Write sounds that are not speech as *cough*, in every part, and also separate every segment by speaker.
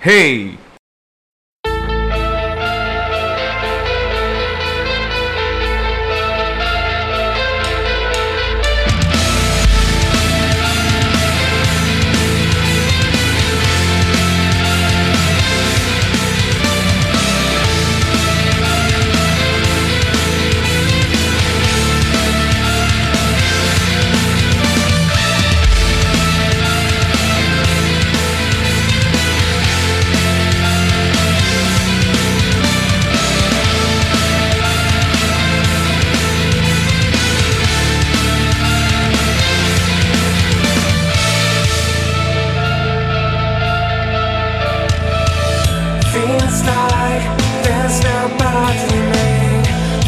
Speaker 1: Hey!
Speaker 2: Feels like there's nobody me.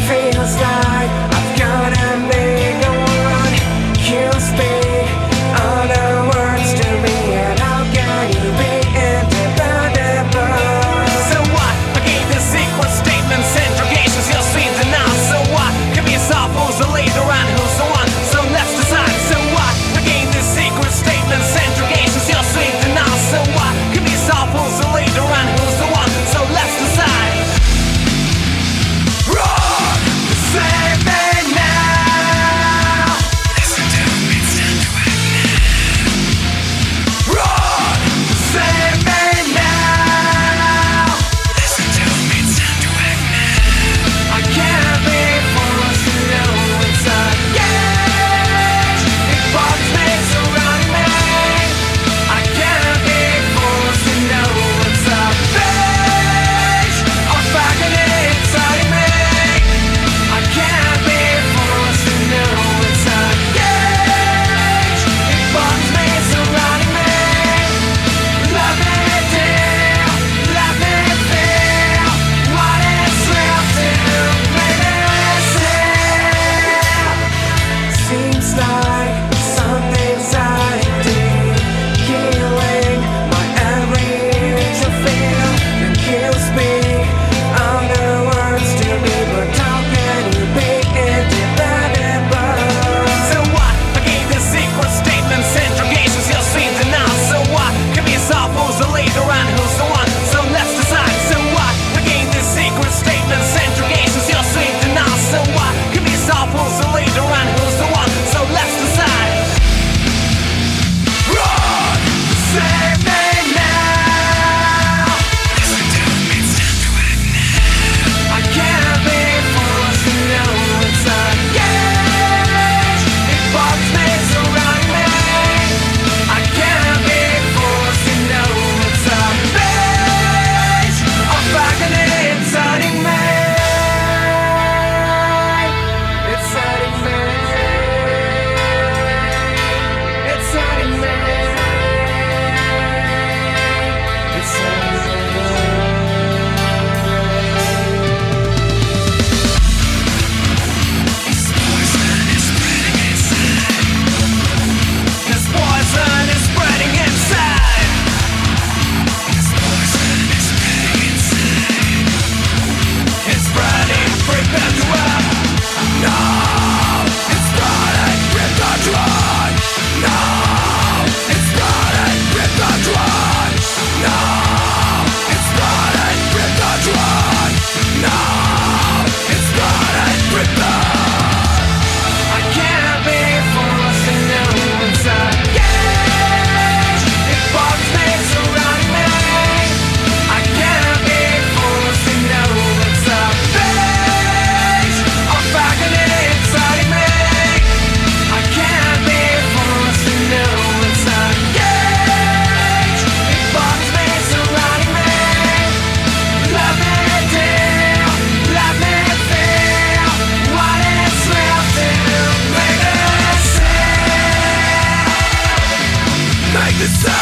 Speaker 2: Feels like I've got a bigger one. You speak other words to me, and how can you be independent?
Speaker 3: So what? I gave the secret statements, interrogations, you'll see the now. So what? Give me yourself who's the leader and who's the one. So let's decide. So what? I gave the secret statements, interrogations, you'll see the now. So what? Give me yourself who's the leader and who's the one. So let's decide. Run! Save me now! Listen to me, stand right now. Run! Save me now! Listen to me, stand right now. I can't be forced to know it's a cage. It bugs me surrounding me. I can't be forced to know it's a cage. A agony inside me. I can't be forced to know it's a cage. It bugs me surrounding me. Love and dear, love and fear. What is left to me to
Speaker 2: Seems like something's addicting, killing my every inch of feel. And kills me, other words to me, but how can you be independent?
Speaker 3: So what? I gave the secret statements, interrogations, you'll see the now. So what? Give me yourself who's the leader and who's the one. So let's decide. So what? I gave the secret statements, interrogations, you'll see the now. So what? Give me yourself who's the leader and who's the one. So let's decide. Run! Save me now! Listen to me, stand right now. I can't be forced to know it's a cage. It bugs me, surround me. I can't be forced to know it's a cage. A agony inside me. It's hurting me. It's hurting me. It's hurting me. It's poison, it's spreading inside. It's poison, it's spreading inside. It's poison, it's spreading inside. It's spreading, break them to up. No, it's spreading, rip the dry. No, it's spreading, rip the dry. No, it's spreading, rip the dry. No, it's spreading, rip the I can't be forced to know what's up. It bugs me, surrounding me. I can't be forced to know what's up. A agony inside me. I can't be forced to know what's up. It bugs me, surrounding me. Love and dear, love and fear. What is left to make this sound? Make this sound.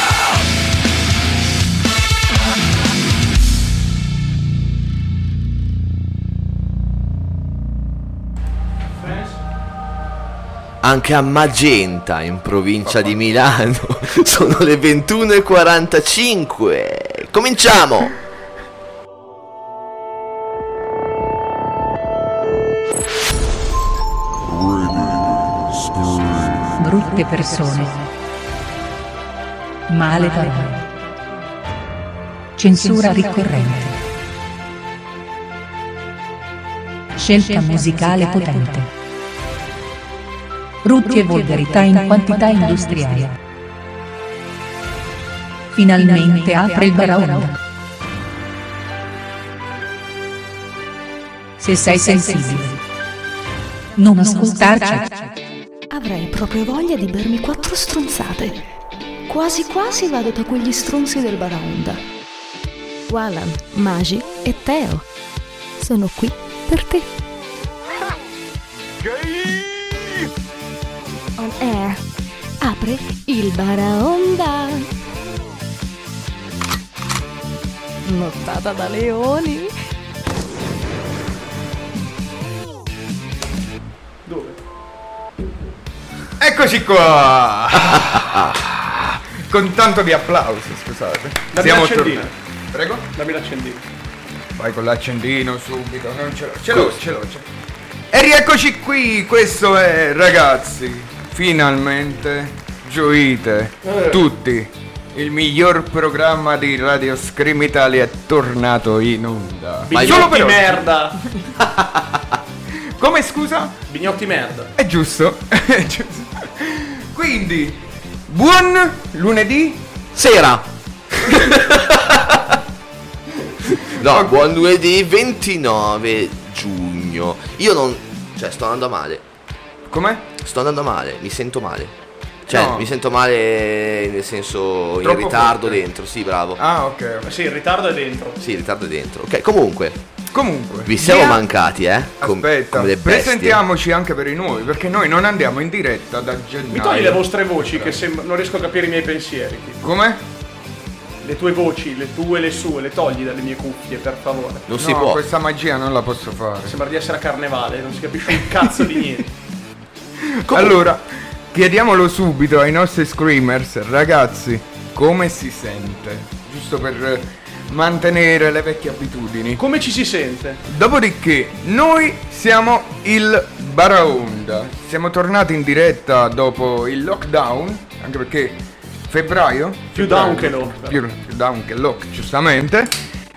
Speaker 4: Anche a Magenta, in provincia di Milano, *laughs* sono le 21.45. Cominciamo!
Speaker 5: Brutte persone. Male parole.
Speaker 1: Censura ricorrente. Scelta musicale potente. Brutti e volgarità in quantità industriale. Finalmente apre il baraonda. Se sei sensibile, non ascoltarci.
Speaker 5: Avrei proprio voglia di bermi quattro stronzate. Quasi quasi vado da quegli stronzi del Baraonda. Walan, Magi e Teo. Sono qui per te. On air. Apre il Baraonda. Nottata da leoni.
Speaker 6: Eccoci
Speaker 7: *laughs*
Speaker 6: qua! Con tanto di applauso, scusate.
Speaker 7: Dammi l'accendino.
Speaker 6: tornati. Prego?
Speaker 7: Dammi l'accendino.
Speaker 6: Vai con l'accendino subito, non ce l'ho, ce l'ho, ce l'ho. ce l'ho. E rieccoci qui, questo è ragazzi, finalmente gioite
Speaker 7: Eh.
Speaker 6: tutti. Il miglior programma di Radio Scream Italia è tornato in onda.
Speaker 4: Ma
Speaker 6: Solo
Speaker 4: io-
Speaker 6: per
Speaker 7: Bignotti
Speaker 6: oggi.
Speaker 7: merda.
Speaker 6: Come scusa?
Speaker 7: Bignotti merda.
Speaker 6: È giusto. *laughs* È giusto. Quindi, buon lunedì *laughs*
Speaker 4: Sera! no, buon lunedì 29 giugno. Io non... cioè sto andando male.
Speaker 6: Com'è?
Speaker 4: Sto andando male, mi sento male. Cioè,
Speaker 6: No.
Speaker 4: mi sento male nel senso in
Speaker 6: Troppo
Speaker 4: ritardo
Speaker 6: forte.
Speaker 4: dentro, sì, bravo.
Speaker 6: Ah, ok. ok.
Speaker 7: Sì, il ritardo è dentro.
Speaker 4: Sì, in ritardo dentro. Ok, comunque,
Speaker 6: Comunque,
Speaker 4: vi siamo
Speaker 6: via-
Speaker 4: mancati, eh? Com-
Speaker 6: Aspetta,
Speaker 4: come le bestie.
Speaker 6: presentiamoci anche per i nuovi, perché noi non andiamo in diretta da gennaio.
Speaker 7: Mi togli le vostre voci che sembra- non riesco a capire i miei pensieri. tipo.
Speaker 6: Come?
Speaker 7: Le tue voci, le tue e le sue, le togli dalle mie cuffie, per favore.
Speaker 4: Non
Speaker 6: no,
Speaker 4: si può.
Speaker 6: questa magia non la posso fare.
Speaker 7: Sembra di essere a carnevale, non si capisce un cazzo di niente.
Speaker 6: Allora, chiediamolo subito ai nostri screamers, ragazzi, come si sente? Giusto per eh, mantenere le vecchie abitudini.
Speaker 7: Come ci si sente?
Speaker 6: Dopodiché, noi siamo il Baraonda. Siamo tornati in diretta dopo il lockdown, anche perché febbraio.
Speaker 7: Più
Speaker 6: febbraio,
Speaker 7: down che lockdown.
Speaker 6: Più, più down che lock, giustamente.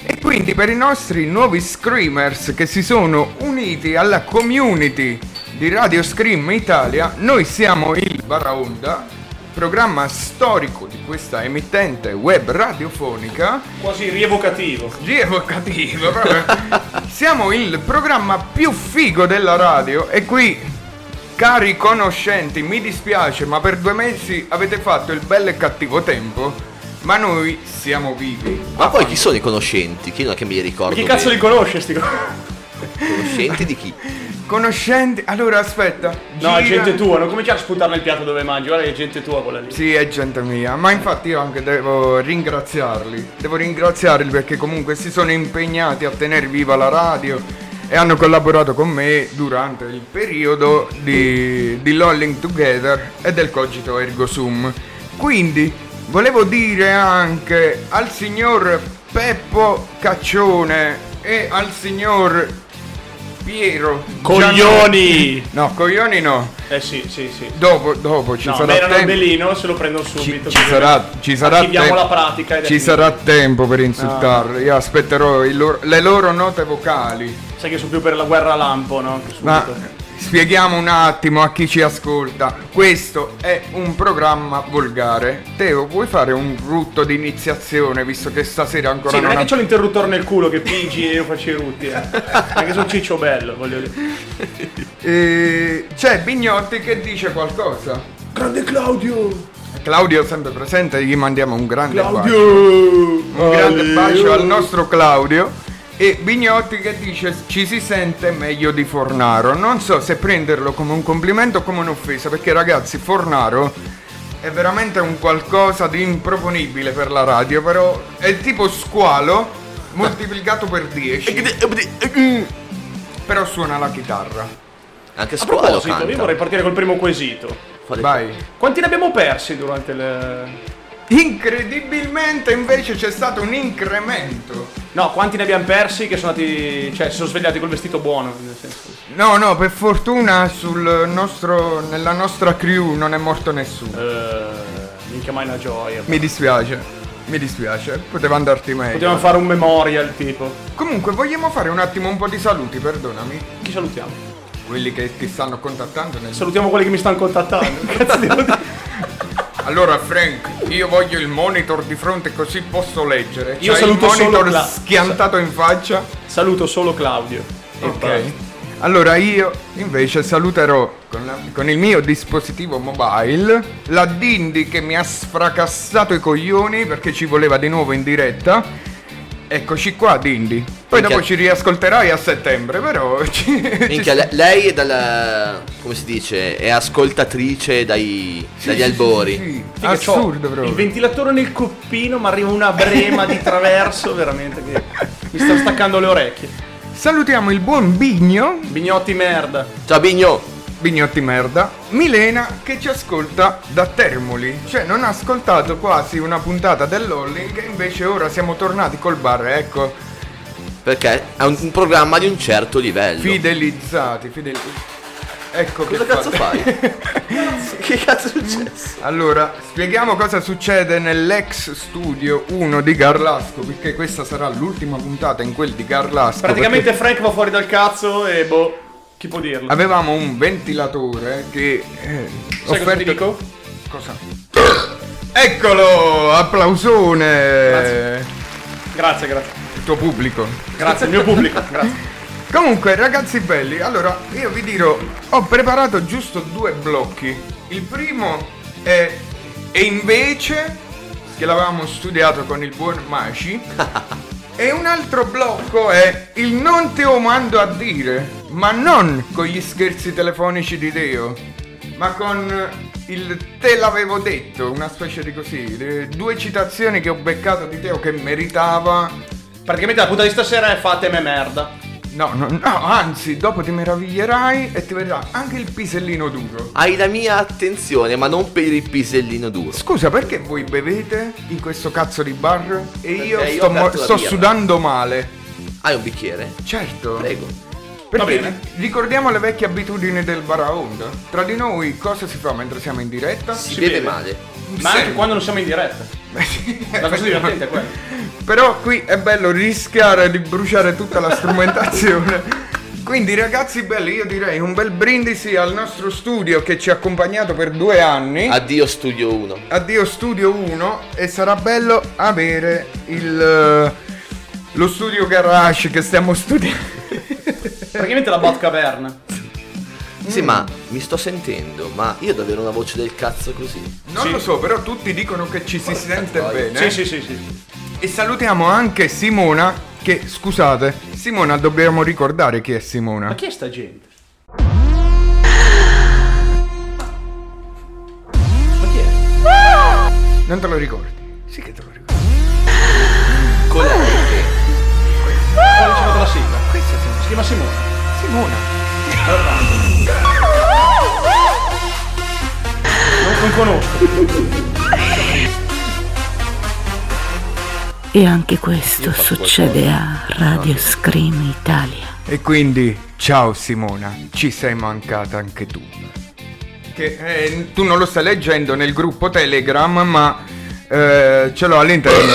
Speaker 6: E quindi per i nostri nuovi screamers che si sono uniti alla community di Radio Scream Italia, noi siamo il Baraonda, programma storico di questa emittente web radiofonica
Speaker 7: *laughs* Quasi rievocativo.
Speaker 6: rievocativo proprio.
Speaker 4: *laughs*
Speaker 6: Siamo il programma più figo della radio e qui, cari conoscenti, mi dispiace, ma per due mesi avete fatto il bello e cattivo tempo, ma noi siamo vivi.
Speaker 4: Ma poi chi sono i conoscenti? Chi non è che mi ricordo?
Speaker 7: Ma chi cazzo li
Speaker 4: bene?
Speaker 7: conosce sti co-
Speaker 4: Conoscenti di
Speaker 7: *laughs*
Speaker 4: chi?
Speaker 6: Conoscenti, allora aspetta.
Speaker 7: No, è
Speaker 6: gira-
Speaker 7: gente tua, non cominciare a sputare nel piatto dove mangi, guarda che è gente tua quella lì.
Speaker 6: Sì, è gente mia, ma infatti io anche devo ringraziarli. Devo ringraziarli perché comunque si sono impegnati a tenere viva la radio e hanno collaborato con me durante il periodo di, di Lolling Together e del cogito ergo sum. Quindi volevo dire anche al signor Peppo Caccione e al signor Piero
Speaker 7: Coglioni!
Speaker 6: Gianni- No, coglioni no.
Speaker 7: Eh sì, sì, sì.
Speaker 6: Dopo, dopo ci
Speaker 7: No,
Speaker 6: sarà
Speaker 7: Merano
Speaker 6: tempo.
Speaker 7: Bellino se lo prendo
Speaker 6: Ci,
Speaker 7: subito.
Speaker 6: ci sarà, ci sarà
Speaker 7: Attiviamo
Speaker 6: tem-
Speaker 7: la pratica ed è
Speaker 6: ci
Speaker 7: finita.
Speaker 6: sarà tempo
Speaker 7: Ah.
Speaker 6: per insultarli. Io aspetterò il loro- le loro note vocali.
Speaker 7: Sai che sono più per la guerra a lampo, no? Che subito.
Speaker 6: Ma spieghiamo un attimo a chi ci ascolta. Questo è un programma volgare. Teo, vuoi fare un rutto di iniziazione visto che stasera ancora
Speaker 7: Sì, non
Speaker 6: non
Speaker 7: è che
Speaker 6: ha-
Speaker 7: c'ho l'interruttore nel culo che pigi e io faccio i rutti, eh. Anche sono ciccio bello, voglio dire.
Speaker 6: Eh, c'è Bignotti che dice qualcosa.
Speaker 7: Grande
Speaker 6: Eh,
Speaker 7: Claudio!
Speaker 6: Claudio è sempre presente, gli mandiamo un grande bacio.
Speaker 7: Claudio!
Speaker 6: Un grande bacio al nostro Claudio e Bignotti che dice ci si sente meglio di Fornaro. Non so se prenderlo come un complimento o come un'offesa, perché ragazzi, Fornaro è veramente un qualcosa di improponibile per la radio, però è tipo squalo moltiplicato per 10, però suona la chitarra.
Speaker 4: Anche
Speaker 7: mm. A
Speaker 4: scuola lo
Speaker 7: proposito, io
Speaker 4: canta.
Speaker 7: vorrei partire col primo quesito.
Speaker 4: Quale-
Speaker 6: Vai.
Speaker 7: Quanti ne abbiamo persi durante le...
Speaker 6: Incredibilmente invece c'è stato un incremento.
Speaker 7: No, quanti ne abbiamo persi che sono andati... Cioè, si sono svegliati col vestito buono, nel senso.
Speaker 6: No, no, per fortuna sul nostro, nella nostra crew non è morto nessuno.
Speaker 7: Eh, minchia mai una gioia.
Speaker 6: Mi dispiace. Mi dispiace, poteva andarti meglio.
Speaker 7: Potevamo fare un memorial tipo.
Speaker 6: Comunque, vogliamo fare un attimo un po' di saluti, perdonami.
Speaker 7: Chi salutiamo?
Speaker 6: Quelli che ti stanno contattando nel...
Speaker 7: Salutiamo quelli che mi stanno contattando. Cazzo devo dire?
Speaker 6: Allora, Frank, io voglio il monitor di fronte così posso leggere.
Speaker 7: Io
Speaker 6: C'hai
Speaker 7: saluto
Speaker 6: il
Speaker 7: solo
Speaker 6: monitor
Speaker 7: la-
Speaker 6: schiantato in faccia.
Speaker 7: Saluto solo Claudio. E
Speaker 6: Ok.
Speaker 7: basta.
Speaker 6: Allora io invece saluterò con, la- con il mio dispositivo mobile la Dindi che mi ha sfracassato i coglioni perché ci voleva di nuovo in diretta. Eccoci qua Dindi. Poi
Speaker 4: Minchia.
Speaker 6: dopo ci riascolterai a settembre, però *laughs* ci, ci-
Speaker 4: Minchia, le- lei è dalla. come si dice? È ascoltatrice dai, dagli albori.
Speaker 6: sì,
Speaker 7: Figa,
Speaker 6: assurdo
Speaker 7: c'ho
Speaker 6: proprio.
Speaker 7: Il ventilatore nel coppino, ma arriva una brema di traverso, veramente che mi sta staccando le orecchie.
Speaker 6: Salutiamo il buon Bigno,
Speaker 7: Bignotti merda.
Speaker 4: Ciao Bigno!
Speaker 6: Bignotti merda, Milena che ci ascolta da Termoli, cioè non ha ascoltato quasi una puntata dell'Holling e invece ora siamo tornati col bar, ecco,
Speaker 4: Perché è un, un programma di un certo livello.
Speaker 6: Fidelizzati, fidelizzati. Ecco
Speaker 4: Cosa
Speaker 6: che *laughs*
Speaker 4: cazzo
Speaker 6: fate.
Speaker 4: fai? che cazzo è successo?
Speaker 6: Allora, spieghiamo cosa succede nell'ex studio 1 di Garlasco, perché questa sarà l'ultima puntata in quel di Garlasco.
Speaker 7: Praticamente
Speaker 6: perché
Speaker 7: Frank va fuori dal cazzo e boh, chi può dirlo?
Speaker 6: avevamo un ventilatore che eh,
Speaker 7: Sai cosa ti dico?
Speaker 6: Cosa? Eccolo! Applausone!
Speaker 7: Grazie. Grazie, grazie.
Speaker 6: Il tuo pubblico.
Speaker 7: Grazie, il *laughs* mio pubblico. Grazie.
Speaker 6: Comunque, ragazzi belli, allora io vi dirò, ho preparato giusto due blocchi. Il primo è E invece, che l'avevamo studiato con il buon Maci. e un altro blocco è il non te lo mando a dire, ma non con gli scherzi telefonici di Deo, ma con il te l'avevo detto, una specie di così. le Due citazioni che ho beccato di Teo che meritava
Speaker 7: Praticamente la puntata di stasera è fateme merda.
Speaker 6: No, no, no, anzi, dopo ti meraviglierai e ti verrà anche il pisellino duro.
Speaker 4: Hai la mia attenzione, ma non per il pisellino duro.
Speaker 6: Scusa, perché voi bevete in questo cazzo di bar e io
Speaker 4: io
Speaker 6: sto,
Speaker 4: ho aperto
Speaker 6: mo-
Speaker 4: la
Speaker 6: sto
Speaker 4: birra.
Speaker 6: sudando male?
Speaker 4: Hai un bicchiere?
Speaker 6: Certo.
Speaker 4: Prego.
Speaker 7: Va
Speaker 6: Perché
Speaker 7: bene.
Speaker 6: ricordiamo le vecchie abitudini del baraonda. Tra di noi cosa si fa mentre siamo in diretta?
Speaker 4: Si,
Speaker 7: Si
Speaker 4: beve,
Speaker 7: beve.
Speaker 4: male.
Speaker 7: Ma
Speaker 6: Sì.
Speaker 7: anche quando non siamo in diretta. Eh, La cosa divertente è quella.
Speaker 6: Però qui è bello rischiare di bruciare tutta la strumentazione. Quindi ragazzi belli, io direi un bel brindisi al nostro studio che ci ha accompagnato per due anni.
Speaker 4: Addio Studio 1.
Speaker 6: Addio Studio 1 e sarà bello avere il, eh, lo studio garage che stiamo studiando.
Speaker 7: Praticamente la bot caverna.
Speaker 4: Sì,
Speaker 6: Mm.
Speaker 4: ma mi sto sentendo, ma io devo avere una voce del cazzo così.
Speaker 6: Non
Speaker 7: Sì.
Speaker 6: lo so, però tutti dicono che ci si sente
Speaker 4: troia.
Speaker 6: bene.
Speaker 7: Sì, eh? sì, sì, sì.
Speaker 6: E salutiamo anche Simona che, scusate, Simona dobbiamo ricordare chi è
Speaker 7: Ma
Speaker 6: Simona.
Speaker 7: chi è sta gente? Ma chi è?
Speaker 6: Non te lo ricordi? Sì che te lo ricordi.
Speaker 4: Colei che
Speaker 7: Quale ci la sigla? Ah. Questa si chiama Simone.
Speaker 6: Simona.
Speaker 7: Non, non conosco.
Speaker 8: E anche questo succede a Radio Scream Italia.
Speaker 6: E quindi, ciao Simona, ci sei mancata anche tu. Che eh, tu non lo stai leggendo nel gruppo Telegram, ma eh, ce l'ho all'interno.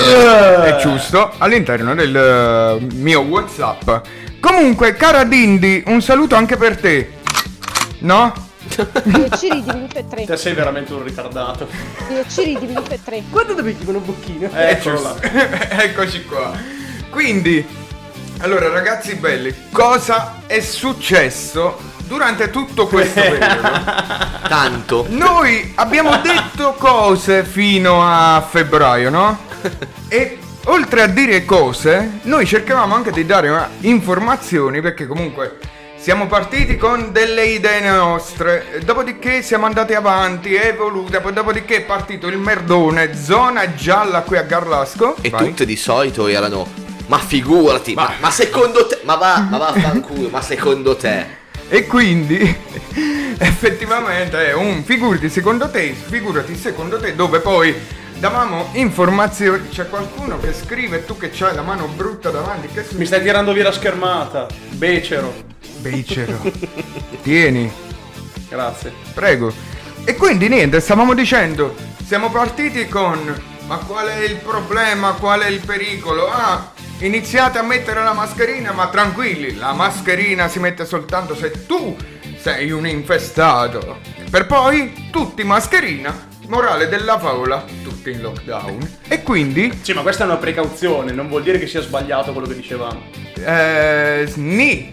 Speaker 6: è
Speaker 7: Eh.
Speaker 6: giusto, all'interno del eh, mio WhatsApp. Comunque, cara Dindi, un saluto anche per te. No?
Speaker 9: 10 ridi minuto e 3
Speaker 7: Te sei veramente un ritardato.
Speaker 9: 10 ridi minuto e 3
Speaker 7: Guarda dove chiudono un bocchino. Eccolo là.
Speaker 6: *laughs* Eccoci qua. Quindi, allora ragazzi belli, cosa è successo durante tutto
Speaker 7: *laughs*
Speaker 6: questo periodo?
Speaker 4: tanto.
Speaker 6: Noi abbiamo detto cose fino a febbraio, no? E oltre a dire cose, noi cercavamo anche di dare una- informazioni perché comunque siamo partiti con delle idee nostre, e dopodiché siamo andati avanti, è evoluta, poi dopodiché è partito il merdone, zona gialla qui a Garlasco.
Speaker 4: E
Speaker 6: Vai.
Speaker 4: tutte di solito erano. Ma figurati, ma, ma secondo te. Ma va, ma vaffanculo, ma secondo te.
Speaker 6: E quindi *laughs* effettivamente è un figurati secondo te, figurati secondo te, dove poi davamo informazioni. C'è qualcuno che scrive tu che c'hai la mano brutta davanti, che
Speaker 7: Mi stai tirando via la schermata. Becero.
Speaker 6: Becero. Tieni,
Speaker 7: Grazie.
Speaker 6: prego. E quindi niente, stavamo dicendo, siamo partiti con Ma qual è il problema? Qual è il pericolo? Ah, iniziate a mettere la mascherina, ma tranquilli, la mascherina si mette soltanto se tu sei un infestato. Per poi tutti mascherina, morale della favola, tutti in lockdown. E quindi,
Speaker 7: Sì, ma questa è una precauzione, non vuol dire che sia sbagliato quello che dicevamo.
Speaker 6: eh, sni.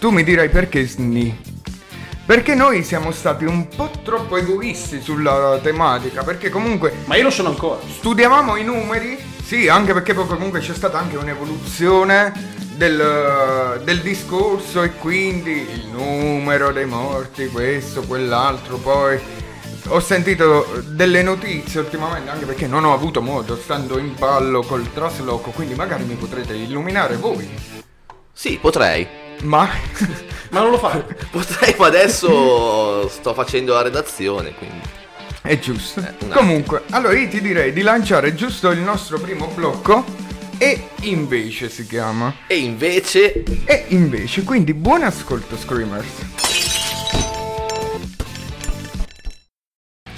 Speaker 6: Tu mi dirai perché sni. Perché noi siamo stati un po' troppo egoisti sulla tematica, perché comunque
Speaker 7: Ma io lo sono ancora.
Speaker 6: Studiavamo i numeri? Sì, anche perché poi comunque c'è stata anche un'evoluzione del, del discorso e quindi il numero dei morti, questo, quell'altro, poi ho sentito delle notizie ultimamente anche perché non ho avuto modo, stando in ballo col trasloco, quindi magari mi potrete illuminare voi.
Speaker 4: Sì, potrei.
Speaker 6: Ma *laughs*
Speaker 7: Ma non lo fa.
Speaker 4: Potrei, ma adesso sto facendo la redazione, quindi.
Speaker 6: è giusto.
Speaker 4: attimo.
Speaker 6: comunque, allora io ti direi di lanciare giusto il nostro primo blocco e invece si chiama.
Speaker 4: E invece
Speaker 6: E invece, quindi buon ascolto Screamers.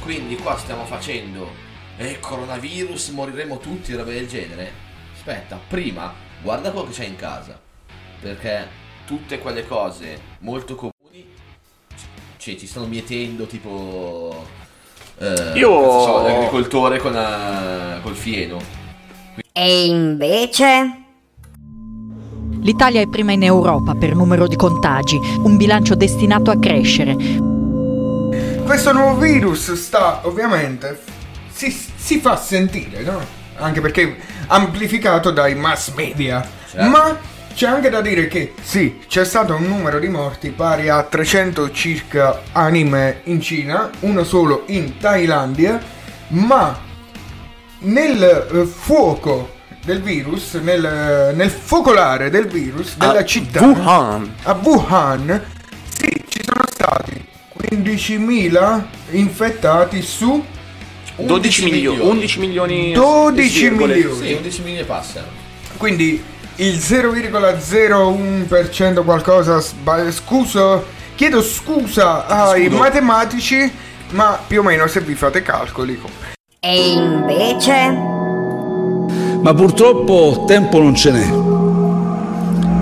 Speaker 10: Quindi qua stiamo facendo eh, coronavirus, moriremo tutti, roba del genere. Aspetta, prima guarda quello che c'è in casa. Perché tutte quelle cose molto comuni ci, ci stanno mietendo tipo eh,
Speaker 7: Io-
Speaker 10: cazzo so, l'agricoltore con la- col fieno.
Speaker 11: E invece?
Speaker 12: L'Italia è prima in Europa per numero di contagi, un bilancio destinato a crescere.
Speaker 6: Questo nuovo virus sta ovviamente si, si fa sentire, no? Anche perché amplificato dai mass media.
Speaker 10: Certo.
Speaker 6: Ma c'è anche da dire che sì, c'è stato un numero di morti pari a 300 circa anime in Cina, uno solo in Thailandia, ma nel eh, fuoco del virus, nel, eh, nel focolare del virus della città
Speaker 3: Wuhan.
Speaker 6: a Wuhan sì, ci sono stati 15.000 infettati su
Speaker 7: 12 milioni. 11 milioni.
Speaker 6: 12
Speaker 7: virgole.
Speaker 6: milioni.
Speaker 10: Sì, 11 milioni passa.
Speaker 6: quindi il 0,01% qualcosa sba- scuso chiedo scusa ai
Speaker 10: Scudo.
Speaker 6: matematici ma più o meno se vi fate calcoli
Speaker 11: E invece?
Speaker 13: Ma purtroppo tempo non ce n'è.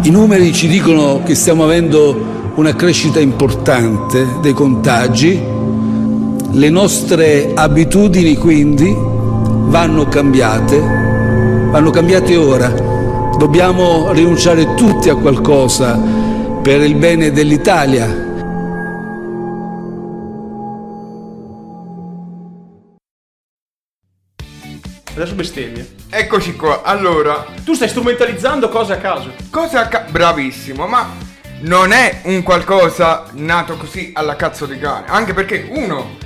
Speaker 13: I numeri ci dicono che stiamo avendo una crescita importante dei contagi, le nostre abitudini quindi vanno cambiate, vanno cambiate ora. Dobbiamo rinunciare tutti a qualcosa per il bene dell'Italia,
Speaker 7: Adesso bestemmie.
Speaker 6: eccoci qua allora
Speaker 7: Tu stai strumentalizzando cose a caso.
Speaker 6: Cosa ca- bravissimo, ma non è un qualcosa nato così alla cazzo di cane. Anche perché uno,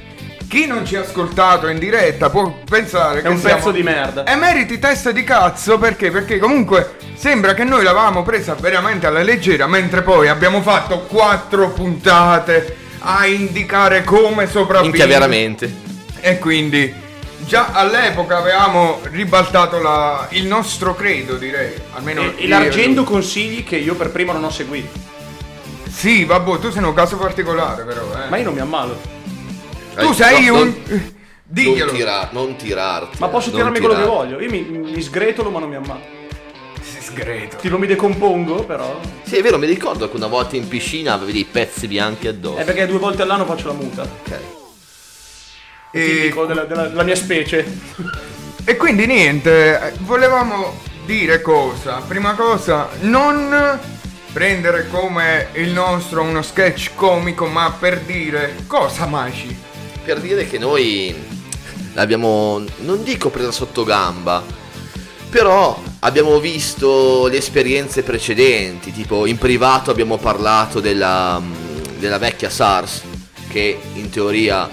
Speaker 6: chi non ci ha ascoltato in diretta può pensare
Speaker 7: È
Speaker 6: che
Speaker 7: un
Speaker 6: siamo Eh,
Speaker 7: pezzo di merda.
Speaker 6: Emeriti testa di cazzo perché? Perché comunque sembra che noi l'avamo presa veramente alla leggera, mentre poi abbiamo fatto quattro puntate a indicare come
Speaker 4: minchia
Speaker 6: sopravvivere.
Speaker 4: veramente.
Speaker 6: E quindi già all'epoca avevamo ribaltato la- il nostro credo, direi. Almeno io-
Speaker 7: Elargendo consigli che io per prima non ho seguito.
Speaker 6: Sì, vabbè, tu sei un caso particolare però, eh.
Speaker 7: Ma io non mi ammalo.
Speaker 6: Tu
Speaker 4: Eh,
Speaker 6: sei
Speaker 4: no,
Speaker 6: un...
Speaker 4: non- Non,
Speaker 6: Diglielo.
Speaker 4: tira- non tirarti.
Speaker 6: Eh,
Speaker 7: Ma
Speaker 10: eh,
Speaker 7: posso
Speaker 4: non
Speaker 7: tirarmi quello che
Speaker 4: tirarti.
Speaker 7: voglio. Io mi, mi sgretolo ma non mi ammalo.
Speaker 6: Si sgreto.
Speaker 7: Ti lo mi decompongo però.
Speaker 4: Sì, è vero, mi ricordo che una volta in piscina avevi dei pezzi bianchi addosso.
Speaker 7: È perché due volte all'anno faccio la muta.
Speaker 4: Ok.
Speaker 6: E,
Speaker 7: Tipico della, della- della mia specie.
Speaker 6: e quindi niente, eh, volevamo dire cosa? Prima cosa, non prendere come il nostro uno sketch comico, ma per dire cosa Maci?
Speaker 4: Per dire che noi l'abbiamo, non dico presa sotto gamba, però abbiamo visto le esperienze precedenti, tipo in privato abbiamo parlato della, mh, della vecchia SARS, che in teoria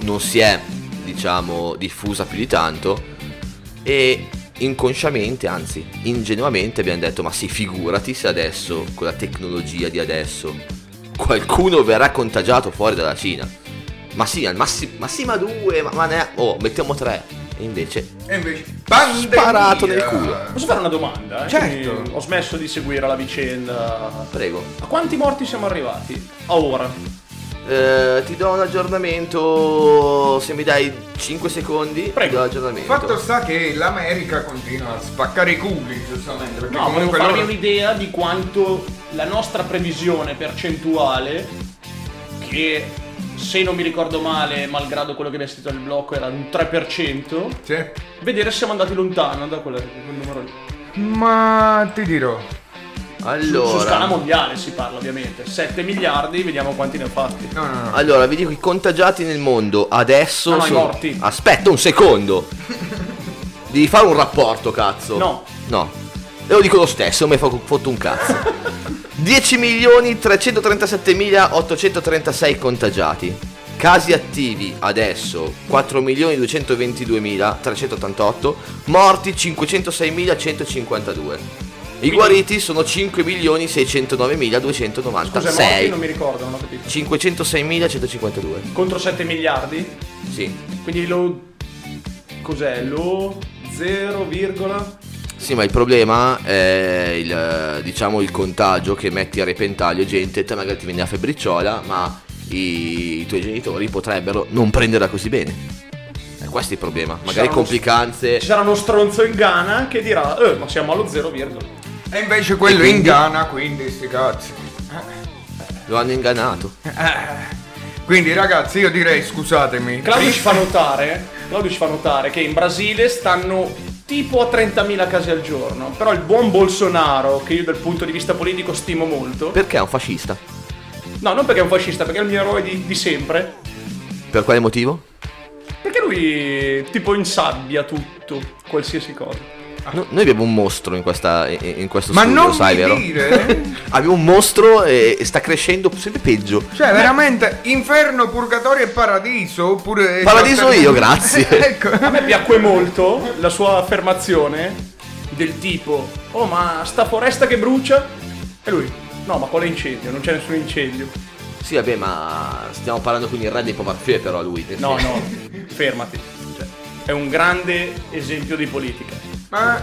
Speaker 4: non si è, diciamo, diffusa più di tanto, e inconsciamente, anzi ingenuamente abbiamo detto, ma sì, figurati se adesso, con la tecnologia di adesso, qualcuno verrà contagiato fuori dalla Cina. Ma sì, al massimo, ma sì, ma due, ma, ma ne... Oh, mettiamo tre. E invece...
Speaker 6: E invece... Pandemia.
Speaker 4: Sparato nel culo.
Speaker 7: Posso fare una domanda? eh?
Speaker 6: Certo.
Speaker 7: Quindi Ho smesso di seguire la vicenda.
Speaker 4: Prego.
Speaker 7: A quanti morti siamo arrivati? A ora.
Speaker 4: Eh, ti do un aggiornamento se mi dai 5 secondi. Prego. Ti do l'aggiornamento.
Speaker 6: Fatto sta che l'America continua a spaccare i culi, giustamente. Perché
Speaker 7: No, volevo
Speaker 6: comunque
Speaker 7: farvi
Speaker 6: loro...
Speaker 7: un'idea di quanto la nostra previsione percentuale, che se non mi ricordo male, malgrado quello che mi è scritto nel blocco, era un 3%, vedere se siamo andati lontano da quella- quel numero lì.
Speaker 6: Ma ti dirò.
Speaker 7: Su, su scala
Speaker 4: Allora,
Speaker 7: mondiale si parla ovviamente, 7 miliardi, vediamo quanti ne ha fatti.
Speaker 6: No, no, no.
Speaker 4: Ah. allora, vi dico i contagiati nel mondo adesso.
Speaker 7: Ah, No, no, i
Speaker 4: sono-
Speaker 7: morti.
Speaker 4: Aspetta un secondo. Devi fare un rapporto, cazzo.
Speaker 7: No.
Speaker 4: No. E lo dico lo stesso, mi fa fotto un
Speaker 7: *laughs*
Speaker 4: cazzo. 10.337.836 contagiati. Casi attivi adesso 4.222.388, morti 506.152. I guariti sono 5.609.296.
Speaker 7: Cos'è morti? Non mi ricordo, non ho capito.
Speaker 4: 506.152.
Speaker 7: Contro 7 miliardi?
Speaker 4: Sì.
Speaker 7: Quindi lo... Cos'è? Lo 0, virgola...
Speaker 4: Sì, ma il problema è il, eh, diciamo, il contagio che metti a repentaglio gente, te magari ti viene la febbricciola, ma i, i tuoi genitori potrebbero non prenderla così bene. E questo è il problema. Magari
Speaker 7: saranno-
Speaker 4: complicanze.
Speaker 6: Eh.
Speaker 7: Ci sarà uno stronzo in Ghana che dirà, eh, ma siamo allo 0, virgola.
Speaker 6: E invece quello
Speaker 4: E quindi?
Speaker 6: in Ghana, quindi sti cazzi.
Speaker 4: Lo hanno ingannato.
Speaker 6: Quindi ragazzi, io direi scusatemi.
Speaker 7: Claudio ci fa notare, Claudio ci fa notare che in Brasile stanno tipo a 30.000 casi al giorno, però il buon Bolsonaro, che io dal punto di vista politico stimo molto,
Speaker 4: Perché è un fascista?
Speaker 7: no, non perché è un fascista, perché è il mio eroe di, di sempre,
Speaker 4: Per quale motivo?
Speaker 7: perché lui tipo insabbia tutto, qualsiasi cosa.
Speaker 4: No- noi abbiamo un mostro in, questa, in, in questo
Speaker 7: Ma
Speaker 4: studio,
Speaker 7: non
Speaker 4: sai,
Speaker 7: mi
Speaker 4: vero?
Speaker 6: dire.
Speaker 4: *laughs* abbiamo un mostro e, e sta crescendo sempre peggio.
Speaker 6: Cioè, veramente inferno, purgatorio e paradiso? Oppure.
Speaker 4: Paradiso io, grazie.
Speaker 6: *laughs* ecco.
Speaker 7: A me piacque molto la sua affermazione del tipo, oh ma sta foresta che brucia, e lui, no ma quale incendio, non c'è nessun incendio.
Speaker 4: Sì, vabbè, ma stiamo parlando quindi il re dei Pomarfè, però lui. nel
Speaker 7: No,
Speaker 4: senso.
Speaker 7: no, fermati. Cioè, è un grande esempio di politica.
Speaker 6: Ma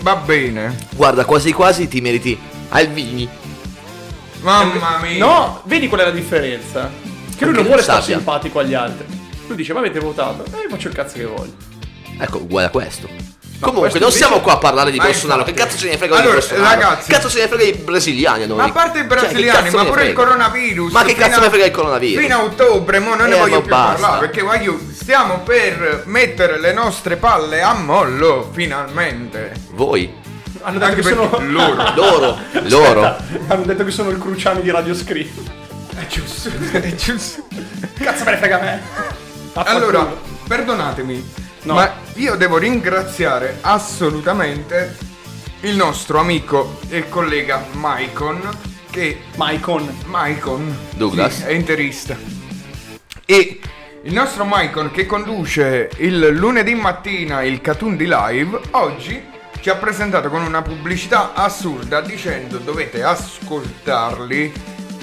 Speaker 6: va bene.
Speaker 4: Guarda, quasi quasi ti meriti Alvini. Eh,
Speaker 6: Mamma mia.
Speaker 7: No, vedi qual è la differenza? Che lui
Speaker 4: Anche
Speaker 7: non vuole stare
Speaker 4: sabbia.
Speaker 7: simpatico agli altri. Lui dice, ma avete votato? E io faccio il cazzo che voglio.
Speaker 4: Ecco, uguale a questo. Comunque,
Speaker 7: questo
Speaker 4: non
Speaker 7: invece-
Speaker 4: siamo qua a parlare di
Speaker 7: Ma
Speaker 4: Bolsonaro. Che
Speaker 7: infatti.
Speaker 4: cazzo ce ne frega
Speaker 7: Allora,
Speaker 4: di Bolsonaro?
Speaker 7: ragazzi-
Speaker 4: Cazzo ce ne frega i brasiliani a noi.
Speaker 6: Ma a parte i
Speaker 4: Cioè, che
Speaker 6: brasiliani,
Speaker 4: cazzo
Speaker 6: ma
Speaker 4: ne
Speaker 6: pure il
Speaker 4: frega?
Speaker 6: coronavirus.
Speaker 4: Ma che
Speaker 6: fino
Speaker 4: cazzo
Speaker 6: a-
Speaker 4: ne frega il coronavirus?
Speaker 6: Fino a ottobre, mo non ne
Speaker 4: Eh,
Speaker 6: voglio
Speaker 4: ma
Speaker 6: più
Speaker 4: basta.
Speaker 6: parlare perché voglio, stiamo per mettere le nostre palle a mollo, finalmente.
Speaker 4: Voi?
Speaker 7: Hanno detto
Speaker 6: Anche
Speaker 7: che sono...
Speaker 6: perché loro.
Speaker 7: *laughs*
Speaker 4: Loro,
Speaker 7: Aspetta, hanno detto che sono il Cruciani di Radio Screen.
Speaker 6: È giusto, è giusto.
Speaker 7: Cazzo me ne frega a me.
Speaker 6: Allora, perdonatemi, ma io devo ringraziare assolutamente il nostro amico e collega Maicon che
Speaker 7: Maicon
Speaker 6: Maicon
Speaker 4: Douglas.
Speaker 6: sì, è interista. E il nostro Maicon che conduce il lunedì mattina il Catun di Live oggi ci ha presentato con una pubblicità assurda dicendo dovete ascoltarli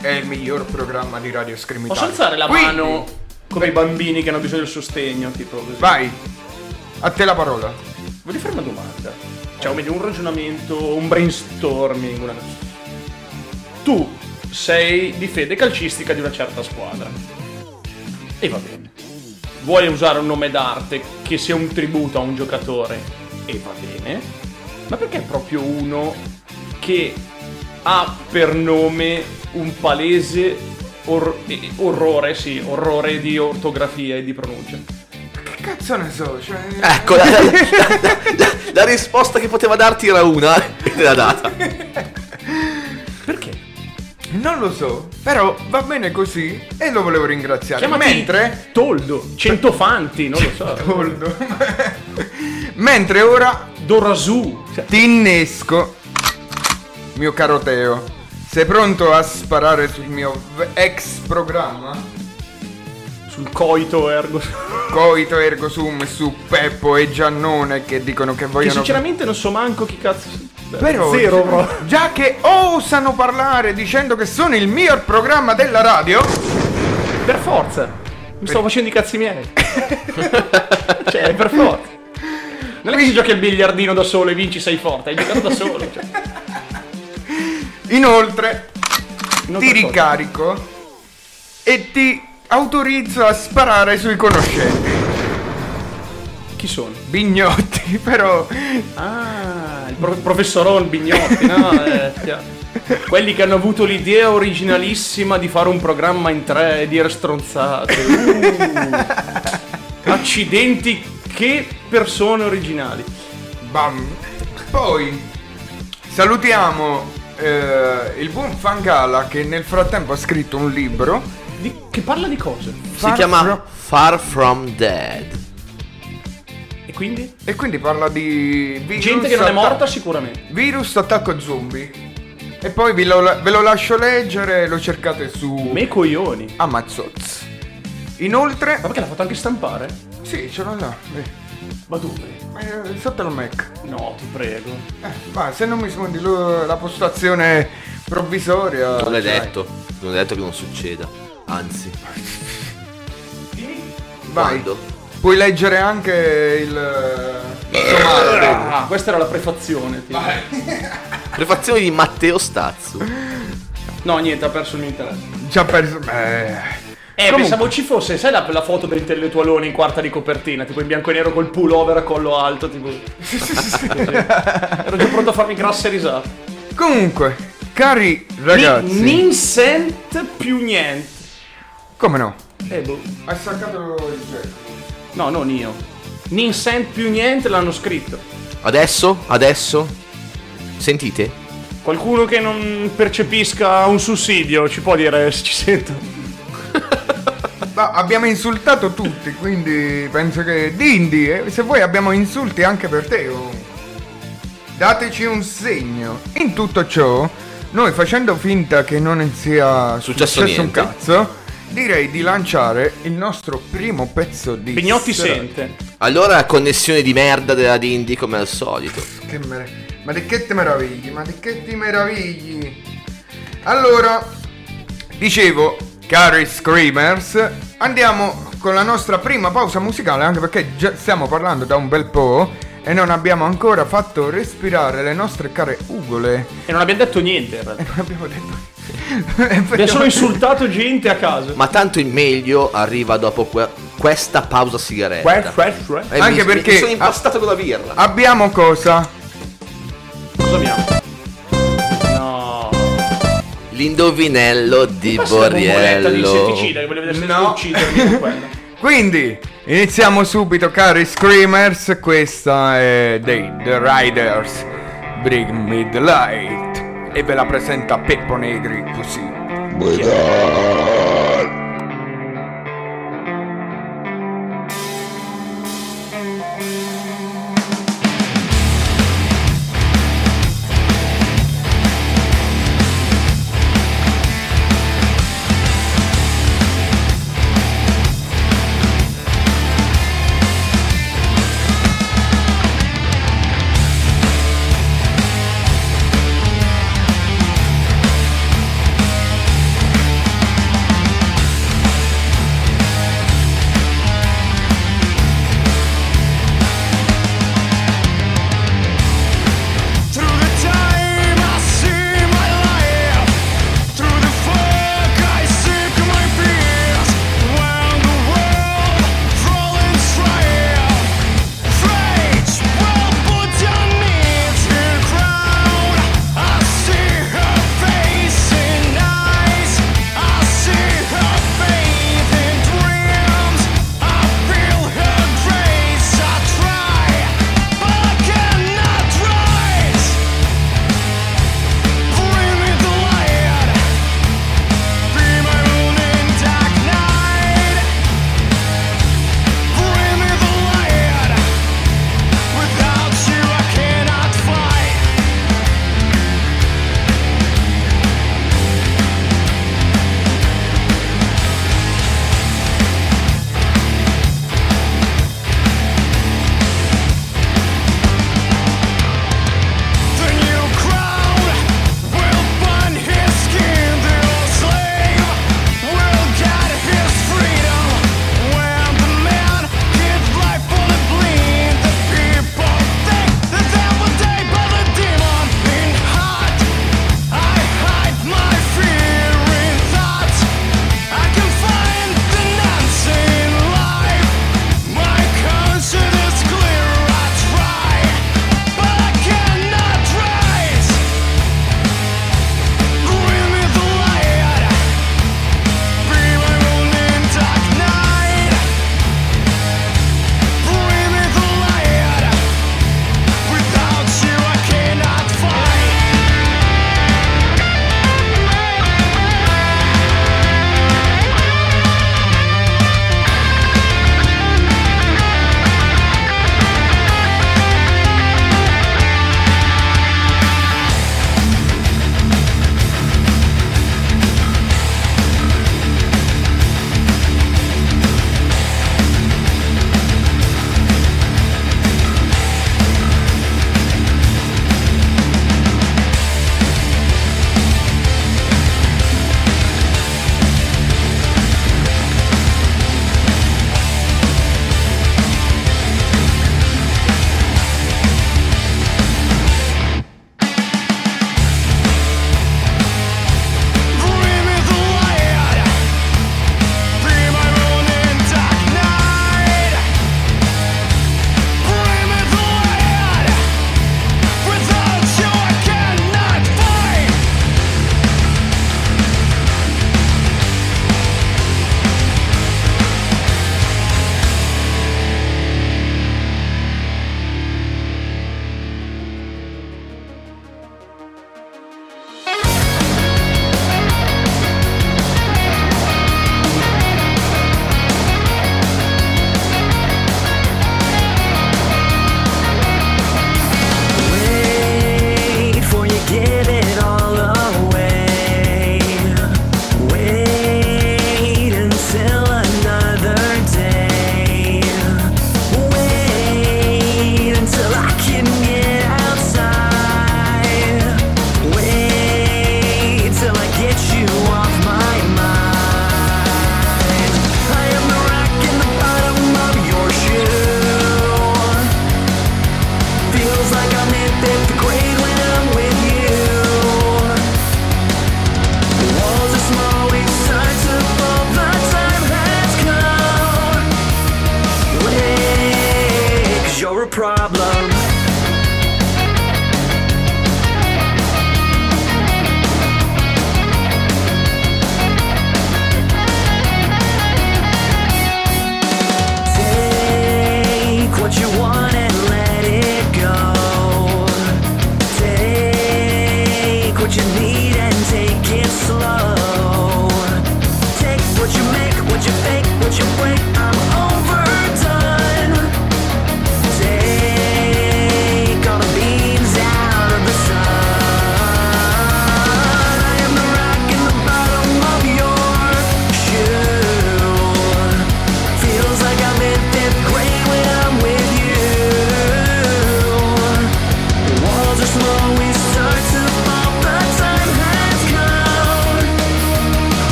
Speaker 6: è il miglior programma di Radio Scream
Speaker 7: Posso
Speaker 6: Italia".
Speaker 7: alzare la
Speaker 6: Quindi-
Speaker 7: mano come i bambini che hanno bisogno del sostegno, tipo così?
Speaker 6: Vai, a te la parola.
Speaker 7: Voglio fare una domanda. Cioè, o meglio, un ragionamento, un brainstorming, una cosa. Tu sei di fede calcistica di una certa squadra. E va bene. Vuoi usare un nome d'arte che sia un tributo a un giocatore? E va bene. Ma perché proprio uno che ha per nome un palese or- eh, orrore, sì, orrore di ortografia e di pronuncia?
Speaker 6: Che cazzo ne so, cioè...
Speaker 4: Ecco, la, la- la- la risposta che poteva darti era una e te l'ha data.
Speaker 6: Non lo so, però va bene così e lo volevo ringraziare.
Speaker 7: Chiamati
Speaker 6: Mentre...
Speaker 7: Toldo, Centofanti, non lo so.
Speaker 6: Toldo. *laughs* Mentre ora...
Speaker 7: Dorasu.
Speaker 6: Ti innesco, mio caro Teo. Sei pronto a sparare sul mio v- ex programma?
Speaker 7: Sul coito ergo...
Speaker 6: Coito ergo sum su Peppo e Giannone che dicono che
Speaker 7: Che
Speaker 6: vogliono...
Speaker 7: sinceramente non so manco chi cazzo.
Speaker 6: Però,
Speaker 7: Zero, bro.
Speaker 6: già che osano parlare dicendo che sono il miglior programma della radio,
Speaker 7: Per forza. Mi stavo facendo i cazzi
Speaker 6: *laughs*
Speaker 7: miei. cioè, per forza. Non è che si giochi al biliardino da solo e vinci, sei forte. Hai giocato da solo. cioè.
Speaker 6: inoltre, ti
Speaker 7: cosa?
Speaker 6: ricarico e ti autorizzo a sparare sui conoscenti.
Speaker 7: Chi sono?
Speaker 6: Bignotti, *laughs* però...
Speaker 7: Ah, il pro- professoron Bignotti, no? Eh, chiaro. Quelli che hanno avuto l'idea originalissima di fare un programma in tre e dire stronzate. Uh. *laughs* Accidenti, che persone originali.
Speaker 6: Bam. Poi salutiamo eh, il buon Fangala che nel frattempo ha scritto un libro.
Speaker 7: che parla di cose?
Speaker 4: Si chiama Far From Dead.
Speaker 7: E quindi?
Speaker 6: E quindi parla di virus
Speaker 7: Gente che non è
Speaker 6: atta-
Speaker 7: morta sicuramente.
Speaker 6: Virus attacco zombie. E poi vi lo- ve lo lascio leggere, lo cercate su...
Speaker 7: Me coglioni.
Speaker 6: Amazzoz. Inoltre...
Speaker 7: Ma perché l'ha fatto anche stampare?
Speaker 6: Sì, ce l'ho là. eh.
Speaker 7: Ma dove?
Speaker 6: Eh, Sotto il Mac.
Speaker 7: No, ti prego.
Speaker 6: Eh, Ma se non mi sfondi lo- la postazione provvisoria...
Speaker 4: Non è
Speaker 6: cioè,
Speaker 4: detto. Non è detto che non succeda. Anzi.
Speaker 6: Vai.
Speaker 4: Quando?
Speaker 6: Puoi leggere anche il... sommario.
Speaker 7: Ah, questa era la prefazione. tipo.
Speaker 4: Prefazione di Matteo Stazzu.
Speaker 7: No, niente, ha perso il mio interesse.
Speaker 6: Già perso... Eh...
Speaker 7: Eh, pensavo ci fosse, sai la, la foto dell'intellettualone in quarta di copertina, tipo in bianco e nero col pullover a collo alto, tipo... Ero già pronto a farmi grasse risate.
Speaker 6: Comunque, cari ragazzi...
Speaker 7: Ni- nin sent più niente.
Speaker 6: Come no?
Speaker 7: Eh, boh.
Speaker 6: Hai staccato il gioco.
Speaker 7: No, non io. Nin sent più niente l'hanno scritto.
Speaker 4: Adesso? Adesso? Sentite?
Speaker 7: Qualcuno che non percepisca un sussidio ci può dire se ci sento.
Speaker 6: Ma abbiamo insultato tutti, quindi penso che... Dindi, eh, se voi abbiamo insulti anche per te, comunque. dateci un segno. In tutto ciò, noi facendo finta che non sia
Speaker 4: Successo
Speaker 6: successo, un
Speaker 4: niente.
Speaker 6: cazzo, direi di lanciare il nostro primo pezzo di...
Speaker 7: Pignotti
Speaker 6: serata.
Speaker 7: sente.
Speaker 4: Allora connessione di merda della Dindi come al solito.
Speaker 6: Che mer- ma di che ti meravigli? Ma di che ti meravigli? Allora, dicevo, cari screamers, andiamo con la nostra prima pausa musicale, anche perché già stiamo parlando da un bel po' e non abbiamo ancora fatto respirare le nostre care ugole. *laughs*
Speaker 7: E non abbiamo detto niente in realtà.
Speaker 6: Abbiamo detto...
Speaker 7: Abbiamo solo insultato gente a caso.
Speaker 4: Ma tanto il meglio arriva dopo que- questa pausa sigaretta.
Speaker 6: Que-
Speaker 4: Eh, mi- mi-
Speaker 6: Anche
Speaker 4: mi sono
Speaker 6: perché a-
Speaker 4: impastato con la birra.
Speaker 6: abbiamo cosa?
Speaker 7: Cosa abbiamo? No.
Speaker 4: L'indovinello di
Speaker 7: Questa è la bomboletta di
Speaker 4: Borriello.
Speaker 7: insetticida che volevo vedere se
Speaker 6: No.
Speaker 7: uccidermi con quella.
Speaker 6: Quindi, iniziamo subito, cari Screamers. Questa è dei The Riders. Bring me the light. E ve la presenta Peppo Negri così.
Speaker 3: Thank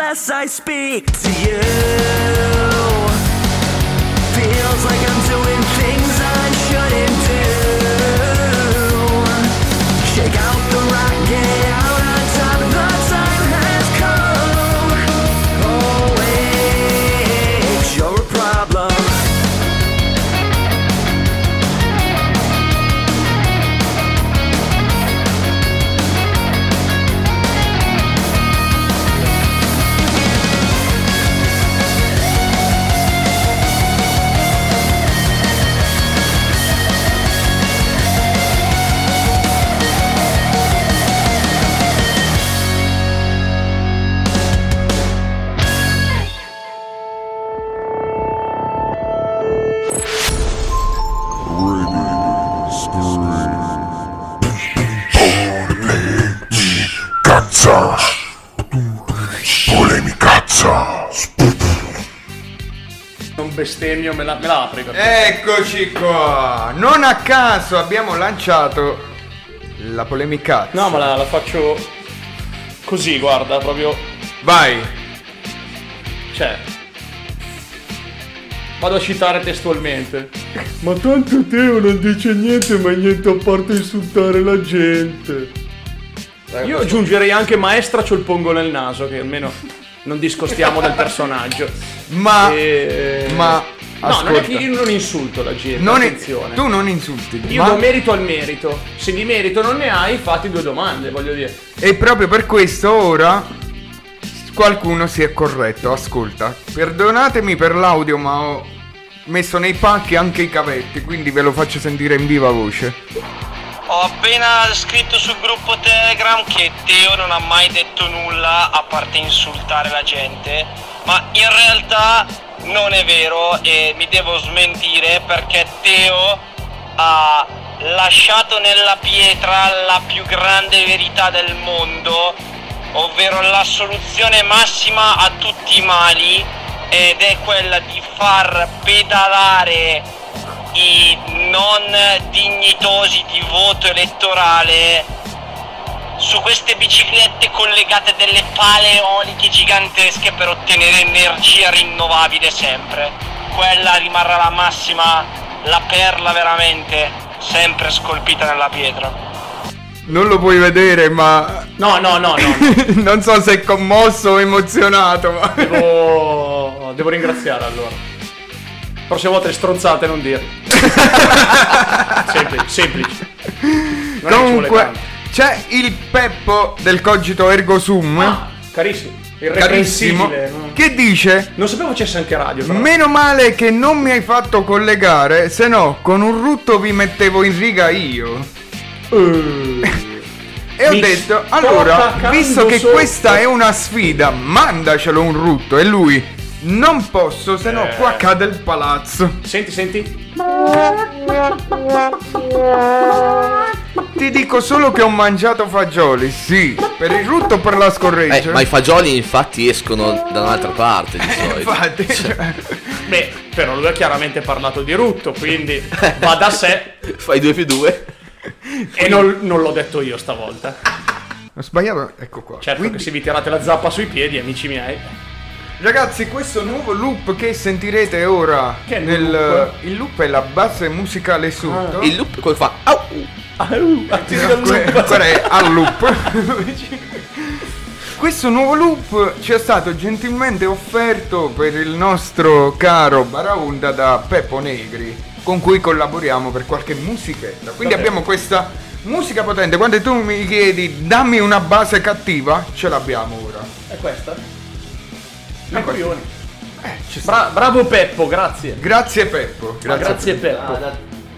Speaker 3: as I speak to you. Feels like I'm doing things I shouldn't do. Shake out the rocket out on top. The time has come. Oh, wait, you're a problem.
Speaker 14: Cazza! Polemicazza!
Speaker 7: *laughs* Non bestemmio, me la, me la apri.
Speaker 6: Eh.
Speaker 7: perché-
Speaker 6: Eccoci qua! Non a caso abbiamo lanciato la polemica.
Speaker 7: No, ma la, la faccio così, guarda, proprio.
Speaker 6: Vai!
Speaker 7: Cioè. Vado a citare testualmente. Ma tanto Teo non dice niente, ma niente a parte insultare la gente. Io aggiungerei anche maestra c'ho il pongo nel naso, che almeno non discostiamo dal personaggio.
Speaker 6: Ma. Ah, ma,
Speaker 7: Eh, No, non è che
Speaker 6: ascolta.
Speaker 7: io non insulto la gente.
Speaker 6: Non è-
Speaker 7: attenzione.
Speaker 6: tu non insulti.
Speaker 7: Io
Speaker 6: ma-
Speaker 7: do merito al merito. Se di merito non ne hai, fatti due domande, voglio dire.
Speaker 6: E proprio per questo ora qualcuno si è corretto, ascolta. Perdonatemi per l'audio, ma ho messo nei pacchi anche i cavetti, quindi ve lo faccio sentire in viva voce.
Speaker 15: Ho appena scritto sul gruppo Telegram che Teo non ha mai detto nulla a parte insultare la gente, ma in realtà non è vero e mi devo smentire perché Teo ha lasciato nella pietra la più grande verità del mondo, ovvero la soluzione massima a tutti i mali ed è quella di far pedalare i non dignitosi di voto elettorale su queste biciclette collegate delle pale eoliche gigantesche per ottenere energia rinnovabile sempre. Quella rimarrà la massima, la perla veramente, sempre scolpita nella pietra.
Speaker 6: Non lo puoi vedere, ma. *laughs*
Speaker 7: No, no, no, no.
Speaker 6: non so se è commosso o emozionato, ma.
Speaker 7: Devo, devo ringraziare allora. Prossima volta le stronzate
Speaker 6: *laughs*
Speaker 7: non dire. semplice, semplice. Non è che ci vuole
Speaker 6: Comunque,
Speaker 7: tanto.
Speaker 6: c'è il Peppo del cogito ergo sum.
Speaker 7: Ah, carissimo.
Speaker 6: Carissimo,
Speaker 7: Irreprensibile.
Speaker 6: che dice?
Speaker 7: Non sapevo c'è anche radio. però.
Speaker 6: Meno male che non mi hai fatto collegare, se no con un rutto vi mettevo in riga io.
Speaker 7: Eh.
Speaker 6: e ho
Speaker 7: Mi
Speaker 6: detto,
Speaker 7: sto
Speaker 6: allora,
Speaker 7: attaccando
Speaker 6: visto che
Speaker 7: sotto."
Speaker 6: questa è una sfida, mandacelo un rutto. E lui, non posso, se no
Speaker 7: Eh.
Speaker 6: qua cade il palazzo.
Speaker 7: Senti, senti.
Speaker 6: Ti dico solo che ho mangiato fagioli, sì, per il rutto o per la
Speaker 4: Eh,
Speaker 6: scorreggia. *laughs*
Speaker 4: ma i fagioli infatti escono da un'altra parte di solito.
Speaker 6: Eh, Infatti,
Speaker 7: Beh, però lui ha chiaramente parlato di rutto,
Speaker 6: *laughs*
Speaker 7: quindi va da sé.
Speaker 4: Fai 2 più 2.
Speaker 7: E non, non l'ho detto io stavolta.
Speaker 6: *laughs* Ho sbagliato, ecco qua.
Speaker 7: Certo che se vi tirate la zappa sui piedi, amici miei.
Speaker 6: Ragazzi, questo nuovo loop che sentirete ora
Speaker 7: Che
Speaker 6: nel-
Speaker 7: loop? Ah,
Speaker 6: il loop è la base musicale sotto.
Speaker 7: Il
Speaker 4: loop come fa? Au!
Speaker 6: Ancora è al loop. *laughs* questo nuovo loop ci è stato gentilmente offerto per il nostro caro Baraunda da Peppo Negri, con cui collaboriamo per qualche musichetta. Quindi
Speaker 7: Vabbè.
Speaker 6: abbiamo questa musica potente. Quando tu mi chiedi dammi una base cattiva, ce l'abbiamo ora.
Speaker 7: È questa? Campioni. Bra- bravo Peppo, grazie.
Speaker 6: Grazie Peppo.
Speaker 7: Ma grazie Peppo.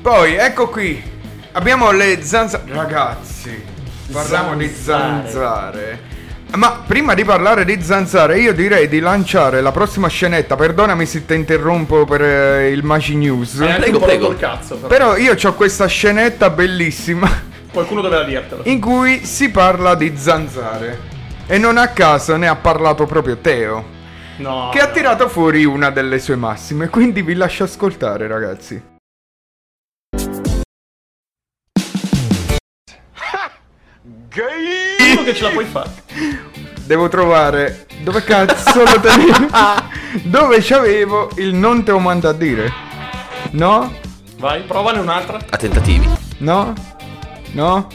Speaker 6: Poi ecco qui. Abbiamo le zanzare. Ragazzi, parliamo di zanzare. Ma prima di parlare di zanzare, io direi di lanciare la prossima scenetta. Perdonami se ti interrompo per eh, il Maci News.
Speaker 7: Hai anche un po' rotto il cazzo, però.
Speaker 6: Però io ho questa scenetta bellissima *laughs*
Speaker 7: Qualcuno doveva dirtelo.
Speaker 6: in cui si parla di zanzare. E non a caso ne ha parlato proprio Teo,
Speaker 7: No.
Speaker 6: che ha tirato fuori una delle sue massime. Quindi vi lascio ascoltare, ragazzi.
Speaker 7: Uno che ce la puoi fare.
Speaker 6: Devo trovare dove cazzo lo
Speaker 7: *laughs*
Speaker 6: tenevo. dove c'avevo il non te ho mandato a dire. No?
Speaker 7: Vai, provane un'altra.
Speaker 4: A tentativi.
Speaker 6: No? No?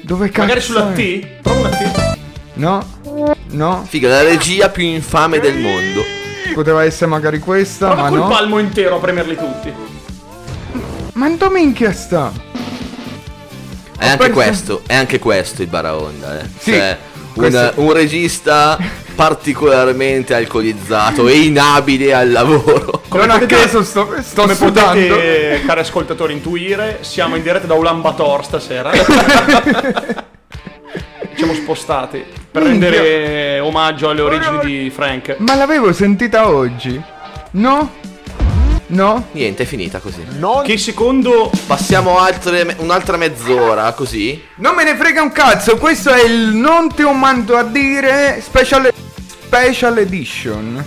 Speaker 6: Dove cazzo?
Speaker 7: Magari sulla
Speaker 6: è?
Speaker 7: T. Prova una T.
Speaker 6: No? No?
Speaker 4: Figa, la regia più infame del mondo.
Speaker 6: Poteva essere magari questa,
Speaker 7: Prova
Speaker 6: ma
Speaker 7: col
Speaker 6: no.
Speaker 7: palmo intero a premerli tutti.
Speaker 6: Ma non minchia sta.
Speaker 4: È anche
Speaker 6: perso-
Speaker 4: questo, è anche questo il Baraonda. Eh.
Speaker 6: Sì,
Speaker 4: Cioè, un,
Speaker 6: questo-
Speaker 4: un regista particolarmente alcolizzato e inabile al lavoro.
Speaker 7: Come
Speaker 6: non a
Speaker 7: potete-
Speaker 6: caso sto, sto
Speaker 7: Come
Speaker 6: sudando.
Speaker 7: potete, eh, cari ascoltatori, intuire, siamo in diretta da
Speaker 6: *laughs*
Speaker 7: Ulaanbaatar stasera. Diciamo spostati per
Speaker 6: Minchia.
Speaker 7: rendere omaggio alle origini di Frank.
Speaker 6: Ma l'avevo sentita oggi. No? No?
Speaker 4: Niente, è finita così.
Speaker 7: Che secondo
Speaker 4: Passiamo altre- un'altra mezz'ora così.
Speaker 6: Non me ne frega un cazzo, questo è il non te ho mandato a dire special, special edition.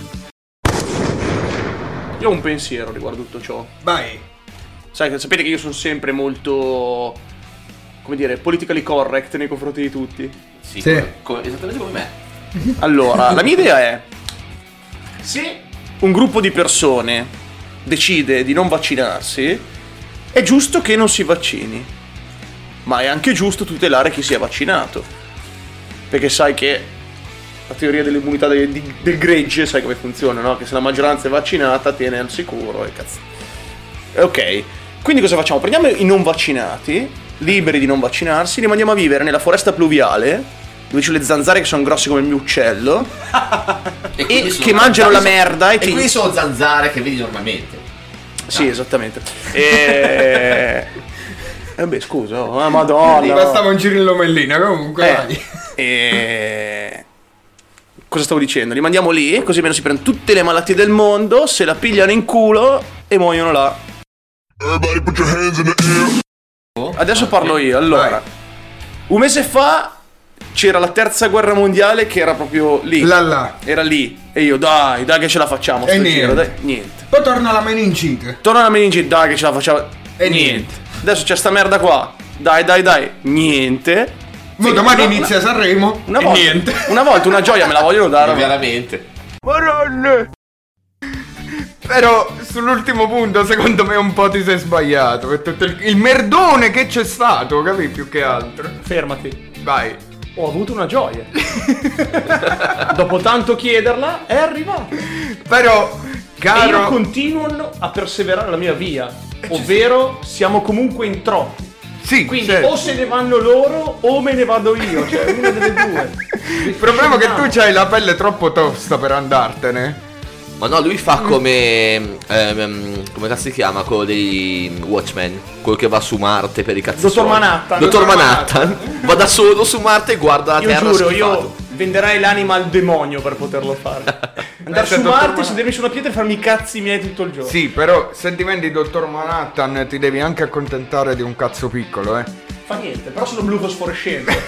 Speaker 7: Io ho un pensiero riguardo tutto ciò.
Speaker 6: Vai.
Speaker 7: Sai, che- sapete che io sono sempre molto. come dire, politically correct nei confronti di tutti.
Speaker 4: Sì,
Speaker 6: Sì.
Speaker 4: come- esattamente come me.
Speaker 7: *laughs* Allora, la mia idea è: se un gruppo di persone decide di non vaccinarsi, è giusto che non si vaccini, ma è anche giusto tutelare chi si è vaccinato. Perché sai che la teoria dell'immunità del, di- del gregge, sai come funziona, no? Che se la maggioranza è vaccinata tiene al sicuro e cazzo. Eh, Ok, quindi cosa facciamo? Prendiamo i non vaccinati, liberi di non vaccinarsi, li mandiamo a vivere nella foresta pluviale, dove c'è le zanzare che sono grosse come il mio uccello,
Speaker 10: E,
Speaker 7: che mangiano la merda e
Speaker 10: E
Speaker 7: ti-
Speaker 10: quindi sono zanzare che vedi normalmente.
Speaker 7: Sì,
Speaker 6: Ah. *laughs*
Speaker 7: esattamente. E... eh beh, scusa, oh, ah, madonna.
Speaker 6: Mi bastava un giro in lomellina, comunque.
Speaker 7: Eh, e... Cosa stavo dicendo? Li mandiamo lì, così almeno si prendono tutte le malattie del mondo, se la pigliano in culo e muoiono là.
Speaker 14: Everybody put your hands in the
Speaker 7: Adesso parlo io, allora. Un mese fa c'era la terza guerra mondiale che era proprio lì.
Speaker 6: Là là.
Speaker 7: Era lì. E io, dai, dai che ce la facciamo.
Speaker 6: E
Speaker 7: sto
Speaker 6: niente.
Speaker 7: giro, dai. niente.
Speaker 6: Poi torna la meningite.
Speaker 7: Torna la meningite, dai che ce la facciamo.
Speaker 6: E
Speaker 7: Adesso c'è sta merda qua. Dai, dai, dai. Niente.
Speaker 6: Ma
Speaker 7: Sì,
Speaker 6: domani
Speaker 7: una-
Speaker 6: inizia Sanremo.
Speaker 7: Una
Speaker 6: e
Speaker 7: volta,
Speaker 6: niente.
Speaker 7: una volta una gioia me la vogliono dare.
Speaker 10: Veramente.
Speaker 6: Madonna. *laughs* Però sull'ultimo punto secondo me un po' ti sei sbagliato. Per tutto il, il merdone che c'è stato, capi più che altro.
Speaker 7: Fermati.
Speaker 6: Vai.
Speaker 7: Ho avuto una gioia. *laughs* Dopo tanto chiederla, è arrivata.
Speaker 6: Però,
Speaker 7: E io
Speaker 6: caro... Eh,
Speaker 7: continuo a perseverare la mia via. Ovvero, siamo comunque in troppi.
Speaker 6: Sì,
Speaker 7: Quindi
Speaker 6: certo.
Speaker 7: o se ne vanno loro o me ne vado io. Cioè, una delle due.
Speaker 6: *laughs* Il problema è che tu c'hai la pelle troppo tosta per andartene.
Speaker 7: Certo.
Speaker 4: Ma no, lui fa come. ehm, come cazzo si chiama? Quello dei Watchmen. Quello che va su Marte per i cazzi.
Speaker 7: Dottor
Speaker 4: suoi.
Speaker 7: Manhattan.
Speaker 4: Dottor
Speaker 7: Dottor
Speaker 4: Manhattan. va da solo su Marte e guarda la
Speaker 7: Io
Speaker 4: Terra.
Speaker 7: giuro, io
Speaker 4: schifato.
Speaker 7: venderai l'anima al demonio per poterlo
Speaker 6: *laughs*
Speaker 7: fare. Andare
Speaker 6: Pensa
Speaker 7: su
Speaker 6: a Dottor
Speaker 7: Marte,
Speaker 6: Manhattan.
Speaker 7: sedermi su una pietra e farmi i cazzi miei tutto il giorno.
Speaker 6: Sì, però se diventi dottor Manhattan ti devi anche accontentare di un cazzo
Speaker 7: *laughs*
Speaker 6: piccolo, eh.
Speaker 7: Fa niente, però sono blu fosforescente.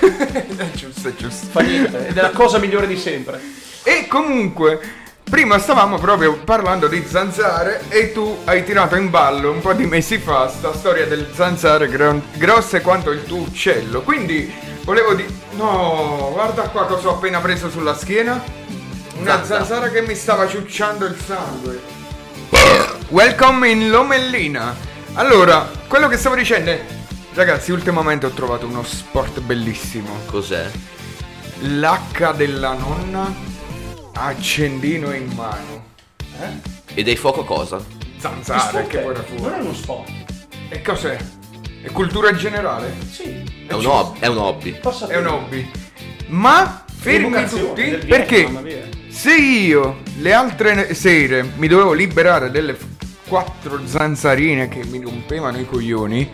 Speaker 6: giusto, è giusto.
Speaker 7: Fa niente, ed è la cosa migliore di sempre.
Speaker 6: E comunque, prima stavamo proprio parlando di zanzare e tu hai tirato in ballo un po' di mesi fa sta storia del zanzare gro- grosse quanto il tuo uccello. Quindi volevo dire... No, guarda qua cosa ho appena preso sulla schiena. Una zanzara che mi stava ciucciando il sangue. Welcome in Lomellina. Allora, quello che stavo dicendo è... Ragazzi, ultimamente ho trovato uno sport bellissimo.
Speaker 4: Cos'è?
Speaker 6: L'H della nonna accendino in mano.
Speaker 4: E dai fuoco cosa?
Speaker 6: Zanzare che
Speaker 7: Sport
Speaker 6: ora
Speaker 7: è- Non è
Speaker 6: fuori.
Speaker 7: uno spot.
Speaker 6: E cos'è? È cultura generale?
Speaker 7: Sì.
Speaker 4: È un, hob- è un hobby.
Speaker 7: Passa
Speaker 6: È un hobby. Ma fermi
Speaker 7: L'evocazione
Speaker 6: tutti
Speaker 7: del bene, mamma mia.
Speaker 6: perché se io le altre ne- sere mi dovevo liberare delle f- quattro zanzarine che mi rompevano i coglioni,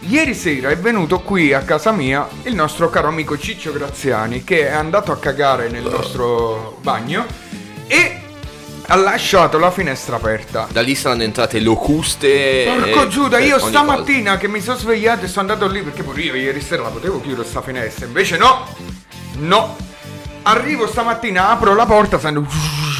Speaker 6: ieri sera è venuto qui a casa mia il nostro caro amico Ciccio Graziani che è andato a cagare nel nostro bagno e ha lasciato la finestra aperta.
Speaker 4: Da lì saranno entrate locuste.
Speaker 6: Porco
Speaker 4: e-
Speaker 6: Giuda,
Speaker 4: per
Speaker 6: io
Speaker 4: Eh, ogni
Speaker 6: stamattina che mi sono svegliato e sono andato lì perché pure io ieri sera la potevo chiudere sta finestra, invece no, no. Arrivo stamattina, apro la porta, sento... *sniffs*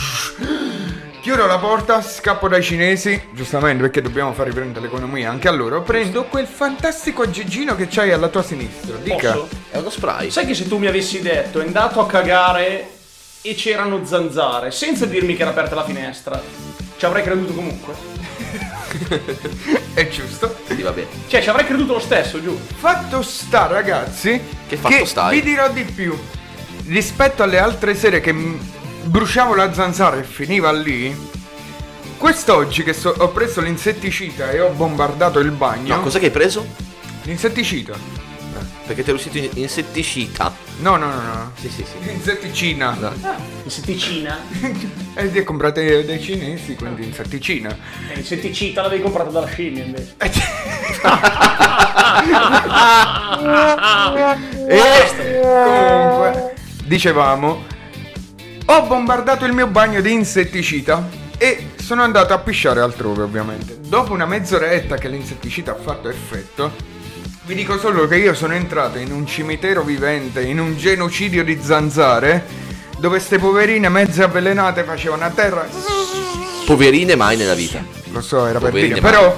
Speaker 6: Chiudo la porta, scappo dai cinesi, giustamente perché dobbiamo far riprendere l'economia anche a loro. Prendo quel fantastico aggeggino che c'hai alla tua sinistra. Dica.
Speaker 7: Posso?
Speaker 4: cosa. È uno spray.
Speaker 7: Sai che se tu mi avessi detto è andato a cagare e c'erano zanzare, senza dirmi che era aperta la finestra. Ci avrei creduto comunque.
Speaker 6: È giusto.
Speaker 4: Sì, vabbè.
Speaker 7: Cioè, ci avrei creduto lo stesso, giù.
Speaker 6: Fatto sta, ragazzi.
Speaker 4: Che fatto eh? stai?
Speaker 6: Vi dirò di più. Rispetto alle altre sere che mm, bruciavo la zanzara e finiva lì. Quest'oggi che so- ho preso l'insetticida e ho bombardato il bagno.
Speaker 4: No, cos'è che hai preso?
Speaker 6: L'insetticida.
Speaker 4: Perché ti è uscito in- insetticida.
Speaker 6: No, no, no, no.
Speaker 4: Sì, sì, sì.
Speaker 6: Insetticina. *laughs*
Speaker 7: Insetticina?
Speaker 6: e li ho comprate dai cinesi, quindi insetticina.
Speaker 7: E l'insetticida l'avevi comprata dalla scimmia invece.
Speaker 6: E comunque, dicevamo, ho bombardato il mio bagno di insetticida e sono andato a pisciare altrove, ovviamente. Dopo una mezz'oretta che l'insetticida ha fatto effetto, vi dico solo che io sono entrato in un cimitero vivente, in un genocidio di zanzare, dove ste poverine mezze avvelenate facevano a terra.
Speaker 4: Poverine mai nella vita.
Speaker 6: Lo so, era per
Speaker 4: Poverine
Speaker 6: dire,
Speaker 4: mai.
Speaker 6: però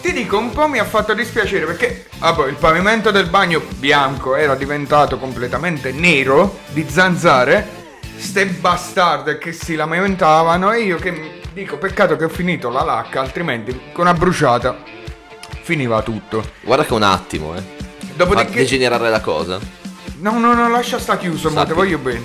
Speaker 6: ti dico un po' mi ha fatto dispiacere perché ah, boh, il pavimento del bagno bianco era diventato completamente nero di zanzare. Ste bastarde che si lamentavano e io che mi- dico peccato che ho finito la lacca, altrimenti con una bruciata finiva tutto.
Speaker 4: Guarda che un attimo, eh.
Speaker 6: Dopodiché-
Speaker 4: Fa degenerare la cosa.
Speaker 6: No, no, no, lascia sta chiuso, ma
Speaker 4: Sappi.
Speaker 6: te voglio bene.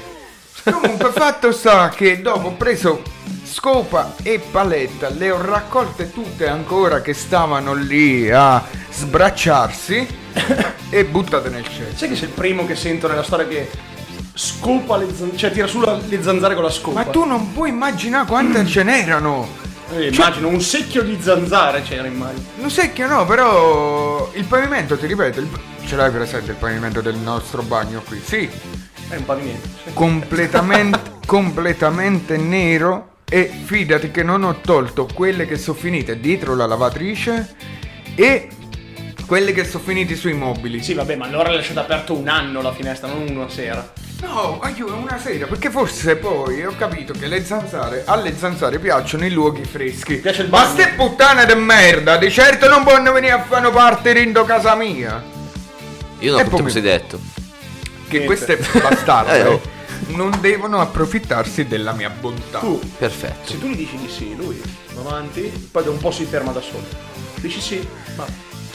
Speaker 6: Comunque, fatto sta che dopo ho preso scopa e paletta, le ho raccolte tutte ancora che stavano lì a sbracciarsi e buttate nel cesso.
Speaker 7: Sai che sei il primo che sento nella storia che scopa le zanzare, cioè tira su la- le zanzare con la scopa.
Speaker 6: Ma tu non puoi immaginare quante ce n'erano!
Speaker 7: Eh, immagino, un secchio di zanzare c'era in mano.
Speaker 6: Lo sai che no, però il pavimento, ti ripeto, il- ce l'hai presente il pavimento del nostro bagno qui? Sì,
Speaker 7: È un pavimento. sì.
Speaker 6: completamente, *laughs* completamente nero e fidati che non ho tolto quelle che sono finite dietro la lavatrice e quelle che sono finite sui mobili.
Speaker 7: Sì, vabbè, ma allora l'hai lasciato aperto un anno la finestra, non una sera.
Speaker 6: No, aiuto, una sera, perché forse poi ho capito che le zanzare, alle zanzare piacciono i luoghi freschi.
Speaker 7: Piace il
Speaker 6: Ma
Speaker 7: bagno.
Speaker 6: ste puttane de merda, di certo non possono venire a fare parte rindo casa mia.
Speaker 4: Io non
Speaker 6: E
Speaker 4: ho
Speaker 6: poi mi-
Speaker 4: come sei detto.
Speaker 6: Che
Speaker 7: Niente.
Speaker 6: queste
Speaker 7: *laughs*
Speaker 4: Eh,
Speaker 6: bastarde
Speaker 4: oh.
Speaker 6: non devono approfittarsi della mia bontà.
Speaker 7: Tu,
Speaker 4: Perfetto.
Speaker 7: se tu gli dici di sì, lui va avanti, poi da un po' si ferma da solo. Dici sì, ma...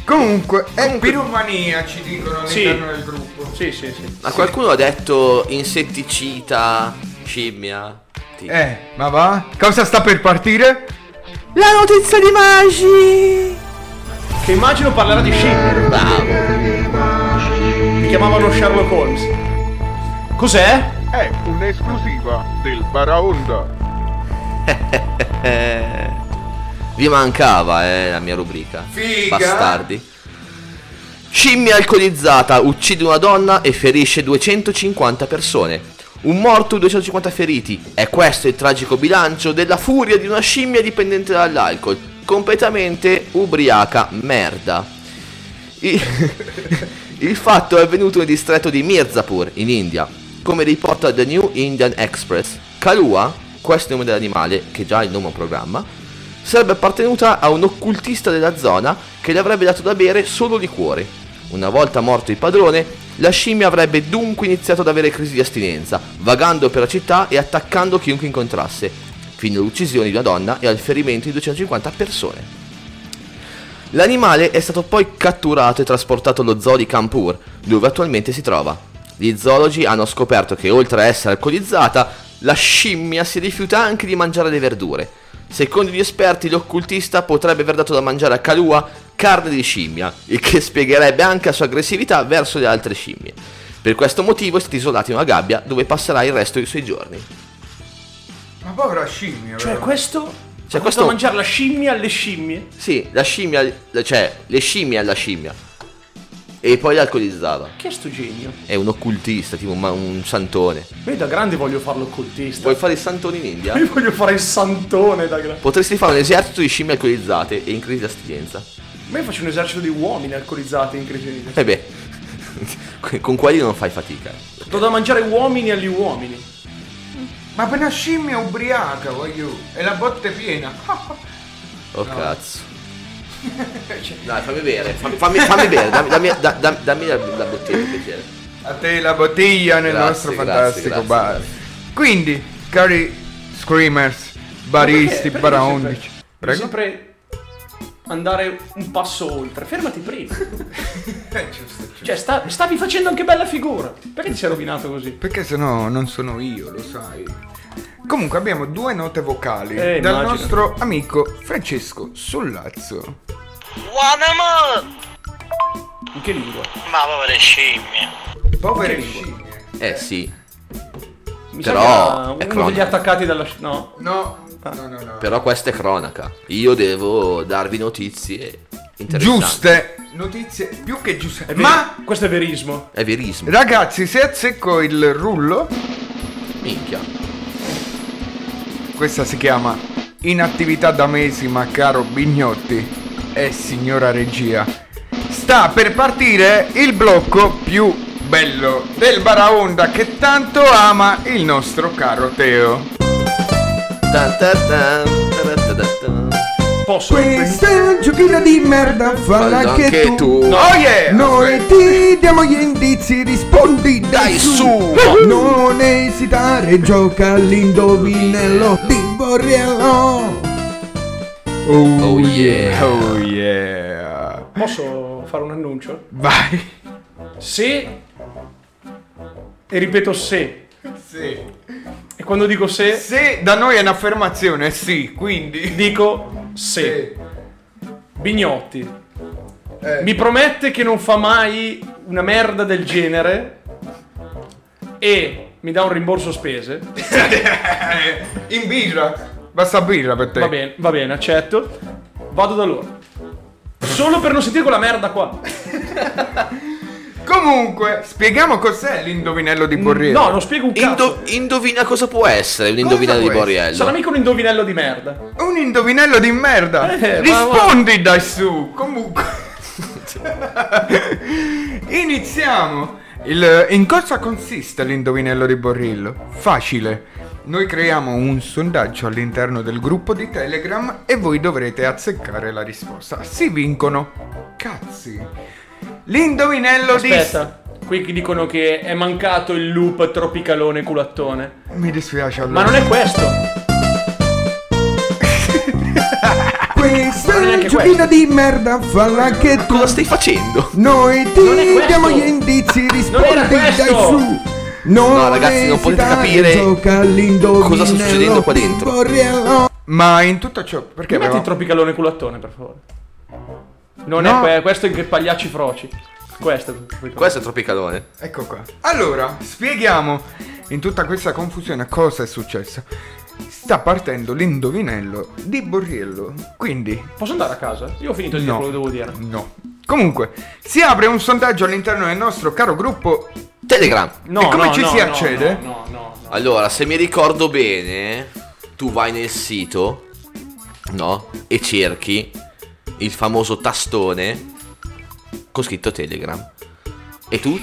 Speaker 6: Comunque, eh, è piromania, ci dicono
Speaker 7: Sì.
Speaker 6: all'interno del gruppo.
Speaker 7: Sì, sì, sì.
Speaker 4: Ma qualcuno ha detto insetticida, scimmia. Ti-
Speaker 6: Eh, ma va? Cosa sta per partire?
Speaker 16: La notizia di Magi!
Speaker 7: Che immagino parlerà di scimmie. Mi chiamavano Sherlock Holmes. Cos'è?
Speaker 17: È un'esclusiva del Baraonda.
Speaker 4: Eh, *laughs* vi mancava eh, la mia rubrica.
Speaker 6: Figa.
Speaker 4: Bastardi. Scimmia alcolizzata uccide una donna e ferisce 250 persone. Un morto, 250 feriti. È questo il tragico bilancio della furia di una scimmia dipendente dall'alcol. Completamente ubriaca merda. I- *laughs* il fatto è avvenuto nel distretto di Mirzapur, in India, come riporta The New Indian Express. Kalua, questo è il nome dell'animale, che già è il nome a programma, sarebbe appartenuta a un occultista della zona che le avrebbe dato da bere solo liquore. Una volta morto il padrone, la scimmia avrebbe dunque iniziato ad avere crisi di astinenza, vagando per la città e attaccando chiunque incontrasse, fino all'uccisione di una donna e al ferimento di 250 persone. L'animale è stato poi catturato e trasportato allo zoo di Kanpur, dove attualmente si trova. Gli zoologi hanno scoperto che oltre a essere alcolizzata, la scimmia si rifiuta anche di mangiare le verdure. Secondo gli esperti, l'occultista potrebbe aver dato da mangiare a Kalua carne di scimmia, il che spiegherebbe anche la sua aggressività verso le altre scimmie. Per questo motivo è stato isolato in una gabbia dove passerà il resto dei suoi giorni.
Speaker 6: Ma povera scimmia,
Speaker 7: Cioè,
Speaker 6: però.
Speaker 7: questo...
Speaker 4: Cioè, questo-
Speaker 7: Cioè, questo... a mangiare la scimmia alle scimmie.
Speaker 4: Sì, la scimmia, cioè le scimmie alla scimmia. E poi l'alcolizzava.
Speaker 7: Chi è sto genio?
Speaker 4: È un occultista, tipo un, ma- un santone.
Speaker 7: Io da grande voglio fare l'occultista.
Speaker 4: Vuoi fare il santone in India?
Speaker 7: *laughs* Io voglio fare il santone da grande.
Speaker 4: Potresti fare un esercito di scimmie alcolizzate e in crisi di astinenza.
Speaker 7: Ma io faccio un esercito di uomini alcolizzati in crescita.
Speaker 4: E beh, que- Eh *laughs* con quelli non fai fatica. eh.
Speaker 7: Do da mangiare uomini agli uomini.
Speaker 6: Ma per una scimmia ubriaca, voglio. E la botte piena. *laughs*
Speaker 4: Oh cazzo. Dai, fammi bere, fammi, fammi- fammi bere, dammi, dammi- da- da- dammi la, la bottiglia per piacere.
Speaker 6: A te la bottiglia nel
Speaker 4: Grazie,
Speaker 6: nostro
Speaker 4: grazie,
Speaker 6: fantastico
Speaker 4: grazie,
Speaker 6: bar. Quindi, cari screamers, baristi, baraondici,
Speaker 7: Prego.
Speaker 6: prego.
Speaker 7: Sempre andare un passo oltre. Fermati prima.
Speaker 6: Eh,
Speaker 7: Cioè, sta- stavi facendo anche bella figura. Perché ti sei rovinato così?
Speaker 6: Perché sennò non sono io, lo sai. Comunque abbiamo due note vocali
Speaker 7: Eh,
Speaker 6: dal
Speaker 7: immagino.
Speaker 6: nostro amico Francesco Sullazzo.
Speaker 15: Guanamo!
Speaker 7: In che lingua?
Speaker 15: Ma povere scimmie.
Speaker 6: Povere
Speaker 4: Eh sì.
Speaker 7: Mi sa che era
Speaker 4: Però è
Speaker 7: uno degli
Speaker 4: cronaca.
Speaker 7: attaccati dalla... sci- No.
Speaker 6: No. No, no, no.
Speaker 4: Però questa è cronaca. Io devo darvi notizie interessanti.
Speaker 6: Giuste notizie più che giuste.
Speaker 7: È
Speaker 6: Ma
Speaker 7: vero. Questo è verismo.
Speaker 4: È verismo.
Speaker 6: ragazzi, se azzecco il rullo,
Speaker 4: Minchia.
Speaker 6: questa si chiama Inattività da mesi, ma caro Bignotti e signora regia, sta per partire il blocco più bello del Baraonda che tanto ama il nostro caro Teo.
Speaker 4: Ta ta ta, ta ta ta ta.
Speaker 7: Posso?
Speaker 16: Questa giochina di merda falla
Speaker 4: Fallo
Speaker 16: anche,
Speaker 4: anche tu.
Speaker 6: No. Oh, yeah.
Speaker 16: Noi ti diamo gli indizi, rispondi dai,
Speaker 4: Dai,
Speaker 16: su.
Speaker 4: su.
Speaker 16: Non esitare, gioca all'indovinello di Borriello.
Speaker 6: Oh
Speaker 4: yeah.
Speaker 6: Oh yeah.
Speaker 7: Posso fare un annuncio?
Speaker 6: Vai.
Speaker 7: Se... E ripeto se. E quando dico se...
Speaker 6: Se da noi è un'affermazione, sì, quindi...
Speaker 7: Dico se. Bignotti.
Speaker 6: Eh.
Speaker 7: Mi promette che non fa mai una merda del genere. E mi dà un rimborso spese.
Speaker 6: *laughs* In birra. Basta birra per te.
Speaker 7: Va bene, va bene, accetto. Vado da loro. Solo per non sentire quella merda qua.
Speaker 6: Comunque, spieghiamo cos'è l'indovinello di Borriello.
Speaker 7: No, non spiego un cazzo.
Speaker 4: Indo- indovina cosa può essere un
Speaker 6: Cosa
Speaker 4: indovinello di
Speaker 6: può essere?
Speaker 4: Borriello.
Speaker 7: Sarà mica un indovinello di merda.
Speaker 6: Un indovinello di merda.
Speaker 7: Eh,
Speaker 6: Rispondi dai su. Comunque. *laughs* Iniziamo. Il- in cosa consiste l'indovinello di Borrillo? Facile. Noi creiamo un sondaggio all'interno del gruppo di Telegram e voi dovrete azzeccare la risposta. Si vincono. Cazzi. L'indovinello
Speaker 7: Aspetta. Qui dicono che è mancato il loop tropicalone culattone.
Speaker 6: di... Mi dispiace allora.
Speaker 7: Ma non è questo.
Speaker 16: Questa
Speaker 7: Non è neanche
Speaker 16: giochina di merda falla anche tu.
Speaker 4: Cosa stai facendo?
Speaker 6: *laughs*
Speaker 16: Noi
Speaker 7: Non è
Speaker 16: ti
Speaker 7: questo.
Speaker 16: diamo gli indizi, rispondi dai
Speaker 7: questo.
Speaker 16: su. Non
Speaker 4: No, ragazzi, non potete
Speaker 16: esitare,
Speaker 4: capire
Speaker 16: gioca all'indovinello
Speaker 4: cosa sta succedendo qua
Speaker 16: di
Speaker 4: dentro.
Speaker 16: Borriello.
Speaker 6: Ma in tutto ciò... Perché...
Speaker 7: Che metti
Speaker 6: avevamo-
Speaker 7: il tropicalone culattone, per favore. Non
Speaker 6: No.
Speaker 7: è que- questo è che pagliacci froci. Questo è il tropicalone.
Speaker 4: Questo è tropicalone.
Speaker 6: Ecco qua. Allora, spieghiamo in tutta questa confusione cosa è successo. Sta partendo l'indovinello di Borriello. Quindi,
Speaker 7: Posso andare a casa? Io ho finito di
Speaker 6: No.
Speaker 7: dire quello che devo dire.
Speaker 6: no. Comunque, si apre un sondaggio all'interno del nostro caro gruppo.
Speaker 4: Telegram.
Speaker 7: No,
Speaker 6: E come
Speaker 7: no,
Speaker 6: ci
Speaker 7: no,
Speaker 6: si
Speaker 7: no,
Speaker 6: accede?
Speaker 7: No, no, no, no.
Speaker 4: Allora, se mi ricordo bene, tu vai nel sito, no? E cerchi il famoso tastone con scritto Telegram. E tu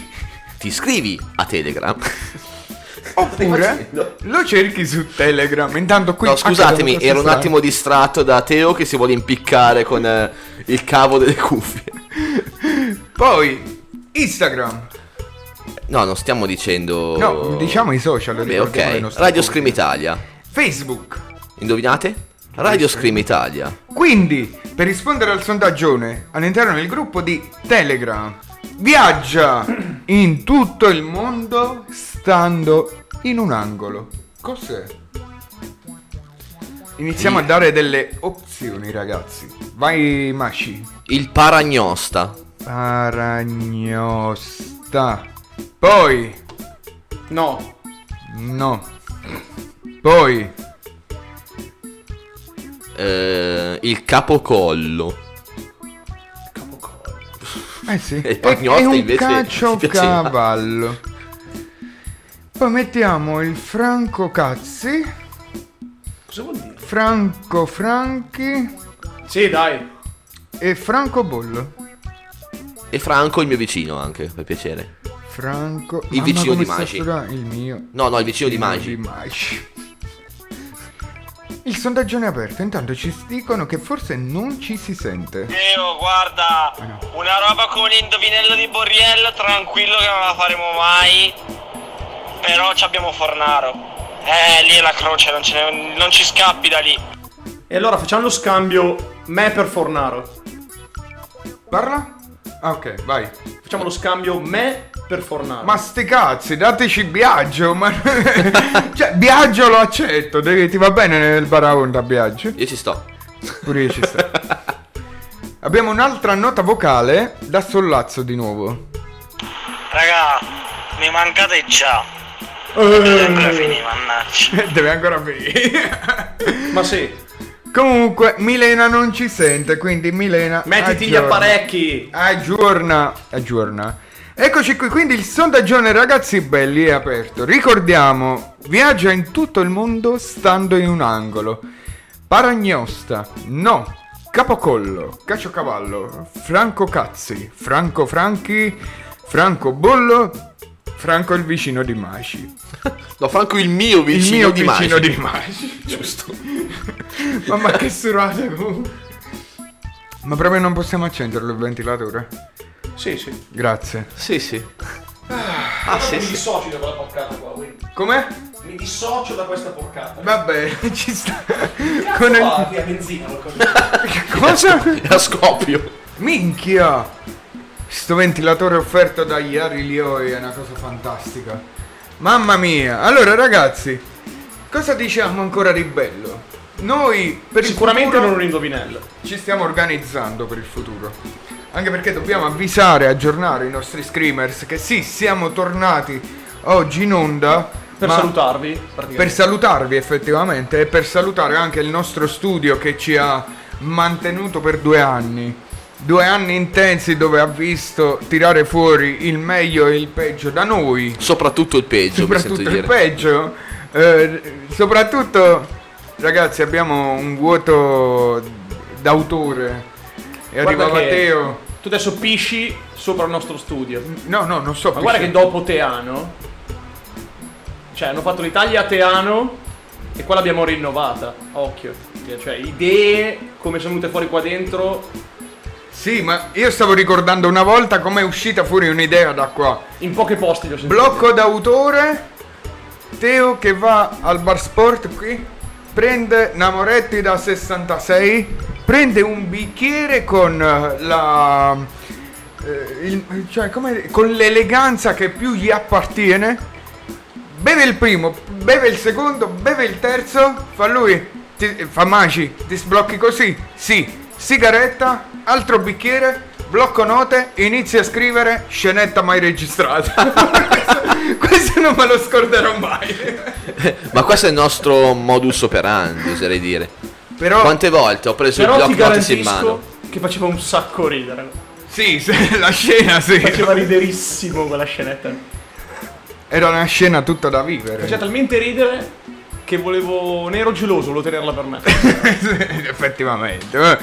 Speaker 4: ti iscrivi a Telegram.
Speaker 6: *laughs* Oppure lo cerchi su Telegram. Intanto qui
Speaker 4: no,
Speaker 6: accade
Speaker 4: scusatemi,
Speaker 6: questa
Speaker 4: ero un
Speaker 6: strana-
Speaker 4: attimo distratto da Teo che si vuole impiccare con eh, il cavo delle cuffie.
Speaker 6: Poi Instagram.
Speaker 4: No, non stiamo dicendo...
Speaker 6: No, diciamo i social,
Speaker 4: Oh. Vabbè,
Speaker 6: ricordiamo le
Speaker 4: ok.
Speaker 6: nostre
Speaker 4: Radio
Speaker 6: fonti.
Speaker 4: Scream Italia.
Speaker 6: Facebook.
Speaker 4: Indovinate? Radio Scream Italia.
Speaker 6: Quindi, per rispondere al sondaggione all'interno del gruppo di Telegram, viaggia in tutto il mondo stando in un angolo. Cos'è? Iniziamo a dare delle opzioni, ragazzi. Vai, Mashi.
Speaker 4: Il paragnosta.
Speaker 6: Paragnosta. Poi,
Speaker 7: No.
Speaker 6: no. Poi,
Speaker 4: Eh, il capocollo.
Speaker 6: eh sì,
Speaker 4: E il
Speaker 6: è,
Speaker 4: Pagnotta
Speaker 6: è un
Speaker 4: invece
Speaker 6: caccio
Speaker 4: ti piaceva.
Speaker 6: cavallo. Poi mettiamo il Franco Cazzi,
Speaker 7: Cosa vuol dire?
Speaker 6: Franco Franchi
Speaker 7: Sì, dai.
Speaker 6: e Franco Bollo.
Speaker 4: E Franco, il mio vicino, anche per piacere.
Speaker 6: Franco...
Speaker 4: Il vicino
Speaker 6: come
Speaker 4: di
Speaker 6: sta
Speaker 4: Magi.
Speaker 6: sopra Il mio.
Speaker 4: No, no, il vicino di
Speaker 6: Di
Speaker 4: Magi.
Speaker 6: Magi. Il sondaggio è aperto, intanto ci dicono che forse non ci si sente.
Speaker 15: Teo, guarda, una roba come l'indovinello di Borriello, tranquillo che non la faremo mai. Però ci abbiamo Fornaro. Eh, lì è la croce, non, ce ne- non ci scappi da lì.
Speaker 7: E allora facciamo lo scambio me per Fornaro.
Speaker 6: Parla? Ah, ok, vai.
Speaker 7: Facciamo lo scambio me per Fornaro.
Speaker 6: Ma sti cazzi, dateci Biagio, ma... *laughs* cioè, Biagio lo accetto, devi- ti va bene nel Baraonda Biagio?
Speaker 4: Io ci sto.
Speaker 6: Pure io ci sto. Abbiamo un'altra nota vocale da Sollazzo di nuovo.
Speaker 15: Raga, mi mancate già.
Speaker 6: Deve
Speaker 15: finire, mannaggia.
Speaker 6: ancora venire.
Speaker 7: Ma sì.
Speaker 6: Comunque, Milena non ci sente, quindi Milena...
Speaker 7: Mettiti gli
Speaker 6: aggiorna.
Speaker 7: apparecchi.
Speaker 6: Aggiorna, aggiorna. Eccoci qui, quindi il sondaggione ragazzi belli è aperto. Ricordiamo, viaggia in tutto il mondo stando in un angolo. Paragnosta, no. Capocollo, Caciocavallo, Franco Cazzi, Franco Franchi, Franco Bollo, Franco il vicino di Maci.
Speaker 4: No, Franco il mio vicino
Speaker 6: mio
Speaker 4: di
Speaker 6: vicino
Speaker 4: Maci.
Speaker 6: di *laughs* Maci.
Speaker 4: Giusto.
Speaker 6: Mamma che surata comunque. Ma proprio non possiamo accenderlo il ventilatore?
Speaker 7: Sì, sì.
Speaker 6: Grazie.
Speaker 4: Sì, sì. *laughs*
Speaker 7: Ah,
Speaker 6: sì,
Speaker 7: Mi
Speaker 6: sì.
Speaker 7: dissocio da quella porcata qua, quindi.
Speaker 6: Com'è?
Speaker 7: Mi dissocio da
Speaker 6: *laughs*
Speaker 7: questa porcata.
Speaker 6: Vabbè, ci sta.
Speaker 7: Cazzo
Speaker 6: Con il-
Speaker 7: va, qui a benzina qualcosa.
Speaker 6: Cosa?
Speaker 4: A scoppio.
Speaker 6: Minchia! Sto ventilatore offerto da Iari Lioi è una cosa fantastica. Mamma mia! Allora ragazzi, cosa diciamo ancora di bello? Noi per
Speaker 7: Sicuramente
Speaker 6: il futuro
Speaker 7: non un indovinello.
Speaker 6: ci stiamo organizzando per il futuro. Anche perché dobbiamo avvisare, aggiornare i nostri screamers che sì, siamo tornati oggi in onda.
Speaker 7: Per
Speaker 6: ma-
Speaker 7: salutarvi,
Speaker 6: per
Speaker 7: praticamente.
Speaker 6: salutarvi effettivamente e per salutare anche il nostro studio che ci ha mantenuto per due anni. Due anni intensi dove ha visto tirare fuori il meglio e il peggio da noi,
Speaker 4: Soprattutto il peggio, mi
Speaker 6: soprattutto
Speaker 4: sento
Speaker 6: il
Speaker 4: di dire.
Speaker 6: peggio. Eh, soprattutto, ragazzi, abbiamo un vuoto d'autore. E
Speaker 7: Guarda
Speaker 6: arriva
Speaker 7: che
Speaker 6: Matteo.
Speaker 7: Tu adesso pisci sopra il nostro studio. Ma
Speaker 6: No, no, non so.
Speaker 7: guarda che dopo Teano. Cioè, hanno fatto l'Italia a Teano e qua l'abbiamo rinnovata. Occhio. Cioè, idee come sono venute fuori qua dentro.
Speaker 6: Sì, ma io stavo ricordando una volta com'è uscita fuori un'idea da qua.
Speaker 7: In pochi posti li ho sentite.
Speaker 6: Blocco d'autore. Teo che va al bar sport qui. Prende Namoretti da 66. Prende un bicchiere con eh, la. eh, il- cioè, come, con l'eleganza che più gli appartiene. Beve il primo, beve il secondo, beve il terzo. Fa lui. Ti, fa Maci. Ti sblocchi così. Sì. Sigaretta, altro bicchiere, blocco note, inizia a scrivere scenetta mai registrata. *laughs* Questo non me lo scorderò mai.
Speaker 4: Ma questo è il nostro modus operandi, oserei dire.
Speaker 6: Però-
Speaker 4: Quante volte ho preso il
Speaker 7: Però ti
Speaker 4: block notice in mano?
Speaker 7: garantisco che faceva un sacco ridere.
Speaker 6: Sì, se- *laughs* la scena sì.
Speaker 7: Faceva riderissimo quella scenetta.
Speaker 6: Era una scena tutta da vivere. *laughs*
Speaker 7: Faceva talmente ridere che volevo nero geloso, volevo tenerla
Speaker 4: *laughs*
Speaker 7: per me.
Speaker 6: Effettivamente. eh.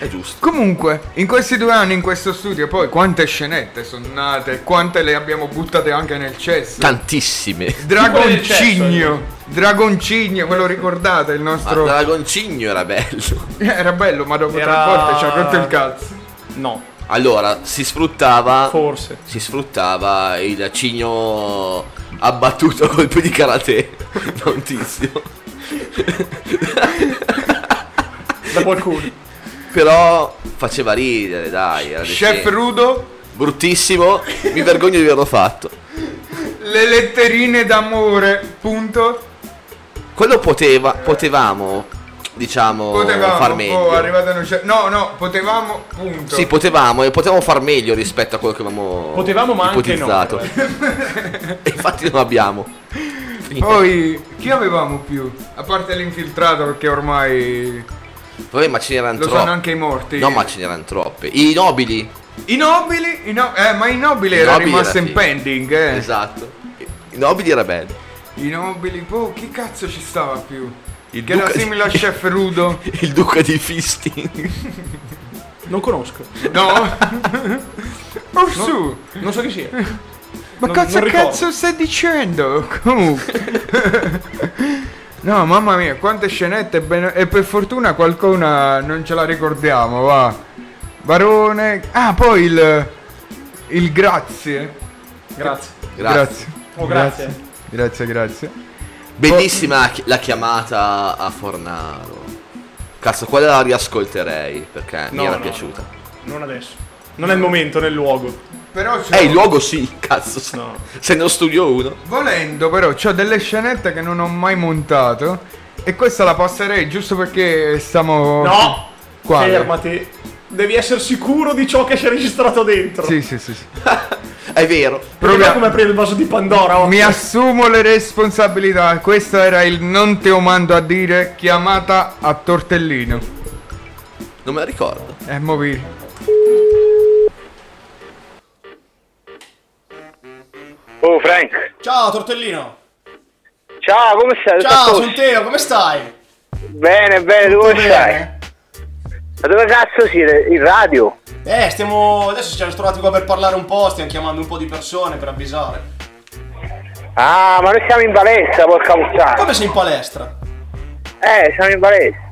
Speaker 4: È giusto.
Speaker 6: Comunque, in questi due anni in questo studio, poi quante scenette sono nate, quante le abbiamo buttate anche nel cesso.
Speaker 4: Tantissime.
Speaker 6: Dragoncigno, Dragoncigno, ve lo ricordate il
Speaker 4: Ma
Speaker 6: nostro...
Speaker 4: Dragoncigno era bello.
Speaker 6: Era bello, ma dopo
Speaker 7: Era-
Speaker 6: tre volte ci ha rotto il cazzo.
Speaker 7: No,
Speaker 4: Allora, si sfruttava.
Speaker 7: forse.
Speaker 4: Si sfruttava il cigno abbattuto a colpi di karate *laughs* da un tizio.
Speaker 7: Da qualcuno.
Speaker 4: *laughs* Però faceva ridere, dai. Era
Speaker 6: Chef
Speaker 4: decente.
Speaker 6: Rudo,
Speaker 4: Bruttissimo, mi vergogno di averlo fatto.
Speaker 6: le letterine d'amore, punto.
Speaker 4: Quello poteva, potevamo, diciamo,
Speaker 6: Potevamo,
Speaker 4: far
Speaker 6: oh,
Speaker 4: meglio.
Speaker 6: arrivate a non c'è- No, no, potevamo, punto.
Speaker 4: sì, potevamo e potevamo far meglio rispetto a quello che avevamo
Speaker 7: Potevamo, ma anche no.
Speaker 4: ipotizzato.
Speaker 7: *laughs*
Speaker 4: E infatti non abbiamo.
Speaker 6: Poi, chi avevamo più? A parte l'infiltrato, perché ormai
Speaker 4: Vabbè, ma ce n'erano
Speaker 6: lo
Speaker 4: troppe.
Speaker 6: sanno anche i morti.
Speaker 4: No, ma ce n'erano troppe. I nobili.
Speaker 6: I nobili, i no- eh, ma i nobili
Speaker 4: I
Speaker 6: era
Speaker 4: nobili
Speaker 6: rimasto
Speaker 4: era
Speaker 6: in
Speaker 4: figo.
Speaker 6: pending, eh.
Speaker 4: Esatto. I nobili era bello.
Speaker 6: I nobili, boh, chi cazzo ci stava più?
Speaker 4: Il
Speaker 6: che era
Speaker 4: duca di-
Speaker 6: simile a Chef Rudo?
Speaker 4: *laughs* Il duca di
Speaker 6: *laughs*
Speaker 4: Fisting.
Speaker 7: Non conosco.
Speaker 6: No? oh su!
Speaker 7: Non so chi
Speaker 4: *laughs*
Speaker 7: sia.
Speaker 6: Ma
Speaker 7: Non-
Speaker 6: cosa
Speaker 7: non ricordo.
Speaker 6: cazzo stai dicendo?
Speaker 7: *laughs*
Speaker 6: Comunque. no, mamma mia, quante scenette ben- e per fortuna qualcuna non ce la ricordiamo, va. Barone. Ah, poi il il grazie.
Speaker 7: Grazie.
Speaker 4: Grazie.
Speaker 6: Grazie.
Speaker 7: Oh, grazie.
Speaker 6: Grazie, grazie.
Speaker 4: Bellissima chi- la chiamata a Fornaro. Cazzo, quella la riascolterei perché mi
Speaker 7: No,
Speaker 4: era
Speaker 7: no.
Speaker 4: piaciuta.
Speaker 7: Non adesso. Non è il momento, nel luogo.
Speaker 6: Però
Speaker 4: Eh, il luogo sì, cazzo. se- Se ne studio uno.
Speaker 6: Volendo però, ho delle scenette che non ho mai montato e questa la passerei giusto perché stiamo...
Speaker 7: No!
Speaker 6: Quale?
Speaker 7: Fermati. Devi essere sicuro di ciò che c'è registrato dentro.
Speaker 6: Sì, sì, sì. sì.
Speaker 4: È vero.
Speaker 7: Proprio come aprire il vaso di Pandora. oh.
Speaker 6: Mi assumo le responsabilità. Questo era il non te lo mando a dire chiamata a tortellino. Eh,
Speaker 4: Non me la ricordo.
Speaker 6: E movi.
Speaker 18: Oh Frank,
Speaker 7: Ciao, tortellino.
Speaker 18: ciao, come stai? Tutto a
Speaker 7: Ciao,
Speaker 18: posto?
Speaker 7: sono Teo, come stai?
Speaker 18: Bene, bene, tu come stai? Ma dove cazzo siete? In radio?
Speaker 19: Eh, stiamo. Adesso ci siamo trovati qua per parlare un po', stiamo chiamando un po' di persone per avvisare.
Speaker 18: Ah, ma noi siamo in palestra, porca puttana.
Speaker 19: Come sei in palestra?
Speaker 18: Eh, siamo in palestra.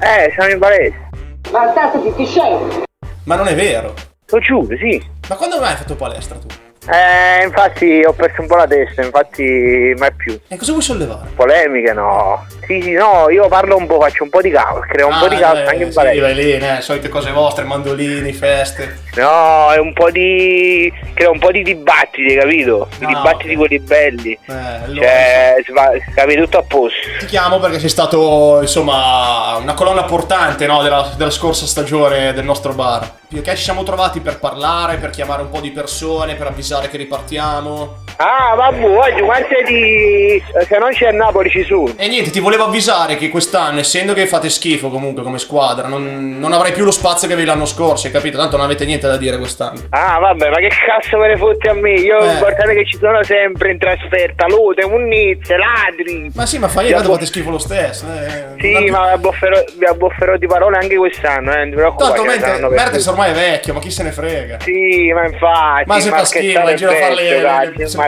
Speaker 18: Eh, siamo in palestra.
Speaker 19: Fantastici, chi sei? Ma non è vero.
Speaker 18: Lo giuro, sì.
Speaker 19: Ma quando mai hai fatto palestra tu?
Speaker 18: Eh, infatti ho perso un po' la testa, infatti mai più.
Speaker 19: E cosa vuoi sollevare?
Speaker 18: Polemiche no. Sì, sì, no, io parlo un po', faccio un po' di caos, creo un po' di caos anche in
Speaker 19: Ah, eh, Sì,
Speaker 18: palestra.
Speaker 19: vai lì, eh, solite cose vostre, mandolini, feste.
Speaker 18: No, è un po' di. crea un po' di dibattiti, capito?
Speaker 19: Ah,
Speaker 18: I dibattiti quelli belli.
Speaker 19: Eh,
Speaker 18: cioè, sva- capito tutto a posto.
Speaker 19: Ti chiamo perché sei stato, insomma, una colonna portante, no, della, della scorsa stagione del nostro bar. Perché ci siamo trovati per parlare, per chiamare un po' di persone, per avvisare che ripartiamo.
Speaker 18: Ah, vabbè, oggi quante di. eh, se non c'è a Napoli ci sono.
Speaker 19: E niente, ti volevo avvisare che quest'anno, essendo che fate schifo comunque come squadra, non, non avrai più lo spazio che avevi l'anno scorso, hai capito? Tanto non avete niente da dire quest'anno.
Speaker 18: Ah, vabbè, ma che cazzo me ne fotti a me?
Speaker 19: Eh.
Speaker 18: Io guardate che ci sono sempre in trasferta, lode, munnizze, ladri.
Speaker 19: Ma sì, ma fai tanto fate schifo lo stesso. eh.
Speaker 18: Sì, ma vi abbofferò, vi abbofferò di parole anche quest'anno, eh, non ti preoccupare.
Speaker 19: Tanto
Speaker 18: ce ne
Speaker 19: mente,
Speaker 18: saranno per
Speaker 19: Mertes
Speaker 18: tutti.
Speaker 19: ormai è vecchio, ma chi se ne frega?
Speaker 18: Sì, ma infatti.
Speaker 19: Ma se fa schifo,
Speaker 18: marchettare
Speaker 19: in giro a fare
Speaker 18: vecchio,
Speaker 19: le-
Speaker 18: dai,
Speaker 19: le-
Speaker 18: marchettare.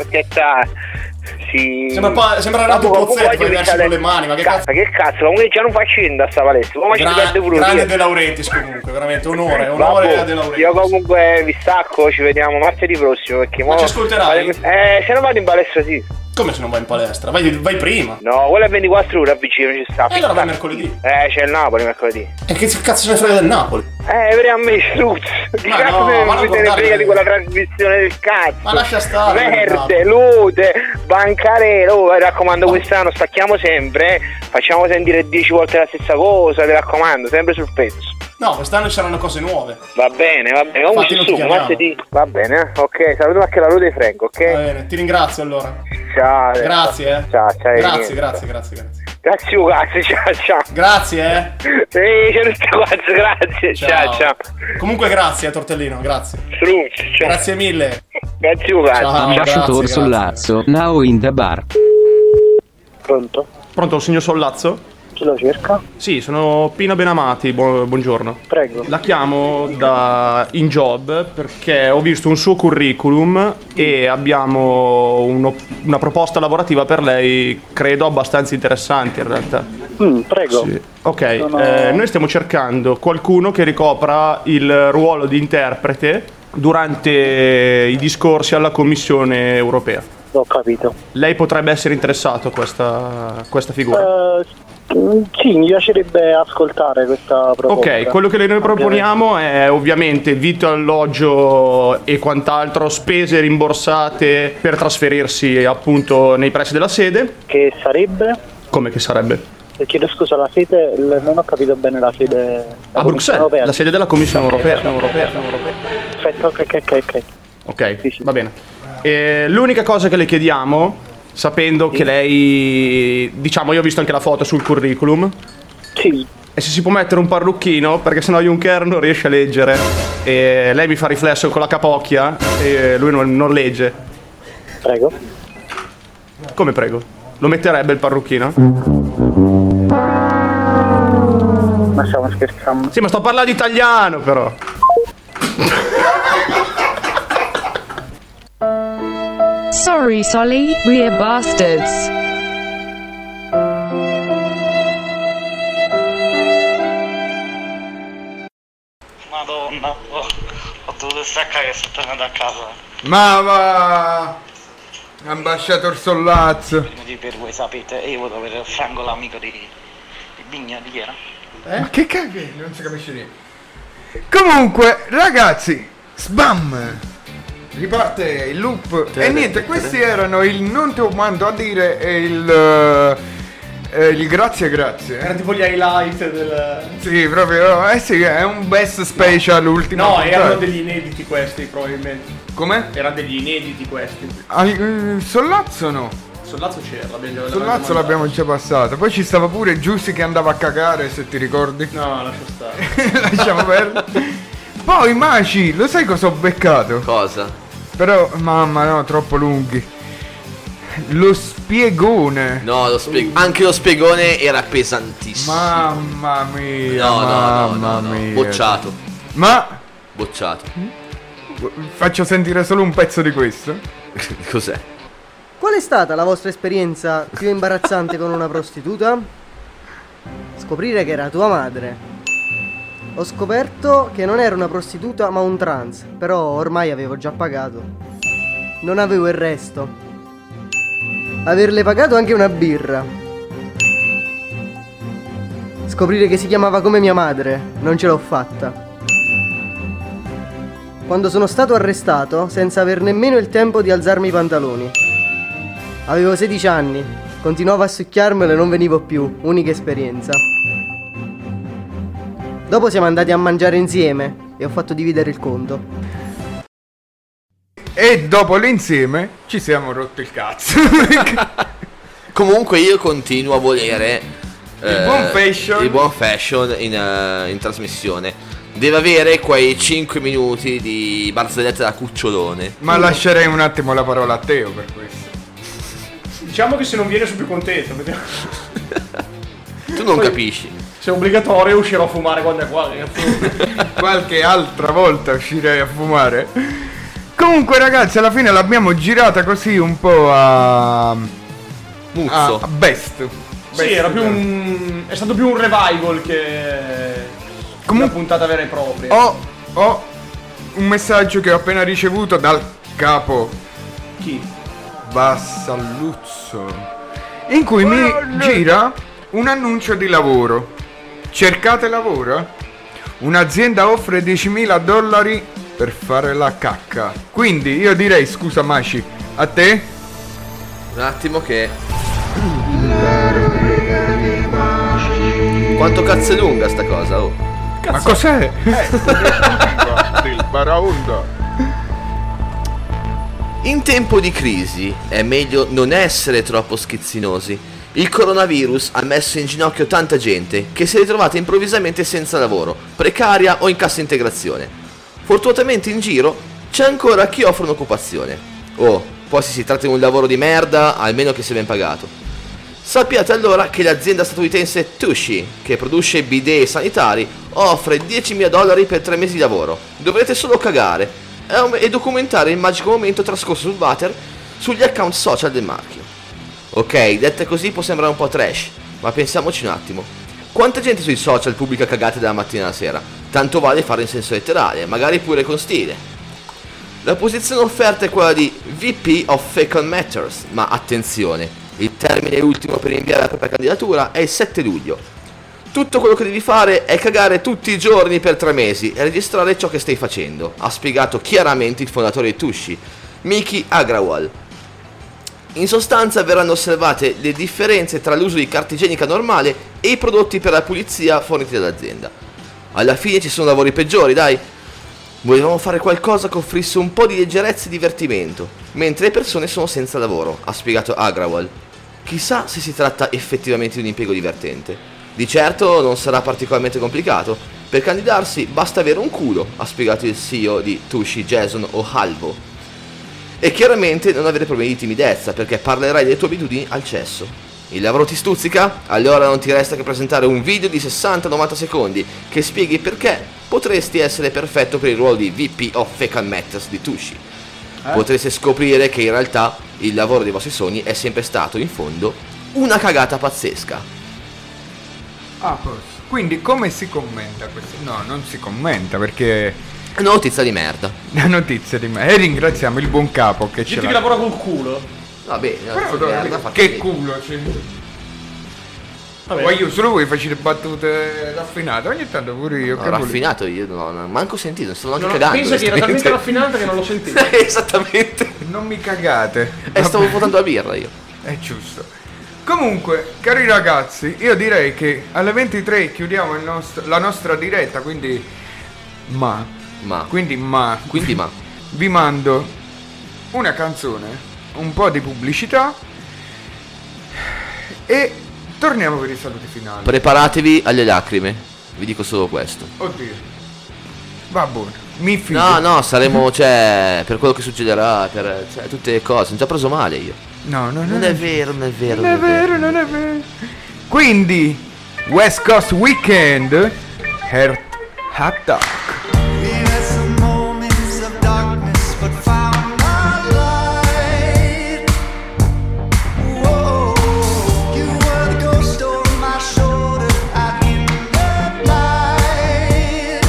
Speaker 18: Sì.
Speaker 19: Sembra pa- sembra Renato
Speaker 18: Vabbè,
Speaker 19: Pozzetto,
Speaker 18: comunque
Speaker 19: fai
Speaker 18: voglio
Speaker 19: versi
Speaker 18: pensare-
Speaker 19: con le mani, ma che
Speaker 18: Ma che cazzo, comunque già non faccio niente a sta palestra. Come ci
Speaker 19: Gra-
Speaker 18: perde pure
Speaker 19: grande
Speaker 18: via?
Speaker 19: De Laurentiis comunque, veramente onore, onore
Speaker 18: Vabbè,
Speaker 19: a De Laurentiis.
Speaker 18: Io comunque vi stacco, ci vediamo martedì prossimo perché mo-
Speaker 19: ci ascolterai?
Speaker 18: Eh, se non vado in palestra sì.
Speaker 19: Come se non vai in palestra? Vai, vai prima.
Speaker 18: No, quello è 24 ore a vicino, ci sta.
Speaker 19: E allora vai mercoledì.
Speaker 18: Eh, c'è il Napoli mercoledì.
Speaker 19: E che cazzo se ne frega del Napoli?
Speaker 18: Eh, per a me struzzo. Che
Speaker 19: Ma
Speaker 18: cazzo
Speaker 19: no,
Speaker 18: me
Speaker 19: ma non
Speaker 18: ne me ne
Speaker 19: guardare
Speaker 18: frega
Speaker 19: quello.
Speaker 18: di quella trasmissione del cazzo?
Speaker 19: Ma lascia stare,
Speaker 18: Verde,
Speaker 19: guardate.
Speaker 18: lute, bancarello. Oh, mi raccomando, quest'anno stacchiamo sempre. eh. Facciamo sentire 10 volte la stessa cosa, vi raccomando, sempre sul pezzo.
Speaker 19: No, quest'anno ci saranno cose nuove.
Speaker 18: Va bene, va bene.
Speaker 19: Infatti
Speaker 18: Comunque
Speaker 19: non
Speaker 18: ci
Speaker 19: ti
Speaker 18: sono,
Speaker 19: chiamiamo.
Speaker 18: martedì. Va bene, eh. ok. Saluto anche la Rude e Franco, ok?
Speaker 19: Va bene, ti ringrazio allora.
Speaker 18: Eh. Ciao.
Speaker 19: Eh, Grazie, eh.
Speaker 18: Ciao, ciao.
Speaker 19: Grazie,
Speaker 18: niente.
Speaker 19: grazie, grazie, grazie.
Speaker 18: Grazie, oh, grazie, ciao, ciao.
Speaker 19: Grazie,
Speaker 18: eh. Sì, c'è tutto quanto, grazie, ciao, ciao.
Speaker 19: Comunque grazie a Tortellino, grazie. Grazie mille.
Speaker 18: Grazie, oh, grazie.
Speaker 19: Ciao,
Speaker 20: Ciao
Speaker 19: grazie, grazie.
Speaker 20: Orsolazzo, now in the bar.
Speaker 18: Pronto?
Speaker 7: Pronto, signor Sollazzo?
Speaker 18: Chi lo cerca?
Speaker 7: Sì, sono Pina Benamati, buo- buongiorno.
Speaker 18: Prego.
Speaker 7: La chiamo da In Job perché ho visto un suo curriculum e abbiamo uno- una proposta lavorativa per lei, credo abbastanza interessante in realtà.
Speaker 18: Mm, prego.
Speaker 7: Sì. Ok, eh, noi stiamo cercando qualcuno che ricopra il ruolo di interprete durante i discorsi alla Commissione europea.
Speaker 18: Ho capito.
Speaker 7: Lei potrebbe essere interessato a questa, a questa figura.
Speaker 18: Eh, mm, sì, mi piacerebbe ascoltare questa proposta.
Speaker 7: Ok, quello che noi proponiamo è ovviamente vitto, alloggio e quant'altro, spese rimborsate per trasferirsi appunto nei pressi della sede.
Speaker 18: Che sarebbe?
Speaker 7: Come che sarebbe?
Speaker 18: Eh, Chiedo scusa, la sede, il- non ho capito bene la sede.
Speaker 7: A Bruxelles,
Speaker 18: Europea.
Speaker 7: la sede della Commissione europea.
Speaker 18: Perfetto, ok, ok, ok. ok.
Speaker 7: Ok, va bene. E l'unica cosa che le chiediamo, sapendo che lei, diciamo, io ho visto anche la foto sul curriculum.
Speaker 18: Sì.
Speaker 7: E se si può mettere un parrucchino, perché sennò Juncker non riesce a leggere. E lei mi fa riflesso con la capocchia e lui non, non legge.
Speaker 18: Prego.
Speaker 7: Come prego? Lo metterebbe il parrucchino?
Speaker 18: Ma stiamo scherzando.
Speaker 7: Sì, ma sto parlando italiano però.
Speaker 21: Sorry, Solly, we're bastards.
Speaker 22: Madonna, ho, ho dovuto staccare e sono tornato a casa.
Speaker 6: Ma va... Ambasciator Sollazzo.
Speaker 7: Eh?
Speaker 22: Quindi per voi sapete, io voto per Franco l'amico di, di Bigna, di chi era?
Speaker 6: Ma che cacchio, non si capisce niente. Comunque, ragazzi, sbam! Riparte il loop. E niente, questi erano il non te lo mando a dire e il. eh, il grazie, grazie.
Speaker 7: Era tipo gli highlight del...
Speaker 6: Sì, proprio. Eh sì, è un best special ultimo.
Speaker 7: No, cioè. erano degli inediti questi probabilmente.
Speaker 6: Come?
Speaker 7: Erano degli inediti questi.
Speaker 6: Ah, Sollazzo no.
Speaker 7: Sollazzo c'era, l'abbiamo
Speaker 6: Sollazzo
Speaker 7: l'abbiamo
Speaker 6: l'abbiamo già passato. Poi ci stava pure Giussi che andava a cagare, se ti ricordi.
Speaker 7: No, lascia stare.
Speaker 6: *laughs* Lasciamo perdere. Poi Maci, lo sai cosa ho beccato?
Speaker 4: Cosa?
Speaker 6: Però, mamma no, troppo lunghi. Lo spiegone.
Speaker 4: No, lo spieg- anche lo spiegone era pesantissimo.
Speaker 6: Mamma mia.
Speaker 4: No, no, no,
Speaker 6: mamma
Speaker 4: no, no.
Speaker 6: mia.
Speaker 4: Bocciato.
Speaker 6: Ma
Speaker 4: Bocciato. *laughs*
Speaker 6: faccio sentire solo un pezzo di questo.
Speaker 4: Cos'è?
Speaker 1: Qual è stata la vostra esperienza più imbarazzante con una prostituta? Scoprire che era tua madre. Ho scoperto che non era una prostituta ma un trans, però ormai avevo già pagato. Non avevo il resto. Averle pagato anche una birra. Scoprire che si chiamava come mia madre, non ce l'ho fatta. Quando sono stato arrestato senza aver nemmeno il tempo di alzarmi i pantaloni. Avevo 16 anni, continuavo a succhiarmelo e non venivo più, unica esperienza. Dopo siamo andati a mangiare insieme e ho fatto dividere il conto.
Speaker 6: E dopo l'insieme ci siamo rotti il cazzo. *laughs*
Speaker 4: Comunque io continuo a volere eh,
Speaker 6: buon fashion.
Speaker 4: il buon fashion in, eh, in trasmissione. Deve avere quei 5 minuti di barzelletta da cucciolone.
Speaker 6: Ma lascerei un attimo la parola a Teo per questo.
Speaker 7: Diciamo che se non viene sono più contento. perché *laughs*
Speaker 4: Tu non capisci.
Speaker 7: Se è obbligatorio uscirò a fumare quando è qua. ragazzi.
Speaker 6: Qualche altra volta uscirei a fumare. Comunque ragazzi, alla fine l'abbiamo girata così un po' a...
Speaker 4: Muzzo.
Speaker 6: A, a best.
Speaker 7: Sì, era più un... è stato più un revival che una puntata vera e propria.
Speaker 6: Ho, ho un messaggio che ho appena ricevuto dal capo.
Speaker 7: Chi?
Speaker 6: Bassalluzzo. In cui mi gira un annuncio di lavoro. Cercate lavoro? Un'azienda offre 10.000 dollari per fare la cacca. Quindi io direi, scusa Maci, a te?
Speaker 4: Un attimo che... Quanto cazzo è lunga sta cosa? Oh.
Speaker 6: Ma cos'è? *laughs*
Speaker 17: del Baraonda.
Speaker 4: In tempo di crisi è meglio non essere troppo schizzinosi. Il coronavirus ha messo in ginocchio tanta gente che si è ritrovata improvvisamente senza lavoro, precaria o in cassa integrazione. Fortunatamente in giro c'è ancora chi offre un'occupazione. Oh, poi se si tratta di un lavoro di merda, almeno che sia ben pagato. Sappiate allora che l'azienda statunitense Tushi, che produce bidet sanitari, offre 10.000 dollari per 3 mesi di lavoro. Dovrete solo cagare e e documentare il magico momento trascorso sul water sugli account social del marchio. Ok, detta così può sembrare un po' trash, ma pensiamoci un attimo. Quanta gente sui social pubblica cagate dalla mattina alla sera? Tanto vale fare in senso letterale, magari pure con stile. La posizione offerta è quella di VP of Fecal Matters, ma attenzione, il termine ultimo per inviare la propria candidatura è il 7 luglio. Tutto quello che devi fare è cagare tutti i giorni per tre mesi e registrare ciò che stai facendo, ha spiegato chiaramente il fondatore di Tushi, Miki Agrawal. In sostanza verranno osservate le differenze tra l'uso di carta igienica normale e i prodotti per la pulizia forniti dall'azienda. Alla fine ci sono lavori peggiori, dai. Volevamo fare qualcosa che offrisse un po' di leggerezza e divertimento, mentre le persone sono senza lavoro, ha spiegato Agrawal. Chissà se si tratta effettivamente di un impiego divertente. Di certo non sarà particolarmente complicato. Per candidarsi basta avere un culo, ha spiegato il CEO di Tushi Jason O'Halvo. E chiaramente non avere problemi di timidezza perché parlerai delle tue abitudini al cesso. Il lavoro ti stuzzica? Allora non ti resta che presentare un video di 60-90 secondi che spieghi perché potresti essere perfetto per il ruolo di VP of Fecal Matters di Tushi.
Speaker 10: Eh?
Speaker 4: Potreste scoprire che in realtà il lavoro dei vostri sogni è sempre stato, in fondo, una cagata pazzesca.
Speaker 6: A posto. Ah, Quindi come si commenta questo? No, non si commenta perché...
Speaker 4: Notizia di merda.
Speaker 6: La notizia di me. E ringraziamo il buon capo che
Speaker 7: Gente
Speaker 6: ce
Speaker 7: che
Speaker 6: l'ha.
Speaker 7: lavora col culo.
Speaker 4: Va bene, la
Speaker 6: Però,
Speaker 4: merda,
Speaker 6: dai,
Speaker 4: fatto
Speaker 6: che
Speaker 4: bene.
Speaker 6: culo c'è.
Speaker 4: Vabbè.
Speaker 6: Ma io solo voi facete battute raffinate, ogni tanto pure io.
Speaker 4: No,
Speaker 6: che vuol-
Speaker 4: raffinato io no, no, manco sentito, non stavo neanche
Speaker 6: No,
Speaker 4: cagando. *laughs*
Speaker 6: pensa che era
Speaker 4: onestamente.
Speaker 6: talmente
Speaker 7: Finalmente che non l'ho
Speaker 4: *laughs*
Speaker 7: sentito.
Speaker 4: Esattamente.
Speaker 6: Non mi cagate.
Speaker 4: Eh, stavo portando la birra io.
Speaker 6: È giusto. Comunque, cari ragazzi, io direi che alle 23 chiudiamo il nostro- la nostra diretta, quindi ma.
Speaker 4: Ma.
Speaker 6: Quindi ma.
Speaker 4: Quindi ma.
Speaker 6: Vi mando una canzone, un po' di pubblicità e torniamo per i saluti finali.
Speaker 4: Preparatevi alle lacrime. Vi dico solo questo.
Speaker 6: Oddio. Va buono. Mi fido.
Speaker 4: No, no, saremo, cioè, per quello che succederà, per cioè, tutte le cose. Sono già preso male io.
Speaker 6: No, no, no.
Speaker 4: Non è vero, non è vero.
Speaker 6: Non è vero, non è vero. Quindi, West Coast Weekend, Heart Hot Dog.
Speaker 3: We had some moments of darkness, but found a light. Whoa, you were the ghost over my shoulder out in the night.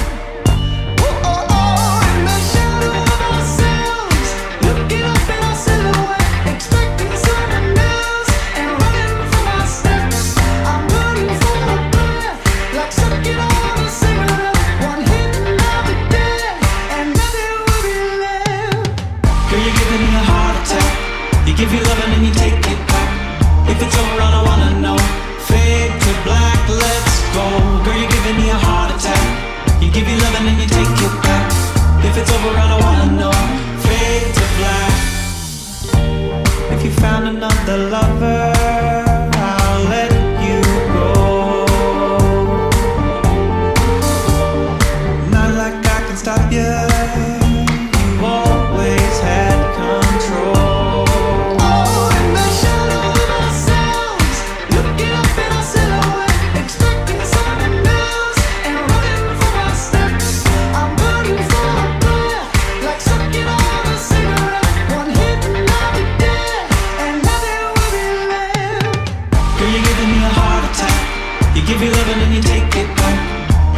Speaker 3: Whoa, in the shadow of ourselves, looking up in our silhouette, expecting something else, and running from our steps. I'm running for a breath, like sucking on a cigarette. One hit and I'll be dead, and nothing will be left.
Speaker 2: Girl, you're giving me a heart attack. You give your love and then you take it back. If it's over, I don't wanna know. Fade to black, let's go. Girl, you're giving me a heart attack. You give your love and then you take it back. If it's over, I don't wanna know. Fade to black. If you found another lover, I'll let you go. Not like I can stop you. You always had control.
Speaker 3: Oh, in the shadow of ourselves, looking up in our silhouette, expecting something else, and running from our steps. I'm burning for a breath, like sucking on a cigarette. One hit and I'll be dead, and nothing will be left.
Speaker 2: Girl, you're giving me a heart attack. You give your love and then you take it back.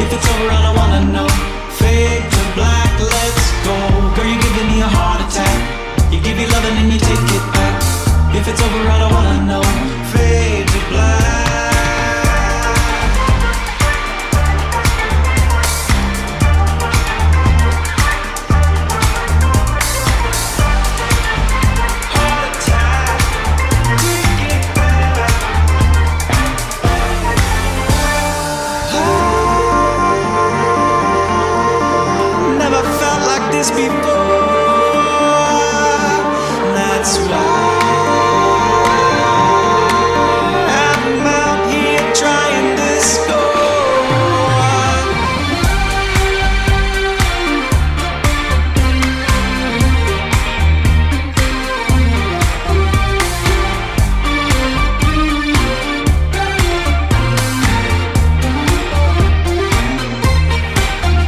Speaker 2: If it's over, I don't wanna know. Fade to black, let's go. Girl, you're giving me a heart attack. You give your love and then you take it back. If it's over, I don't wanna know. Fade to black. Never felt like this before. That's why I'm out here trying to score.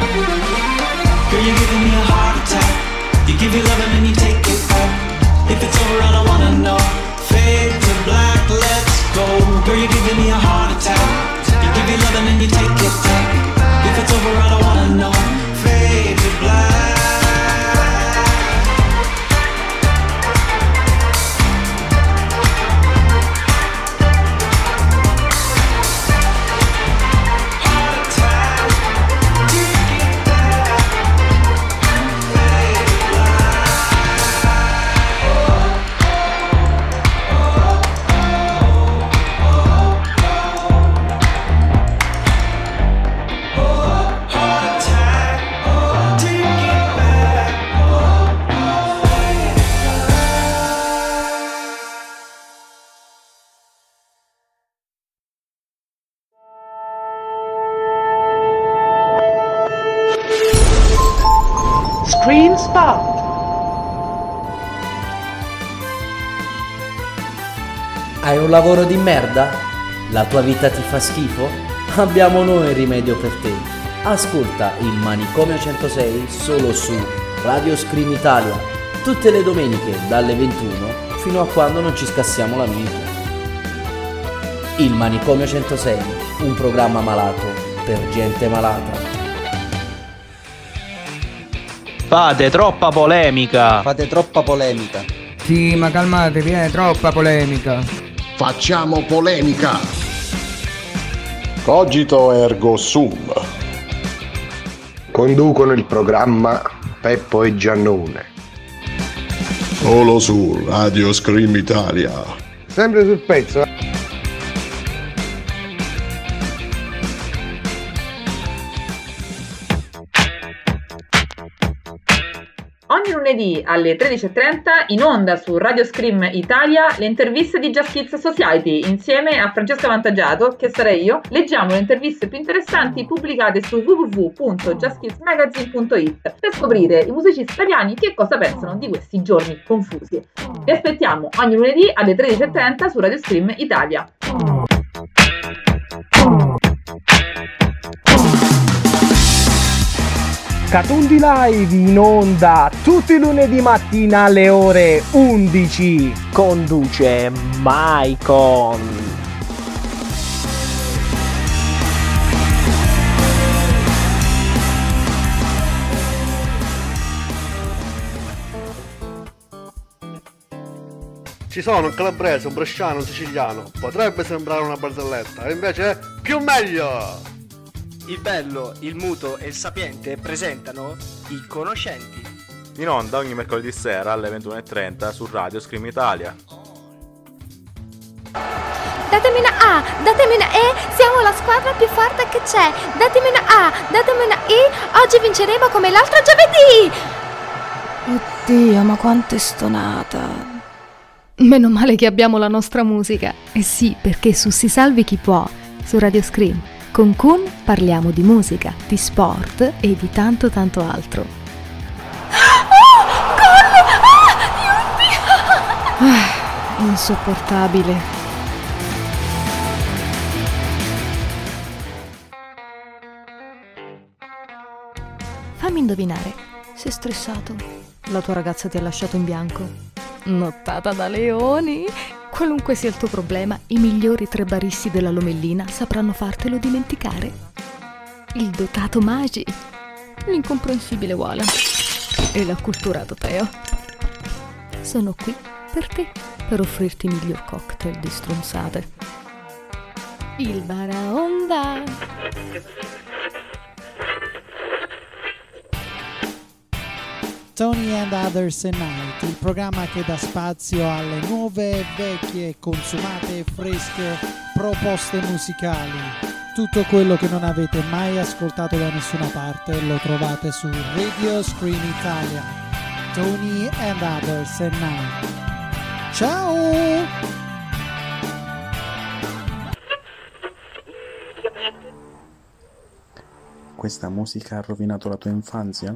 Speaker 2: Girl, you're giving me a heart attack. You give your love and then you take it back. If it's over, I don't wanna know. Fade to black, let's go. Girl, you're giving me a heart attack. You give your love and then you take it back. If it's over, I don't wanna know. Fade to black.
Speaker 3: Screen stop.
Speaker 5: Hai un lavoro di merda? La tua vita ti fa schifo? Abbiamo noi il rimedio per te. Ascolta il Manicomio 106 solo su Radio Scream Italia, tutte le domeniche dalle 21 fino a quando non ci scassiamo la minchia. Il Manicomio 106, un programma malato per gente malata.
Speaker 20: Fate troppa polemica.
Speaker 5: Fate troppa polemica.
Speaker 8: Sì, ma calmatevi, è troppa polemica.
Speaker 9: Facciamo polemica. Cogito ergo sum.
Speaker 23: Conducono il programma Peppo e Giannone.
Speaker 9: Solo su Radio Scream Italia.
Speaker 23: Sempre sul pezzo. eh.
Speaker 24: Ogni lunedì alle 13.30 in onda su Radio Scream Italia le interviste di Just Kids Society insieme a Francesca Vantaggiato, che sarei io. Leggiamo le interviste più interessanti pubblicate su www.justkidsmagazine.it per scoprire i musicisti italiani che cosa pensano di questi giorni confusi. Vi aspettiamo ogni lunedì alle 13.30 su Radio Scream Italia.
Speaker 25: Catundi Live in onda tutti i lunedì mattina alle ore 11. Conduce Maicon.
Speaker 26: Ci sono un calabrese, un bresciano, un siciliano. Potrebbe sembrare una barzelletta, e invece è più meglio!
Speaker 27: Il bello, il muto e il sapiente presentano i conoscenti.
Speaker 28: In onda ogni mercoledì sera alle 21.30 su Radio Scream Italia. Datemi una A, datemi una E, siamo la squadra più forte che c'è. Datemi una A, datemi una E, oggi vinceremo come l'altro giovedì.
Speaker 29: Oddio, ma quanto è stonata.
Speaker 30: Meno male che abbiamo la nostra musica. Eh sì, perché su Si Salvi Chi Può, su Radio Scream, con Kun parliamo di musica, di sport e di tanto tanto altro.
Speaker 28: ah,
Speaker 29: Ah, Insopportabile. Fammi indovinare, sei stressato? La tua ragazza ti ha lasciato in bianco?
Speaker 30: Nottata da leoni! Qualunque sia il tuo problema, i migliori tre baristi della Lomellina sapranno fartelo dimenticare. Il dotato Magi, l'incomprensibile Wala e l'acculturato Teo. Sono qui per te,
Speaker 29: Per offrirti il miglior cocktail di stronzate.
Speaker 30: il Baraonda!
Speaker 31: Tony and Others and Night, il programma che dà spazio alle nuove, vecchie, consumate e fresche proposte musicali. Tutto quello che non avete mai ascoltato da nessuna parte lo trovate su Radio Screen Italia. Tony and Others and Night. Ciao!
Speaker 32: Questa musica ha rovinato la tua infanzia?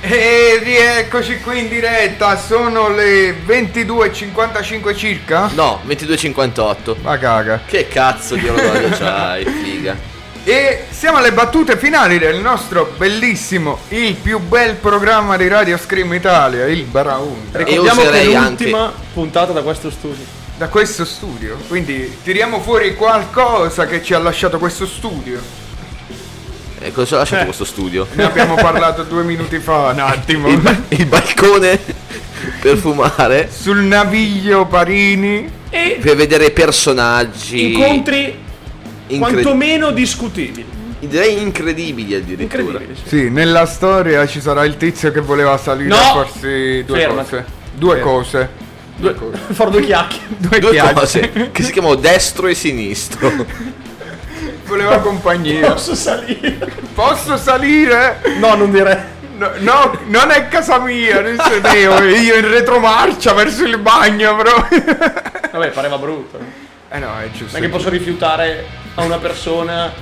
Speaker 6: E rieccoci qui in diretta, sono le 22.55 circa?
Speaker 4: No, 22.58.
Speaker 6: Ma caga.
Speaker 4: Che cazzo di orologio c'hai, figa?
Speaker 6: E siamo alle battute finali del nostro bellissimo, il più bel programma di Radio Scream Italia, il Baraunda.
Speaker 7: Ricordiamo che è l'ultima puntata da questo studio.
Speaker 6: Da questo studio, quindi tiriamo fuori qualcosa che ci ha lasciato questo studio.
Speaker 4: Eh, cosa ci ha *laughs* lasciato questo studio?
Speaker 6: Ne abbiamo parlato due minuti fa, un attimo.
Speaker 4: Il, ba- il balcone per fumare.
Speaker 6: Sul naviglio Parini.
Speaker 7: E
Speaker 4: Per vedere personaggi.
Speaker 7: incontri
Speaker 4: incre-
Speaker 7: quantomeno discutibili.
Speaker 4: Direi incredibili addirittura.
Speaker 6: Sì, nella storia ci sarà il tizio che voleva salire
Speaker 7: No!
Speaker 6: a farsi due
Speaker 7: Fermati.
Speaker 6: cose. Due
Speaker 7: Fermati.
Speaker 6: cose.
Speaker 7: Due, *laughs* far due chiacchiere.
Speaker 6: Due,
Speaker 4: Due
Speaker 6: piagge.
Speaker 4: cose che si chiamano destro e sinistro.
Speaker 6: Voleva compagnia.
Speaker 7: Posso salire?
Speaker 6: Posso salire?
Speaker 7: No, non direi.
Speaker 6: No, no, non è casa mia, nel sedevo, io in retromarcia verso il bagno, però.
Speaker 7: Vabbè, pareva brutto.
Speaker 6: *laughs* Eh no, è giusto.
Speaker 7: Non è che posso rifiutare a una persona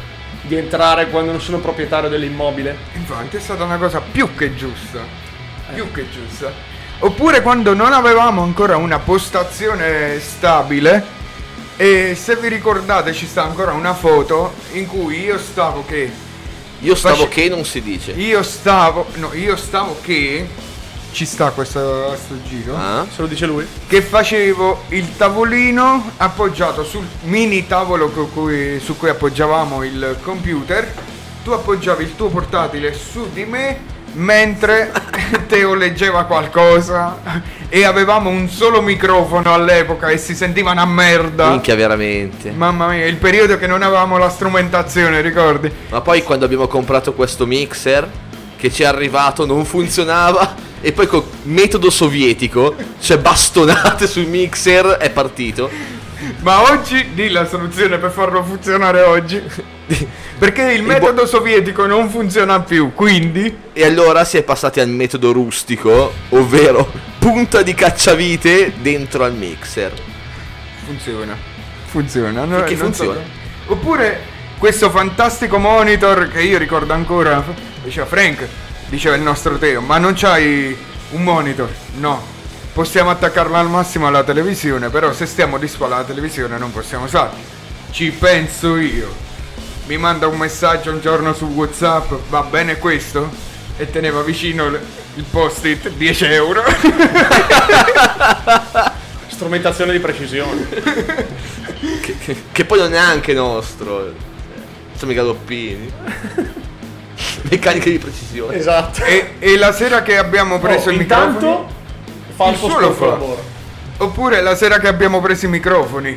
Speaker 7: di entrare quando non sono proprietario dell'immobile.
Speaker 6: Infatti è stata una cosa più che giusta. Più che giusta. Oppure quando non avevamo ancora una postazione stabile. E se vi ricordate ci sta ancora una foto in cui io stavo che.
Speaker 4: Io stavo
Speaker 6: face-
Speaker 4: che non si dice.
Speaker 6: Io stavo. No, io stavo che. Ci sta questo, sto giro.
Speaker 4: Ah.
Speaker 7: Se lo dice lui.
Speaker 6: Che facevo il tavolino appoggiato sul mini tavolo co- cui- su cui appoggiavamo il computer. Tu appoggiavi il tuo portatile su di me mentre *laughs* Teo leggeva qualcosa e avevamo un solo microfono all'epoca e si sentiva una merda.
Speaker 4: Minchia veramente.
Speaker 6: Mamma mia, il periodo che non avevamo la strumentazione, ricordi?
Speaker 4: Ma poi quando abbiamo comprato questo mixer che ci è arrivato non funzionava e poi con metodo sovietico, cioè bastonate sul mixer è partito.
Speaker 6: Ma oggi di la soluzione per farlo funzionare oggi. *laughs* Perché il metodo sovietico non funziona più, quindi
Speaker 4: E allora si è passati al metodo rustico, ovvero punta di cacciavite dentro al mixer.
Speaker 6: funziona. Funziona, no-
Speaker 4: Perché
Speaker 6: non so-
Speaker 4: funziona.
Speaker 6: Oppure questo fantastico monitor che io ricordo ancora, diceva Frank, diceva il nostro Teo, ma non c'hai un monitor? No. Possiamo attaccarlo al massimo alla televisione, però se stiamo di spalla alla televisione non possiamo usarlo. Ci penso io. Mi manda un messaggio un giorno su Whatsapp, va bene questo? E teneva vicino l- il post-it 10 euro.
Speaker 7: Strumentazione di precisione. *laughs*
Speaker 4: Che, che- che poi non è anche nostro. cioè, Sono i
Speaker 6: *laughs*
Speaker 4: galoppini. Meccaniche di precisione.
Speaker 7: Esatto.
Speaker 6: E, e la sera che abbiamo preso
Speaker 4: Oh,
Speaker 6: i
Speaker 4: intanto
Speaker 6: microfoni.
Speaker 4: fa il suo
Speaker 6: solo
Speaker 4: sporco lavoro.
Speaker 6: Oppure la sera che abbiamo preso i microfoni.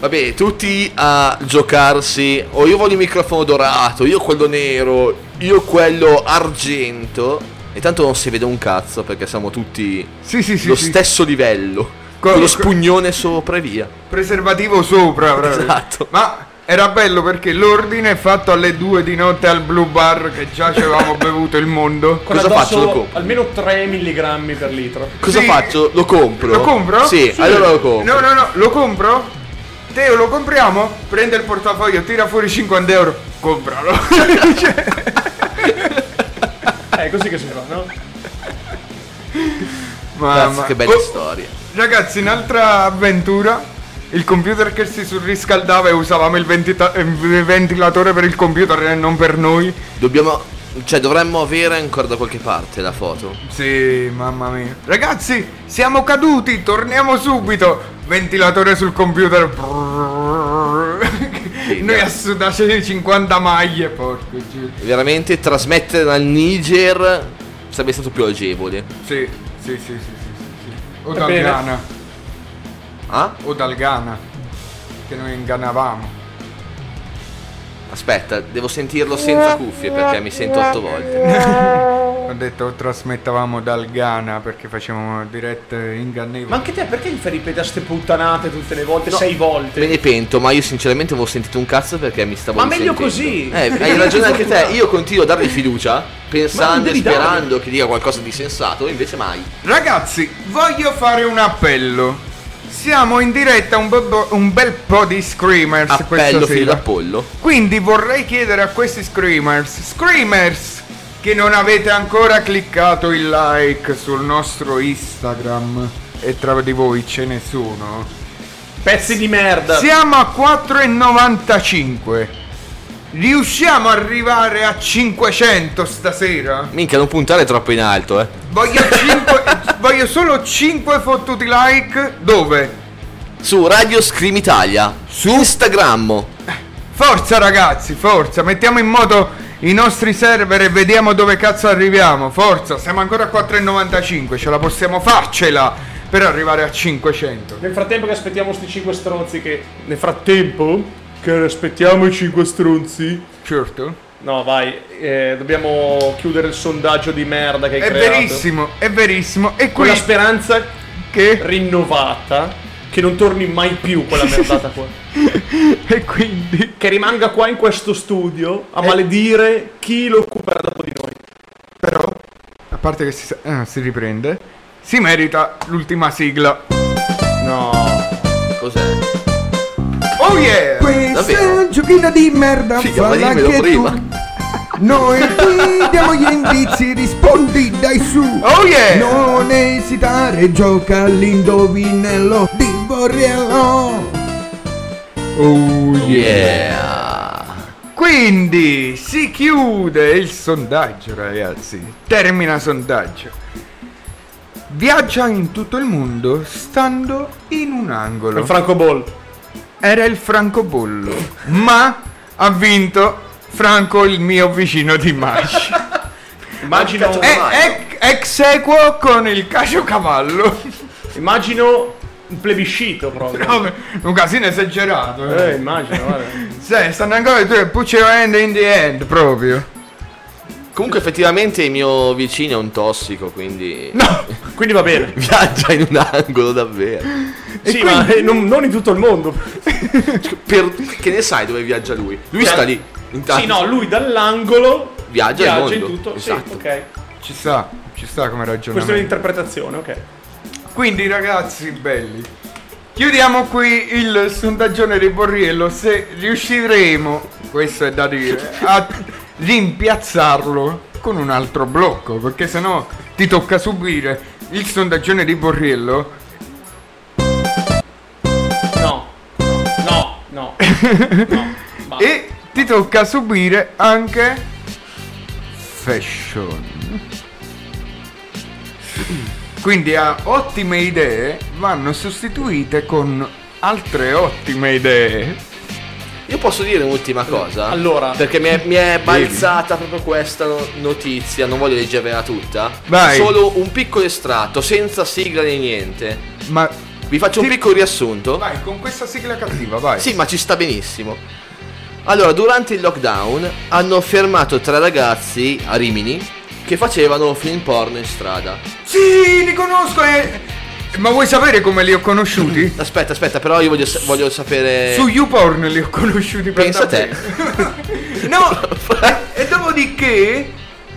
Speaker 4: Vabbè, tutti a giocarsi. O io voglio il microfono dorato, io quello nero, io quello argento. E tanto non si vede un cazzo perché siamo tutti
Speaker 6: Sì, sì, sì,
Speaker 4: lo
Speaker 6: sì.
Speaker 4: stesso livello.
Speaker 6: Co-
Speaker 4: con lo
Speaker 6: co-
Speaker 4: spugnone sopra e via.
Speaker 6: Preservativo sopra, proprio.
Speaker 4: Esatto.
Speaker 6: Ma era bello perché l'ordine è fatto alle 2 di notte al Blue Bar che già
Speaker 4: *laughs*
Speaker 6: ci avevamo bevuto il mondo.
Speaker 7: Con addosso Almeno 3 milligrammi per litro.
Speaker 6: Cosa Sì. faccio?
Speaker 4: Lo compro.
Speaker 6: Lo compro?
Speaker 4: Sì, allora lo compro.
Speaker 6: No, no, no, lo compro? Teo, lo compriamo? Prende il portafoglio, tira fuori 50 euro,
Speaker 4: *laughs*
Speaker 6: compralo.
Speaker 7: Eh, è così che si fa, no?
Speaker 4: Cazzo, che belle
Speaker 6: Oh,
Speaker 4: storie.
Speaker 6: Ragazzi, un'altra avventura. Il computer che si surriscaldava e usavamo il ventita- eh, il ventilatore per il computer e non per noi.
Speaker 4: Dobbiamo. Cioè, dovremmo avere ancora da qualche parte la foto.
Speaker 6: Sì, mamma mia. Ragazzi, siamo caduti, torniamo subito. Ventilatore sul computer. Noi a sudarci di 50 maglie, porco giù.
Speaker 4: Veramente trasmettere dal Niger sarebbe stato più agevole.
Speaker 6: Sì, sì, sì, sì, sì, sì, sì. O
Speaker 7: Va
Speaker 6: dal
Speaker 7: bene.
Speaker 6: Ghana.
Speaker 4: Ah?
Speaker 6: O dal Ghana. Che noi ingannavamo.
Speaker 4: Aspetta, devo sentirlo senza cuffie perché mi sento otto volte.
Speaker 6: Ho detto trasmettavamo dal Ghana perché facevamo dirette ingannevoli.
Speaker 7: Ma anche te, perché gli fai ripetere ste puttanate tutte le volte, 6 volte?
Speaker 4: Me ne pento, ma io sinceramente avevo sentito un cazzo perché mi stavo
Speaker 7: Ma meglio
Speaker 4: risentendo. Eh,
Speaker 7: così.
Speaker 4: hai ragione anche te. Io continuo a dargli fiducia,
Speaker 6: Ma non
Speaker 4: pensando e
Speaker 6: devi dargliela.
Speaker 4: sperando che dica qualcosa di sensato, invece mai.
Speaker 6: Ragazzi, voglio fare un appello. Siamo in diretta un, bebo- un bel po' di screamers
Speaker 4: Appello
Speaker 6: questa
Speaker 4: fino
Speaker 6: sera.
Speaker 4: d'Apollo.
Speaker 6: Quindi vorrei chiedere a questi screamers, screamers che non avete ancora cliccato il like sul nostro Instagram e tra di voi ce ne sono.
Speaker 7: Pezzi di merda.
Speaker 6: Siamo a 4,95. Riusciamo ad arrivare a 500 stasera?
Speaker 4: Minchia, non puntare troppo in alto, eh.
Speaker 6: Voglio, cinque- voglio solo 5 fottuti like dove?
Speaker 4: Su Radio Scream Italia, su Instagram.
Speaker 6: Forza ragazzi, forza, mettiamo in moto i nostri server e vediamo dove cazzo arriviamo. Forza, siamo ancora a 4,95, ce la possiamo farcela per arrivare a 500.
Speaker 7: Nel frattempo che aspettiamo sti 5 stronzi che... Nel frattempo che aspettiamo i 5 stronzi...
Speaker 6: Certo.
Speaker 7: No, vai, eh, dobbiamo chiudere il sondaggio di merda che hai
Speaker 6: È
Speaker 7: creato.
Speaker 6: verissimo, è verissimo. E
Speaker 7: Con
Speaker 6: qui
Speaker 7: la speranza
Speaker 6: che...
Speaker 7: rinnovata che non torni mai più quella merdata qua.
Speaker 6: e quindi...
Speaker 7: Che rimanga qua in questo studio a maledire chi lo occuperà dopo di noi.
Speaker 6: A parte che si, sa- ah, si riprende, si merita l'ultima sigla.
Speaker 7: No.
Speaker 4: Cos'è?
Speaker 6: Oh Oh yeah!
Speaker 1: Questo è
Speaker 6: Davvero?
Speaker 1: un giochino di merda.
Speaker 6: Figa, ma
Speaker 1: falla
Speaker 6: dimmelo
Speaker 1: che tu-
Speaker 6: prima.
Speaker 1: Noi ti diamo gli indizi, rispondi dai su.
Speaker 6: Oh yeah!
Speaker 1: Non esitare, gioca all'indovinello di Borriello.
Speaker 6: Oh
Speaker 4: Eh, yeah!
Speaker 6: Quindi si chiude il sondaggio, ragazzi. Termina sondaggio. Viaggia in tutto il mondo stando in un angolo.
Speaker 7: Il francobollo.
Speaker 6: Era il francobollo, ma ha vinto Franco il mio vicino di Mash.
Speaker 7: Immagino eh,
Speaker 6: È- è- Eh, ex equo con il cacio cavallo. *laughs*
Speaker 7: eh. Immagino un plebiscito proprio.
Speaker 6: un casino esagerato.
Speaker 7: Eh, immagino, guarda.
Speaker 6: Sì, stanno ancora due, put your hand in the end proprio.
Speaker 4: Comunque effettivamente il mio vicino è un tossico, *laughs* quindi...
Speaker 7: No, quindi va bene.
Speaker 4: Viaggia in un angolo davvero.
Speaker 7: sì, ma eh, non, non in tutto il mondo.
Speaker 4: Per- che ne sai dove viaggia lui? Lui
Speaker 7: Cioè-
Speaker 4: sta lì. Intanto
Speaker 7: Sì, no, lui dall'angolo
Speaker 4: Viaggia,
Speaker 7: viaggia
Speaker 4: il mondo.
Speaker 7: in tutto.
Speaker 4: Esatto.
Speaker 7: Sì, ok.
Speaker 6: Ci sta, ci sta come
Speaker 7: Questa è
Speaker 6: ragionamento.
Speaker 7: l'interpretazione, ok.
Speaker 6: Quindi ragazzi belli, chiudiamo qui il sondaggione di Borriello. Se riusciremo, questo è da dire, a rimpiazzarlo con un altro blocco, perché sennò ti tocca subire il sondaggione di Borriello.
Speaker 7: No, no,
Speaker 4: *laughs*
Speaker 7: no. Ah.
Speaker 6: e ti tocca subire anche fashion. Quindi a ottime idee vanno sostituite con altre ottime idee.
Speaker 4: Io posso dire un'ultima cosa?
Speaker 6: Allora.
Speaker 4: Perché mi è, mi è balzata proprio questa no- notizia, non voglio leggervela tutta.
Speaker 6: Vai.
Speaker 4: Solo un piccolo estratto, senza sigla né niente.
Speaker 6: Ma
Speaker 4: vi faccio un piccolo riassunto.
Speaker 6: Vai, con questa sigla cattiva, vai.
Speaker 4: Sì, ma ci sta benissimo. Allora, durante il lockdown hanno fermato tre ragazzi a Rimini che facevano film porno in strada.
Speaker 6: Sì, li conosco e... Ma vuoi sapere come li ho conosciuti?
Speaker 4: Aspetta, aspetta, però io voglio, sa- voglio sapere.
Speaker 6: Su YouPorn li ho conosciuti
Speaker 4: Eh,
Speaker 6: per
Speaker 4: Pensa a te.
Speaker 6: davvero. no!
Speaker 4: *laughs*
Speaker 6: e dopodiché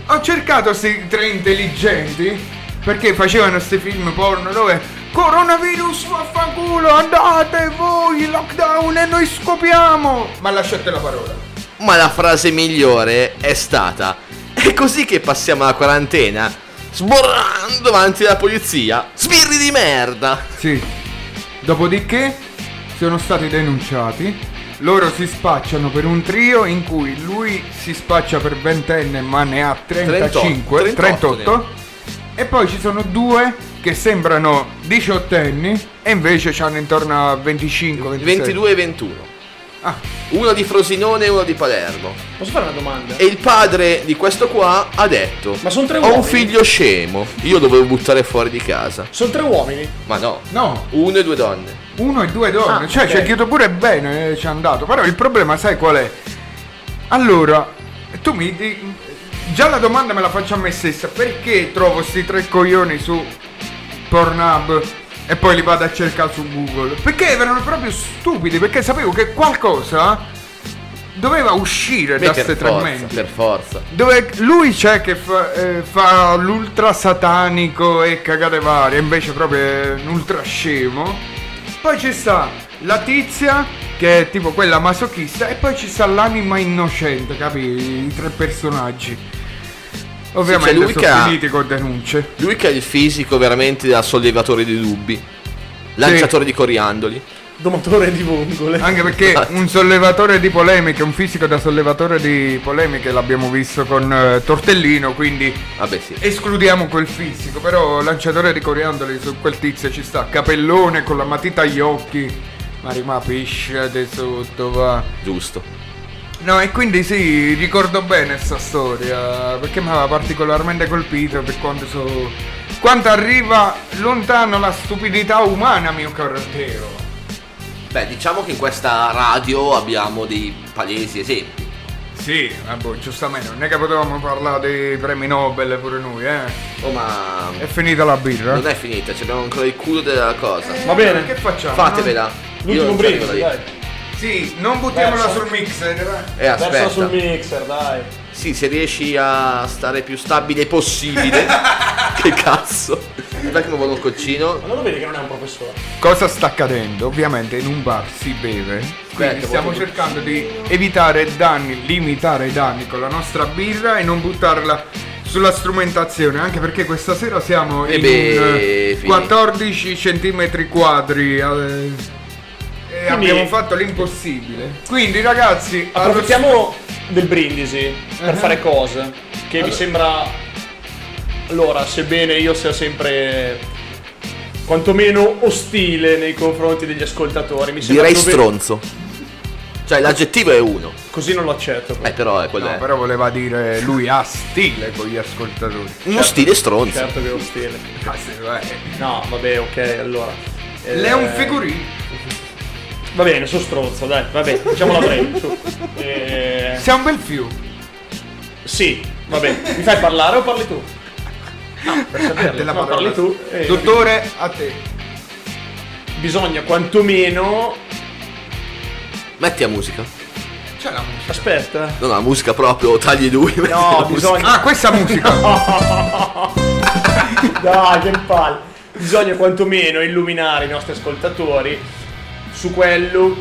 Speaker 6: ho cercato questi tre intelligenti perché facevano questi film porno dove coronavirus vaffanculo, andate voi, lockdown e noi scopiamo! Ma lasciate la parola.
Speaker 4: Ma la frase migliore è stata: È così che passiamo la quarantena? Sborrando davanti alla polizia. Sbirri di merda!
Speaker 6: Sì. Dopodiché sono stati denunciati. Loro si spacciano per un trio in cui lui si spaccia per ventenne ma ne ha 35, 38.
Speaker 4: 38,
Speaker 6: E poi ci sono due che sembrano diciottenni e invece hanno intorno a Ah, 25, 26.
Speaker 4: 22 e 21. Uno di Frosinone e uno di Palermo.
Speaker 7: Posso fare una domanda?
Speaker 4: E il padre di questo qua ha detto:
Speaker 7: Ma son tre
Speaker 4: Ho un
Speaker 7: uomini?"
Speaker 4: figlio scemo. Io dovevo buttare fuori di casa.
Speaker 7: Sono tre uomini.
Speaker 4: Ma no.
Speaker 6: No.
Speaker 4: Uno e due donne.
Speaker 6: Uno e due donne,
Speaker 4: Ah,
Speaker 6: cioè
Speaker 4: ok.
Speaker 6: ci è chiuso pure bene, eh, ci è andato. Però il problema sai qual è? Allora, tu mi di... Già la domanda me la faccio a me stessa, perché trovo sti tre coglioni su Pornhub e poi li vado a cercare su Google? Perché erano proprio stupidi, perché sapevo che qualcosa doveva uscire
Speaker 4: Beh,
Speaker 6: da
Speaker 4: per
Speaker 6: queste tre
Speaker 4: forza,
Speaker 6: menti.
Speaker 4: per forza.
Speaker 6: Dove lui c'è che fa, eh, fa l'ultra satanico e cagate varie, invece proprio è un ultra scemo. Poi ci sta la tizia che è tipo quella masochista e poi ci sta l'anima innocente, capi? I tre personaggi. Ovviamente
Speaker 4: Sì, c'è lui
Speaker 6: sono
Speaker 4: che ha-
Speaker 6: finiti con denunce.
Speaker 4: Lui che ha il fisico veramente da sollevatore di dubbi. Lanciatore di coriandoli.
Speaker 7: Domatore di vongole.
Speaker 6: Anche perché
Speaker 4: Esatto.
Speaker 6: un sollevatore di polemiche, un fisico da sollevatore di polemiche l'abbiamo visto con eh, Tortellino, quindi
Speaker 4: Vabbè sì.
Speaker 6: escludiamo quel fisico, però lanciatore di coriandoli su quel tizio ci sta, capellone con la matita agli occhi, ma rimane piscia di sotto, va.
Speaker 4: Giusto.
Speaker 6: No, e quindi sì, ricordo bene sta storia, perché mi aveva particolarmente colpito per quanto so... Quanto arriva lontano la stupidità umana, mio caro Teo.
Speaker 4: Beh, diciamo che in questa radio abbiamo dei palesi esempi.
Speaker 6: Sì, ma boh, giustamente, non è che potevamo parlare dei premi Nobel pure noi, eh.
Speaker 4: Oh, ma.
Speaker 6: È finita la birra?
Speaker 4: Non è finita, ci abbiamo ancora il culo della cosa.
Speaker 6: Va bene. che facciamo?
Speaker 4: Fatevela. Io non
Speaker 6: brivido,
Speaker 4: sarei quella lì.
Speaker 6: Sì, non buttiamola
Speaker 7: Verso.
Speaker 6: sul mixer, eh.
Speaker 4: Eh, aspetta.
Speaker 7: sul mixer, dai.
Speaker 4: Sì, se riesci a stare più stabile
Speaker 6: *laughs*
Speaker 4: possibile. che cazzo. Dai che mi vuole un coccino.
Speaker 7: Ma non lo vedi che non è un professore?
Speaker 6: Cosa sta accadendo? Ovviamente in un bar si beve Quindi
Speaker 4: Aspetta,
Speaker 6: stiamo
Speaker 4: volevo-
Speaker 6: cercando di evitare danni, limitare i danni con la nostra birra e non buttarla sulla strumentazione, anche perché questa sera siamo
Speaker 4: E
Speaker 6: in
Speaker 4: beh,
Speaker 6: un, eh,
Speaker 4: finì.
Speaker 6: 14 cm quadri. eh, e
Speaker 7: Quindi-
Speaker 6: abbiamo fatto l'impossibile. Quindi ragazzi,
Speaker 4: Ah,
Speaker 6: allo
Speaker 7: Approfittiamo del brindisi per
Speaker 4: Uh-huh.
Speaker 6: Mhm.
Speaker 7: fare cose che vi
Speaker 6: Allora.
Speaker 7: sembra allora, sebbene io sia sempre quantomeno ostile nei confronti degli ascoltatori, mi sembra
Speaker 4: Direi
Speaker 7: dove-
Speaker 4: stronzo. Cioè, l'aggettivo è uno.
Speaker 7: Così non lo accetto.
Speaker 4: Eh, però è quello.
Speaker 6: No,
Speaker 4: è.
Speaker 6: però voleva dire lui ha stile con gli ascoltatori.
Speaker 4: Uno stile stronzo.
Speaker 7: Certo che è ostile.
Speaker 6: Ah,
Speaker 7: No, vabbè, ok, allora. Eh,
Speaker 6: Lei è un figurino.
Speaker 7: Va bene, sono stronzo, dai, va bene, facciamo la
Speaker 6: *laughs*
Speaker 7: breve. su. Eh,
Speaker 6: Sei un bel fiu.
Speaker 7: Sì, va bene. Mi fai parlare o parli tu? No, per saperlo.
Speaker 6: Te la
Speaker 7: No,
Speaker 6: parola.
Speaker 7: parli tu. eh,
Speaker 6: Dottore, a te.
Speaker 7: Bisogna quantomeno.
Speaker 4: Metti a musica.
Speaker 6: C'è la musica.
Speaker 7: Aspetta.
Speaker 4: No, no, la musica proprio, tagli lui. *laughs* metti la musica.
Speaker 6: Ah, questa musica.
Speaker 7: *laughs* Dai, che palle. Bisogna quantomeno illuminare i nostri ascoltatori su quello,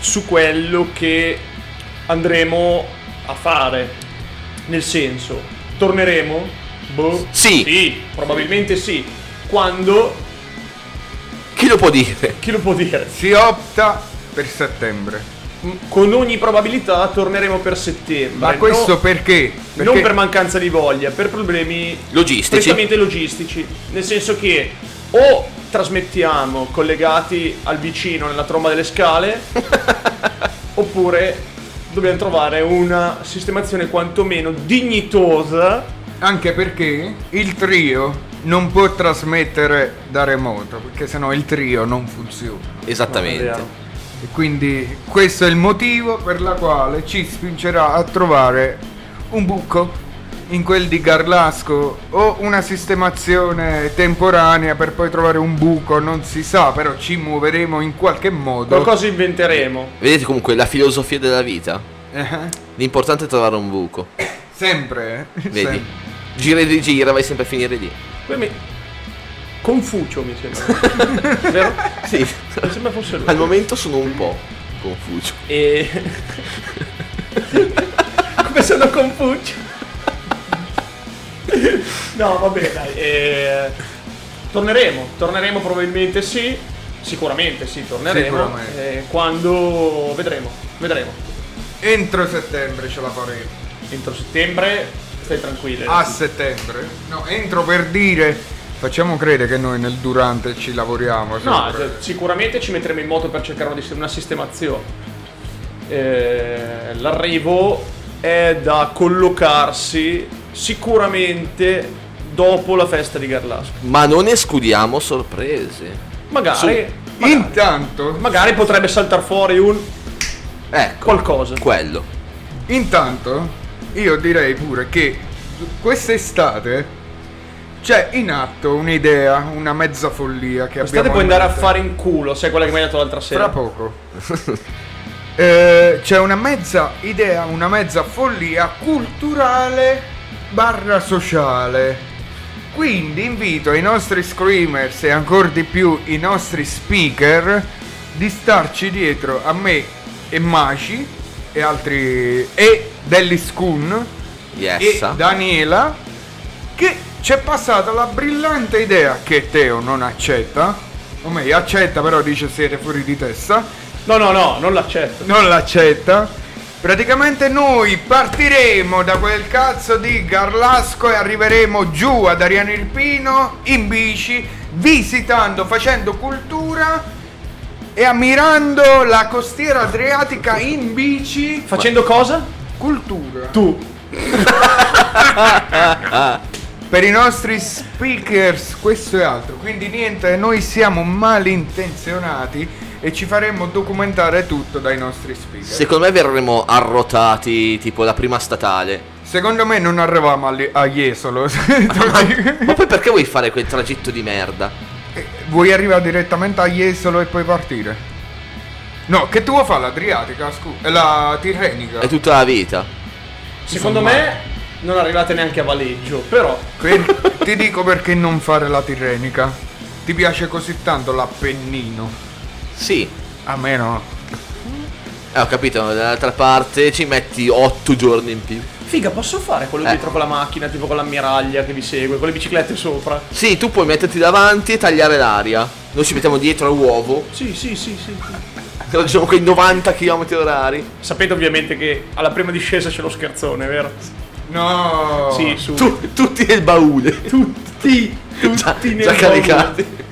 Speaker 7: su quello che andremo a fare. Nel senso, torneremo? Boh.
Speaker 4: Sì.
Speaker 7: probabilmente sì. Quando?
Speaker 4: Chi lo può dire?
Speaker 7: Chi lo può dire?
Speaker 6: Si opta per settembre.
Speaker 7: Con ogni probabilità torneremo per settembre.
Speaker 6: Ma questo
Speaker 7: Eh, No-
Speaker 6: perché? Perché
Speaker 7: Non per mancanza di voglia, per problemi
Speaker 4: Logistici.
Speaker 7: prettamente logistici. Nel senso che o trasmettiamo collegati al vicino nella tromba delle scale, oppure dobbiamo trovare una sistemazione quantomeno dignitosa.
Speaker 6: Anche perché il trio non può trasmettere da remoto, perché sennò il trio non funziona.
Speaker 4: Esattamente.
Speaker 6: E quindi questo è il motivo per la quale ci spingerà a trovare un buco in quel di Garlasco o una sistemazione temporanea per poi trovare un buco, non si sa, però ci muoveremo in qualche modo.
Speaker 7: Qualcosa inventeremo.
Speaker 4: Vedete comunque la filosofia della vita?
Speaker 6: Eh,
Speaker 4: L'importante è trovare un buco.
Speaker 6: sempre, eh.
Speaker 4: Vedi?
Speaker 6: Sempre.
Speaker 4: Gira e rigira, vai sempre a finire lì.
Speaker 7: Poi mi- Confucio mi sembra. Vero?
Speaker 4: Sì.
Speaker 7: Mi sembra fosse lui.
Speaker 4: Al momento sono un po' confuso.
Speaker 7: E... *laughs* Come sono Confucio? *laughs* no, vabbè, dai. eh, Torneremo, torneremo probabilmente sì, sicuramente sì, torneremo.
Speaker 6: Sicuramente.
Speaker 7: eh, quando vedremo, vedremo.
Speaker 6: Entro settembre ce la faremo.
Speaker 7: Entro settembre stai tranquillo.
Speaker 6: A settembre? No, entro per dire, facciamo credere che noi nel durante ci lavoriamo.
Speaker 7: No,
Speaker 6: sempre.
Speaker 7: eh, sicuramente ci metteremo in moto per cercare di- una sistemazione. Eh, l'arrivo è da collocarsi sicuramente dopo la festa di Garlasco.
Speaker 4: Ma non escludiamo sorprese.
Speaker 7: Magari,
Speaker 6: Intanto,
Speaker 7: magari potrebbe saltar fuori un
Speaker 4: Ecco.
Speaker 7: qualcosa.
Speaker 4: Quello.
Speaker 6: Intanto, io direi pure che quest'estate c'è in atto un'idea, una mezza follia che
Speaker 7: Quest'estate
Speaker 6: abbiamo.
Speaker 7: puoi
Speaker 6: in
Speaker 7: andare a
Speaker 6: mente.
Speaker 7: fare in culo, sai quella che mi hai dato l'altra sera.
Speaker 6: Tra poco. Eh, c'è una mezza idea, una mezza follia culturale barra sociale. Quindi invito i nostri screamers e ancora di più i nostri speaker di starci dietro a me e Maci e altri e Dellis Kun
Speaker 4: Yes.
Speaker 6: e Daniela che c'è passata la brillante idea che Teo non accetta, o meglio accetta però dice siete fuori di testa.
Speaker 7: No, no, no, non l'accetto.
Speaker 6: Non l'accetta. Praticamente noi partiremo da quel cazzo di Garlasco e arriveremo giù ad Ariano Irpino in bici, visitando, facendo cultura e ammirando la costiera adriatica in bici.
Speaker 7: Facendo cosa?
Speaker 6: Cultura.
Speaker 7: Tu.
Speaker 6: *laughs* Per i nostri speakers questo e altro, quindi niente, noi siamo malintenzionati e ci faremo documentare tutto dai nostri speaker.
Speaker 4: Secondo me verremo arrotati tipo la prima statale.
Speaker 6: Secondo me non arriviamo a, Li- a *laughs* Jesolo.
Speaker 4: Ah,
Speaker 7: *laughs*
Speaker 4: Ma poi perché vuoi fare quel tragitto di merda?
Speaker 6: Eh, Vuoi arrivare direttamente a Jesolo e poi partire? No, che tu vuoi fare? L'Adriatica, scusa. La Tirrenica.
Speaker 7: Eh,
Speaker 4: È tutta la vita.
Speaker 7: Secondo me non arrivate neanche a Valeggio, però
Speaker 6: Per- ti dico perché non fare la Tirrenica. Ti piace così tanto l'Appennino?
Speaker 4: Sì.
Speaker 6: A me no.
Speaker 4: Eh, ho capito, dall'altra parte ci metti 8 giorni in più.
Speaker 7: Figa, posso fare quello
Speaker 4: Eh.
Speaker 7: dietro con la macchina, tipo con l'ammiraglia che vi segue, con le biciclette sopra?
Speaker 4: Sì, tu puoi metterti davanti e tagliare l'aria. Noi ci mettiamo dietro all'uovo.
Speaker 7: Sì, sì, sì, sì.
Speaker 4: Raggiungiamo quei 90 km orari.
Speaker 7: Sapete ovviamente che alla prima discesa c'è lo scherzone, vero?
Speaker 6: No!
Speaker 7: Sì, su.
Speaker 4: tutti nel baule.
Speaker 7: Tutti, tutti nel
Speaker 4: già
Speaker 7: baule.
Speaker 4: caricati.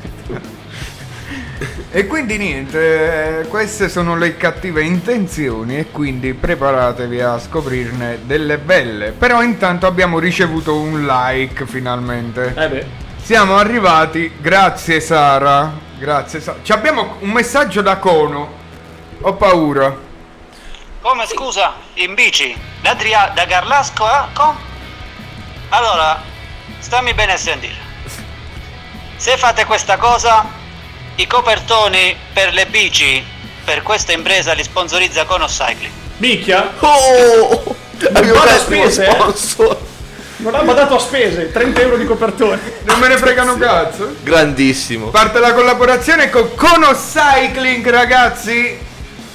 Speaker 6: E quindi niente, eh, queste sono le cattive intenzioni e quindi preparatevi a scoprirne delle belle. Però intanto abbiamo ricevuto un like finalmente.
Speaker 7: Eh beh.
Speaker 6: Siamo arrivati, grazie Sara. Grazie Sara. Ci abbiamo un messaggio da Cono. Ho paura.
Speaker 10: Come scusa, in bici, da, Dria- da Garlasco a Com? Allora, stammi bene a sentire. Se fate questa cosa, i copertoni per le bici, per questa impresa li sponsorizza Cono Cycling.
Speaker 7: Micchia?
Speaker 4: Oh!
Speaker 7: Non vado a
Speaker 10: perso uno
Speaker 7: spese! eh. Non ha dato a spese, 30 euro di copertone.
Speaker 6: Non me ne fregano cazzo.
Speaker 4: Grandissimo.
Speaker 6: Parte la collaborazione con Cono Cycling, ragazzi.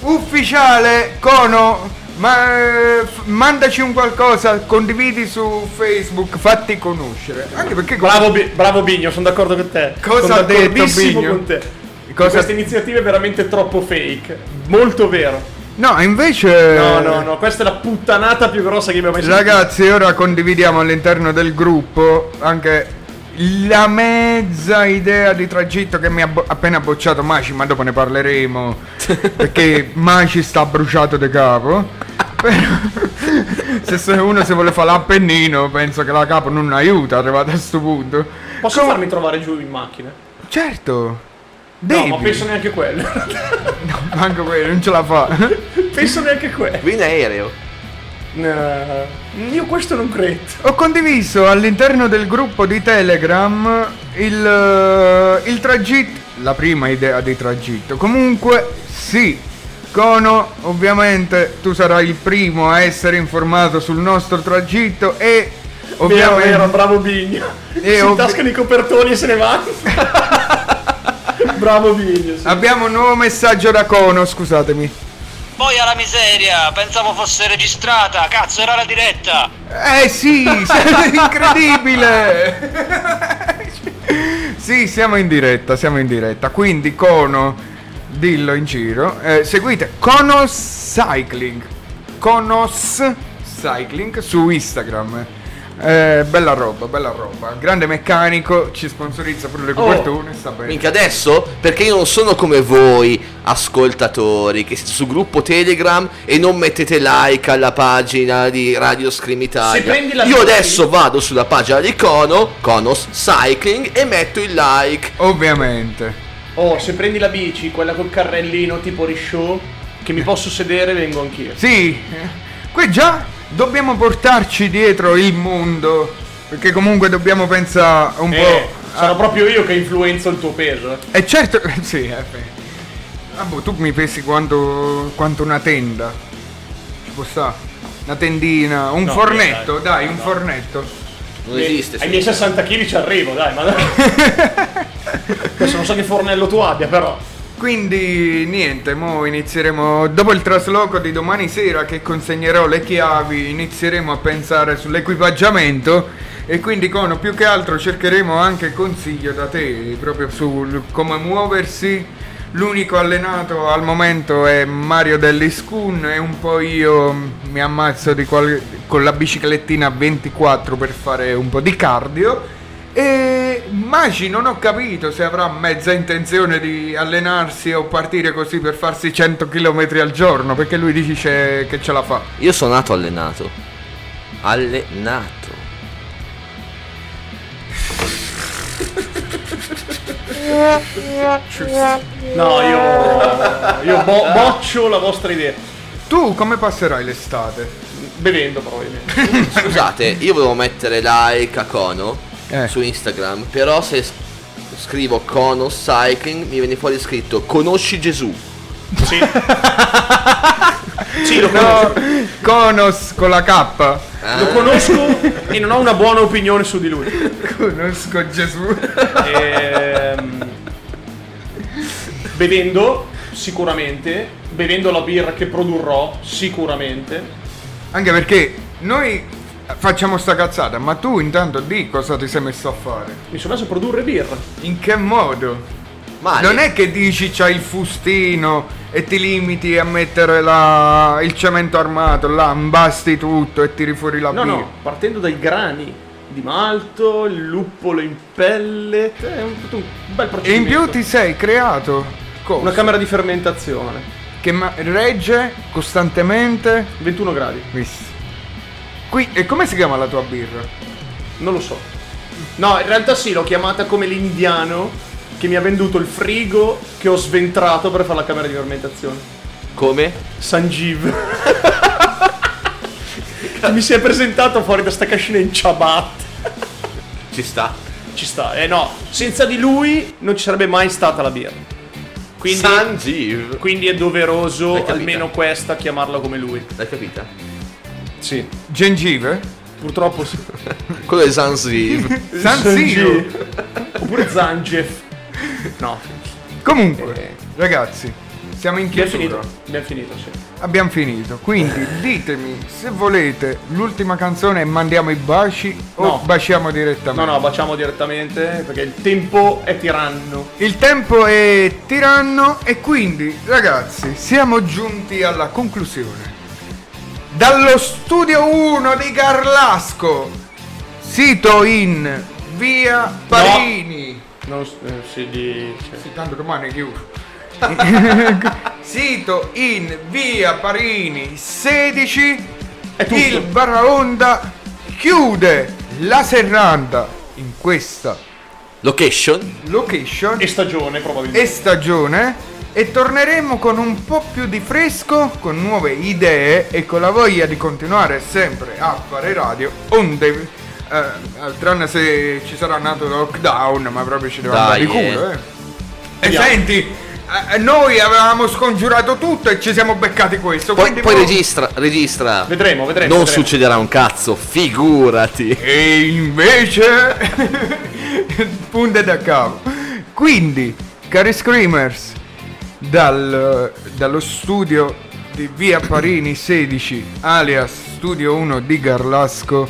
Speaker 6: Ufficiale Cono. Ma eh, f- mandaci un qualcosa, condividi su Facebook, fatti conoscere. Anche perché
Speaker 7: Bravo, Bi- bravo Bigno, sono d'accordo con te.
Speaker 6: Cosa
Speaker 7: sono
Speaker 6: ha detto
Speaker 7: d'accordissimo
Speaker 6: Bigno?
Speaker 7: con te.
Speaker 6: Cosa-
Speaker 7: Questa iniziativa è veramente troppo fake. Molto vero.
Speaker 6: No, invece
Speaker 7: No, no, no, questa è la puttanata più grossa che abbia mai sentito.
Speaker 6: Ragazzi, ora condividiamo all'interno del gruppo anche la mezza idea di tragitto che mi ha bo- appena bocciato Maci, ma dopo ne
Speaker 7: *laughs*
Speaker 6: parleremo perché Maci sta bruciato de capo. Però, se se uno si vuole fare l'appennino, penso che la capo non aiuta arrivato a sto punto.
Speaker 7: Posso farmi trovare giù in macchina?
Speaker 6: Certo,
Speaker 7: No, ma
Speaker 6: devi.
Speaker 7: penso neanche quello. *laughs*
Speaker 6: Manco quello, non ce la fa.
Speaker 7: penso neanche quello.
Speaker 4: Qui in aereo.
Speaker 6: Eh,
Speaker 7: No, io questo non credo.
Speaker 6: Ho condiviso all'interno del gruppo di Telegram il, eh, il tragitto, la prima idea di tragitto. Comunque, sì, Cono, ovviamente tu sarai il primo a essere informato sul nostro tragitto e
Speaker 7: Vero,
Speaker 6: ovviamente...
Speaker 7: vero, bravo Bigno.
Speaker 6: E
Speaker 7: si
Speaker 6: ovvi-
Speaker 7: intascano i copertoni e se ne va.
Speaker 6: *laughs*
Speaker 7: bravo Bigno.
Speaker 6: Abbiamo un nuovo messaggio da Cono, scusatemi.
Speaker 10: Poi alla miseria, pensavo fosse registrata, cazzo era la diretta.
Speaker 6: Eh sì, siete incredibile! Sì, siamo in diretta, siamo in diretta. Quindi Cono, dillo in giro, eh, seguite Conos Cycling. Conos Cycling su Instagram. Eh, bella roba, bella roba. Grande meccanico, ci sponsorizza pure le copertune, sta bene.
Speaker 4: Minchia adesso? Perché io non sono come voi, ascoltatori, che siete sul gruppo Telegram e non mettete like alla pagina di Radio Scream Italia.
Speaker 7: Se prendi la
Speaker 4: io
Speaker 7: tua-
Speaker 4: adesso vado sulla pagina di Cono, Conos Cycling, e metto il like.
Speaker 6: Ovviamente.
Speaker 7: Oh, se prendi la bici, quella col carrellino tipo rishow, che
Speaker 6: Eh.
Speaker 7: mi posso sedere vengo anch'io.
Speaker 6: Sì, qui già dobbiamo portarci dietro il mondo, perché comunque dobbiamo pensare un
Speaker 7: Eh,
Speaker 6: po'... Ah,
Speaker 7: sono proprio io che influenzo il tuo peso. eh.
Speaker 6: E certo, *laughs* sì, eh, beh. Ah, boh, tu mi pesi quanto, quanto una tenda. Ci può sta. Una tendina, un
Speaker 7: No,
Speaker 6: fornetto, dai,
Speaker 7: no,
Speaker 6: un
Speaker 7: no.
Speaker 6: fornetto.
Speaker 4: Non esiste.
Speaker 7: Ai miei 60 kg ci arrivo,
Speaker 6: *laughs*
Speaker 7: dai, ma dai. Adesso non so che fornello tu abbia, però.
Speaker 6: Quindi niente, mo inizieremo dopo il trasloco di domani sera che consegnerò le chiavi, inizieremo a pensare sull'equipaggiamento e quindi Cono più che altro cercheremo anche consiglio da te proprio su come muoversi. L'unico allenato al momento è Mario Delliscun e un po' io mi ammazzo di qual- con la biciclettina a 24 per fare un po' di cardio. E Magi non ho capito se avrà mezza intenzione di allenarsi o partire così per farsi 100 km al giorno, perché lui dice che ce la fa.
Speaker 4: Io sono nato allenato. Allenato.
Speaker 7: No, io. Io bo- boccio la vostra idea.
Speaker 6: Tu come passerai l'estate?
Speaker 7: Bevendo, probabilmente.
Speaker 4: Scusate, io volevo mettere like a Cono
Speaker 6: Eh.
Speaker 4: su Instagram, però se s- scrivo Cono Cycling mi viene fuori scritto Conosci Gesù.
Speaker 7: Sì.
Speaker 6: Sì, lo conosco. *laughs* Conos con la K.
Speaker 7: Lo
Speaker 6: *laughs*
Speaker 7: conosco e non ho una buona opinione su di lui.
Speaker 6: Conosco Gesù.
Speaker 7: Ehm, bevendo, sicuramente. bevendo la birra che produrrò sicuramente.
Speaker 6: Anche perché noi facciamo sta cazzata, ma tu intanto di cosa ti sei messo a fare?
Speaker 7: Mi sono messo a produrre birra.
Speaker 6: In che modo? Non è che dici c'hai il fustino e ti limiti a mettere la- il cemento armato, là imbasti tutto e tiri fuori la
Speaker 7: No,
Speaker 6: birra.
Speaker 7: no, partendo dai grani di malto, il luppolo in pellet, è un, tutto un
Speaker 6: E
Speaker 7: bel
Speaker 6: in
Speaker 7: procedimento.
Speaker 6: più ti sei creato cosa?
Speaker 7: Una camera di fermentazione.
Speaker 6: Che ma- regge costantemente
Speaker 7: 21 gradi.
Speaker 6: Qui, e come si chiama la tua birra?
Speaker 7: Non lo so. No, in realtà sì, l'ho chiamata come l'indiano che mi ha venduto il frigo che ho sventrato per fare la camera di fermentazione.
Speaker 4: Come?
Speaker 7: Sanjiv. Che mi si è presentato fuori da sta cascina in ciabatte.
Speaker 4: Ci sta.
Speaker 7: Ci sta. Eh no, senza di lui non ci sarebbe mai stata la birra. Quindi,
Speaker 4: Sanjiv.
Speaker 7: Quindi è doveroso
Speaker 4: capita?
Speaker 7: almeno questa chiamarla come lui.
Speaker 4: L'hai capita?
Speaker 7: Sì.
Speaker 6: Gengive?
Speaker 7: Purtroppo sì.
Speaker 4: Quello è Sanjiv. *laughs*
Speaker 7: Eh, Sanjiv. Oppure Zangief. No.
Speaker 6: Comunque, ragazzi, siamo in
Speaker 7: Eh. Abbiamo
Speaker 6: chiusura.
Speaker 7: finito. Eh. Abbiamo finito, sì.
Speaker 6: Abbiamo finito, quindi ditemi se volete l'ultima canzone e mandiamo i baci o
Speaker 7: No.
Speaker 6: baciamo
Speaker 7: No,
Speaker 6: direttamente.
Speaker 7: no, baciamo direttamente perché il tempo è tiranno.
Speaker 6: Il tempo è tiranno e quindi ragazzi siamo giunti alla conclusione. Dallo studio 1 di Carlasco, sito in via Parini.
Speaker 7: Non s- eh, si dice.
Speaker 6: Sì, tanto domani è chiuso. sito in via Parini 16. Il Barraonda chiude la serranda in questa
Speaker 4: Location.
Speaker 6: location
Speaker 7: e stagione probabilmente
Speaker 6: e stagione e torneremo con un po' più di fresco, con nuove idee e con la voglia di continuare sempre a fare radio onde eh, tranne se ci sarà nato il lockdown, ma proprio ci deve
Speaker 4: Dai,
Speaker 6: andare di culo,
Speaker 4: eh.
Speaker 6: eh. E senti, eh, noi avevamo scongiurato tutto e ci siamo beccati questo,
Speaker 4: Poi,
Speaker 6: quindi
Speaker 4: poi
Speaker 6: mo-
Speaker 4: registra, registra.
Speaker 7: Vedremo, vedremo,
Speaker 4: Non
Speaker 7: vedremo.
Speaker 4: succederà un cazzo, figurati.
Speaker 6: E invece... *laughs* punte da capo. Quindi, cari screamers, dal- dallo studio di Via Parini 16, alias Studio 1 di Garlasco,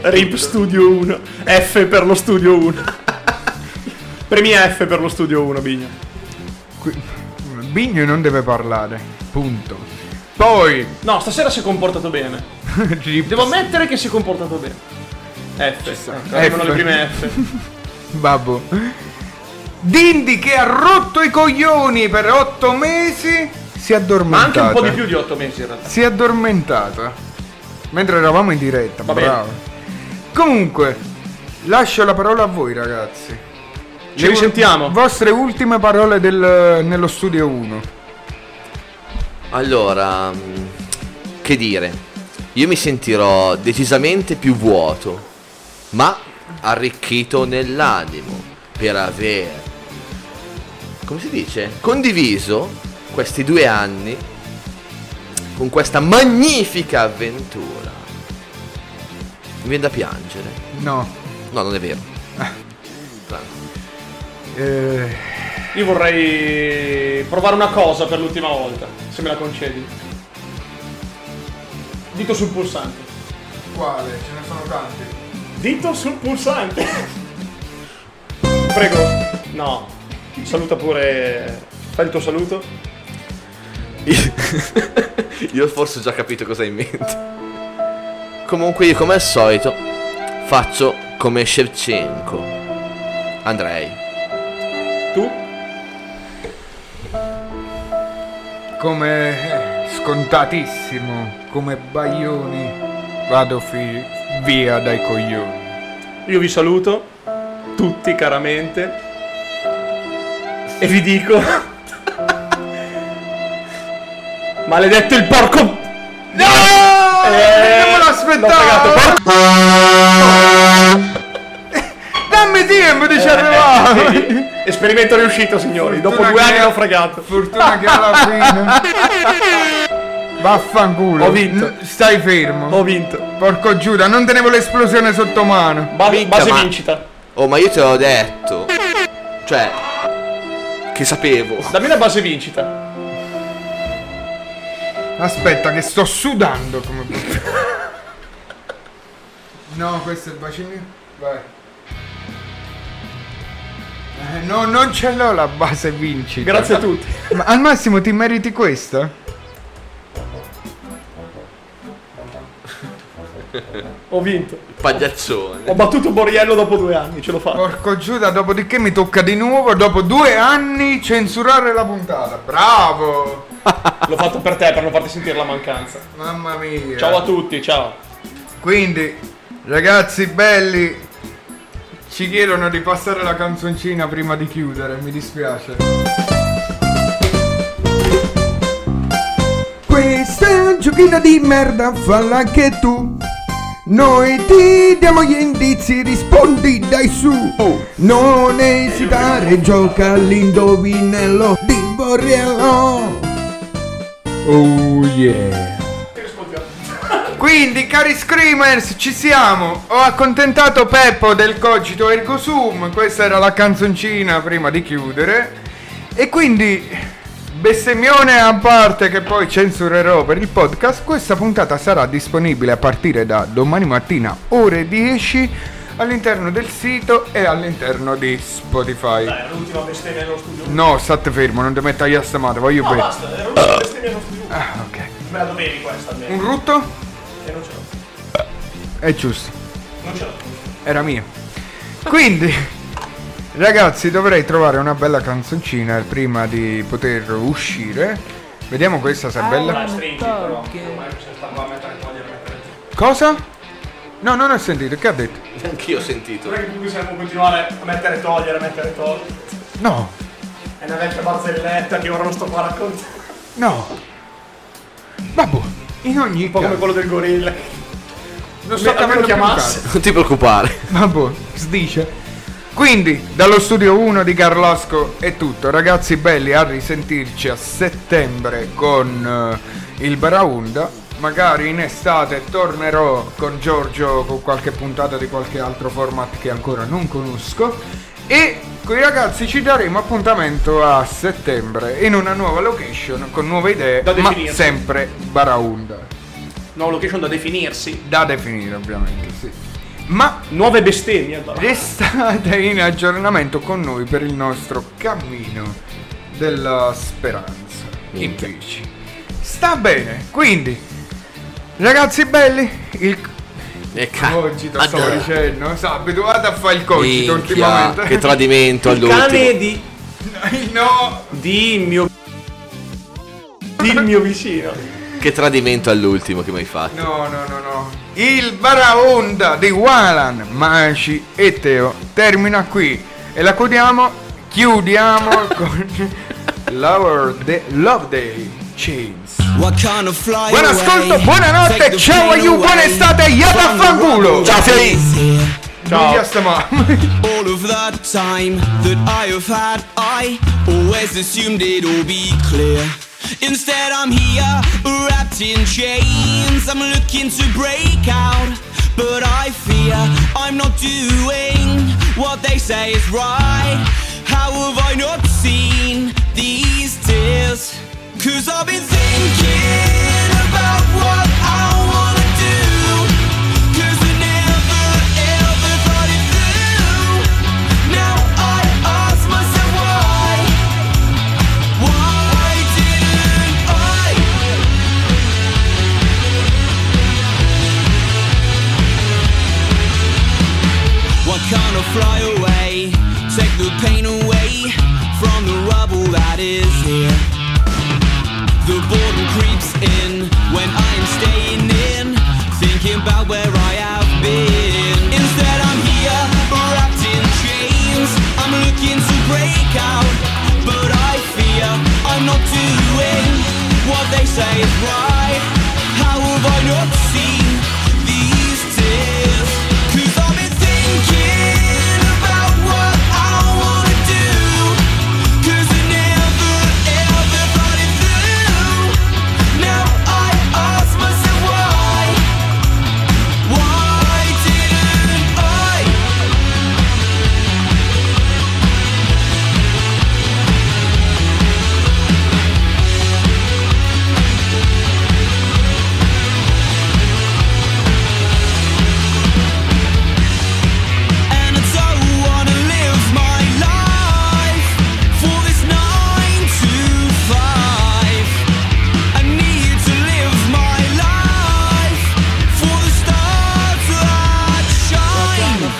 Speaker 7: RIP Studio 1. F per lo Studio 1. *laughs* Premi F per lo Studio 1, Bigno.
Speaker 6: Bigno non deve parlare, punto. Poi, *laughs*
Speaker 7: No, stasera si è comportato bene. Devo ammettere che si è comportato bene. F. Ecco, arrivano
Speaker 6: F.
Speaker 7: le prime F.
Speaker 6: babbo, Dindi che ha rotto i coglioni per 8 mesi, si è
Speaker 7: Ma
Speaker 6: addormentata.
Speaker 7: anche un po' di più di 8 mesi in realtà.
Speaker 6: Si è addormentata mentre eravamo in diretta.
Speaker 7: Va bene.
Speaker 6: bravo. Comunque, lascio la parola a voi, ragazzi.
Speaker 7: Ci
Speaker 6: Le
Speaker 7: risentiamo.
Speaker 6: Vostre ultime parole del- nello studio 1.
Speaker 4: Allora, mm, che dire? Io mi sentirò decisamente più vuoto, ma arricchito nell'animo per aver, come si dice, condiviso questi due anni con questa magnifica avventura. Mi viene da piangere.
Speaker 6: No.
Speaker 4: No, non è vero.
Speaker 6: Eh,
Speaker 7: Io vorrei provare una cosa per l'ultima volta, se me la concedi. Dito sul pulsante.
Speaker 6: Quale? Ce ne sono tanti.
Speaker 7: Dito sul pulsante. Prego. No. Saluta pure. Fai il tuo saluto.
Speaker 4: *laughs* Io forse ho già capito cosa hai in mente. Comunque io come al solito faccio come Shevchenko. Andrei.
Speaker 7: Tu?
Speaker 6: Come eh, scontatissimo, come Baglioni, vado fi- via dai coglioni.
Speaker 7: Io vi saluto. Tutti caramente. E vi dico. *laughs* Maledetto il porco. No! Eh,
Speaker 6: Non me l'aspettavo! *laughs* Dammi tempo di
Speaker 7: Eh,
Speaker 6: ci arrivare!
Speaker 7: Esperimento riuscito, signori. Dopo
Speaker 6: Fortuna
Speaker 7: due
Speaker 6: che
Speaker 7: anni
Speaker 6: era-
Speaker 7: l'ho fregato.
Speaker 6: Fortuna che alla fine. Vaffanculo.
Speaker 7: Ho vinto.
Speaker 6: N- Stai fermo.
Speaker 7: Ho vinto.
Speaker 6: Porco Giuda, non tenevo l'esplosione sotto mano.
Speaker 7: Base,
Speaker 4: ma-
Speaker 7: vincita.
Speaker 4: Oh, ma io te l'ho detto. Cioè, che sapevo.
Speaker 7: Dammi una base vincita.
Speaker 6: Aspetta, che sto sudando come puttana. No, questo è il bacino. Vai. Eh, no, non ce l'ho la base vinci.
Speaker 7: Grazie a tutti.
Speaker 6: Ma al massimo ti meriti questa?
Speaker 7: Ho vinto.
Speaker 4: Pagliaccione.
Speaker 7: Ho battuto Boriello dopo due anni, ce l'ho fatta.
Speaker 6: Porco Giuda, dopodiché mi tocca di nuovo, dopo due anni, censurare la puntata. Bravo!
Speaker 7: L'ho fatto per te, per non farti sentire la mancanza.
Speaker 6: Mamma mia.
Speaker 7: Ciao a tutti, ciao.
Speaker 6: Quindi, ragazzi belli, ci chiedono di passare la canzoncina prima di chiudere, mi dispiace.
Speaker 26: Questo è un giochino di merda, falla anche tu. Noi ti diamo gli indizi, rispondi dai su.
Speaker 6: Oh.
Speaker 26: Non esitare, gioca all'indovinello di Borriello.
Speaker 6: Oh yeah. Quindi, cari screamers, ci siamo! Ho accontentato Peppo del cogito ergo sum, questa era la canzoncina prima di chiudere. E quindi, bestemmione a parte che poi censurerò per il podcast, questa puntata sarà disponibile a partire da domani mattina, ore 10, all'interno del sito e all'interno di Spotify.
Speaker 7: Dai, era l'ultima bestemmia nello studio.
Speaker 6: No, state fermo, non ti metta io a stamata, voglio
Speaker 7: No,
Speaker 6: bene.
Speaker 7: basta, era l'ultima bestemmia nello studio.
Speaker 6: Ah, ok. Mm.
Speaker 7: Me la dovevi questa almeno.
Speaker 6: Un rutto?
Speaker 7: E non ce l'ho.
Speaker 6: È giusto.
Speaker 7: Non ce l'ho.
Speaker 6: era mio. Quindi, ragazzi, dovrei trovare una bella canzoncina prima di poter uscire. Vediamo questa se è bella.
Speaker 7: Dai, stringi, però. Ormai se stavo a metà di togliere mettere giù.
Speaker 6: Cosa? No, non ho sentito, che ha detto?
Speaker 4: Anch'io ho sentito.
Speaker 7: Non è che tu possiamo continuare a mettere e togliere, a mettere e togliere.
Speaker 6: No,
Speaker 7: È una vecchia barzelletta che ora non sto qua a raccontare.
Speaker 6: no. Vabbè, in ogni
Speaker 7: Un po' come quello del gorilla.
Speaker 6: Non sto capendo più un
Speaker 7: chiamasse.
Speaker 4: Non ti preoccupare.
Speaker 6: Vabbè, boh, si dice. Quindi, dallo studio 1 di Carlosco è tutto. Ragazzi belli, a risentirci a settembre con eh, il Baraunda. Magari in estate tornerò con Giorgio con qualche puntata di qualche altro format che ancora non conosco. E coi ragazzi ci daremo appuntamento a settembre in una nuova location con nuove idee,
Speaker 7: Da
Speaker 6: ma
Speaker 7: definirsi.
Speaker 6: sempre Baraunda.
Speaker 7: No, location da definirsi.
Speaker 6: Da definire, ovviamente, sì. Ma
Speaker 7: nuove bestemmie allora.
Speaker 6: Restate in aggiornamento con noi per il nostro cammino della speranza. In bici. Sta bene, quindi, ragazzi belli, il
Speaker 4: E cazzo.
Speaker 6: cogito stavo dicendo, sono abituato a fare il cogito ultimamente.
Speaker 4: Che tradimento
Speaker 7: Il
Speaker 4: all'ultimo.
Speaker 7: cane di.
Speaker 6: *laughs* No!
Speaker 7: Di il mio. Di il mio vicino.
Speaker 4: Che tradimento all'ultimo che mi hai fatto.
Speaker 6: No, no, no, no. Il Baraonda di Walan, Manci e Teo termina qui e la chiudiamo, chiudiamo con Lover Day- Love Day Chains. Buon ascolto, buonanotte, ciao aiuto, buona estate, yata fanculo!
Speaker 4: Ciao
Speaker 3: Felice!
Speaker 6: Ciao!
Speaker 3: All of that time that I have had, I always assumed it'll be clear. Instead, I'm here, wrapped in chains. I'm looking to break out, but I fear I'm not doing what they say is right. How have I not seen these tears? Cause I've been thinking about what I wanna do. Cause I never ever thought it through. Now I ask myself why. Why didn't I? Why can't I fly away? Take the pain away from the rubble that is here. The boredom creeps in when I'm staying in, thinking about where I have been. Instead, I'm here, wrapped in chains. I'm looking to break out, but I fear I'm not doing what they say is right. How have I not seen these tears? Cause I've been thinking about what I wanna do. Cause I never ever thought it through. Now I ask myself why. Why did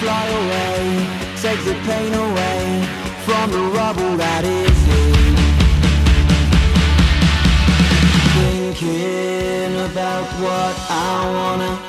Speaker 3: fly away, take the pain away from the rubble that is you. Thinking about what I wanna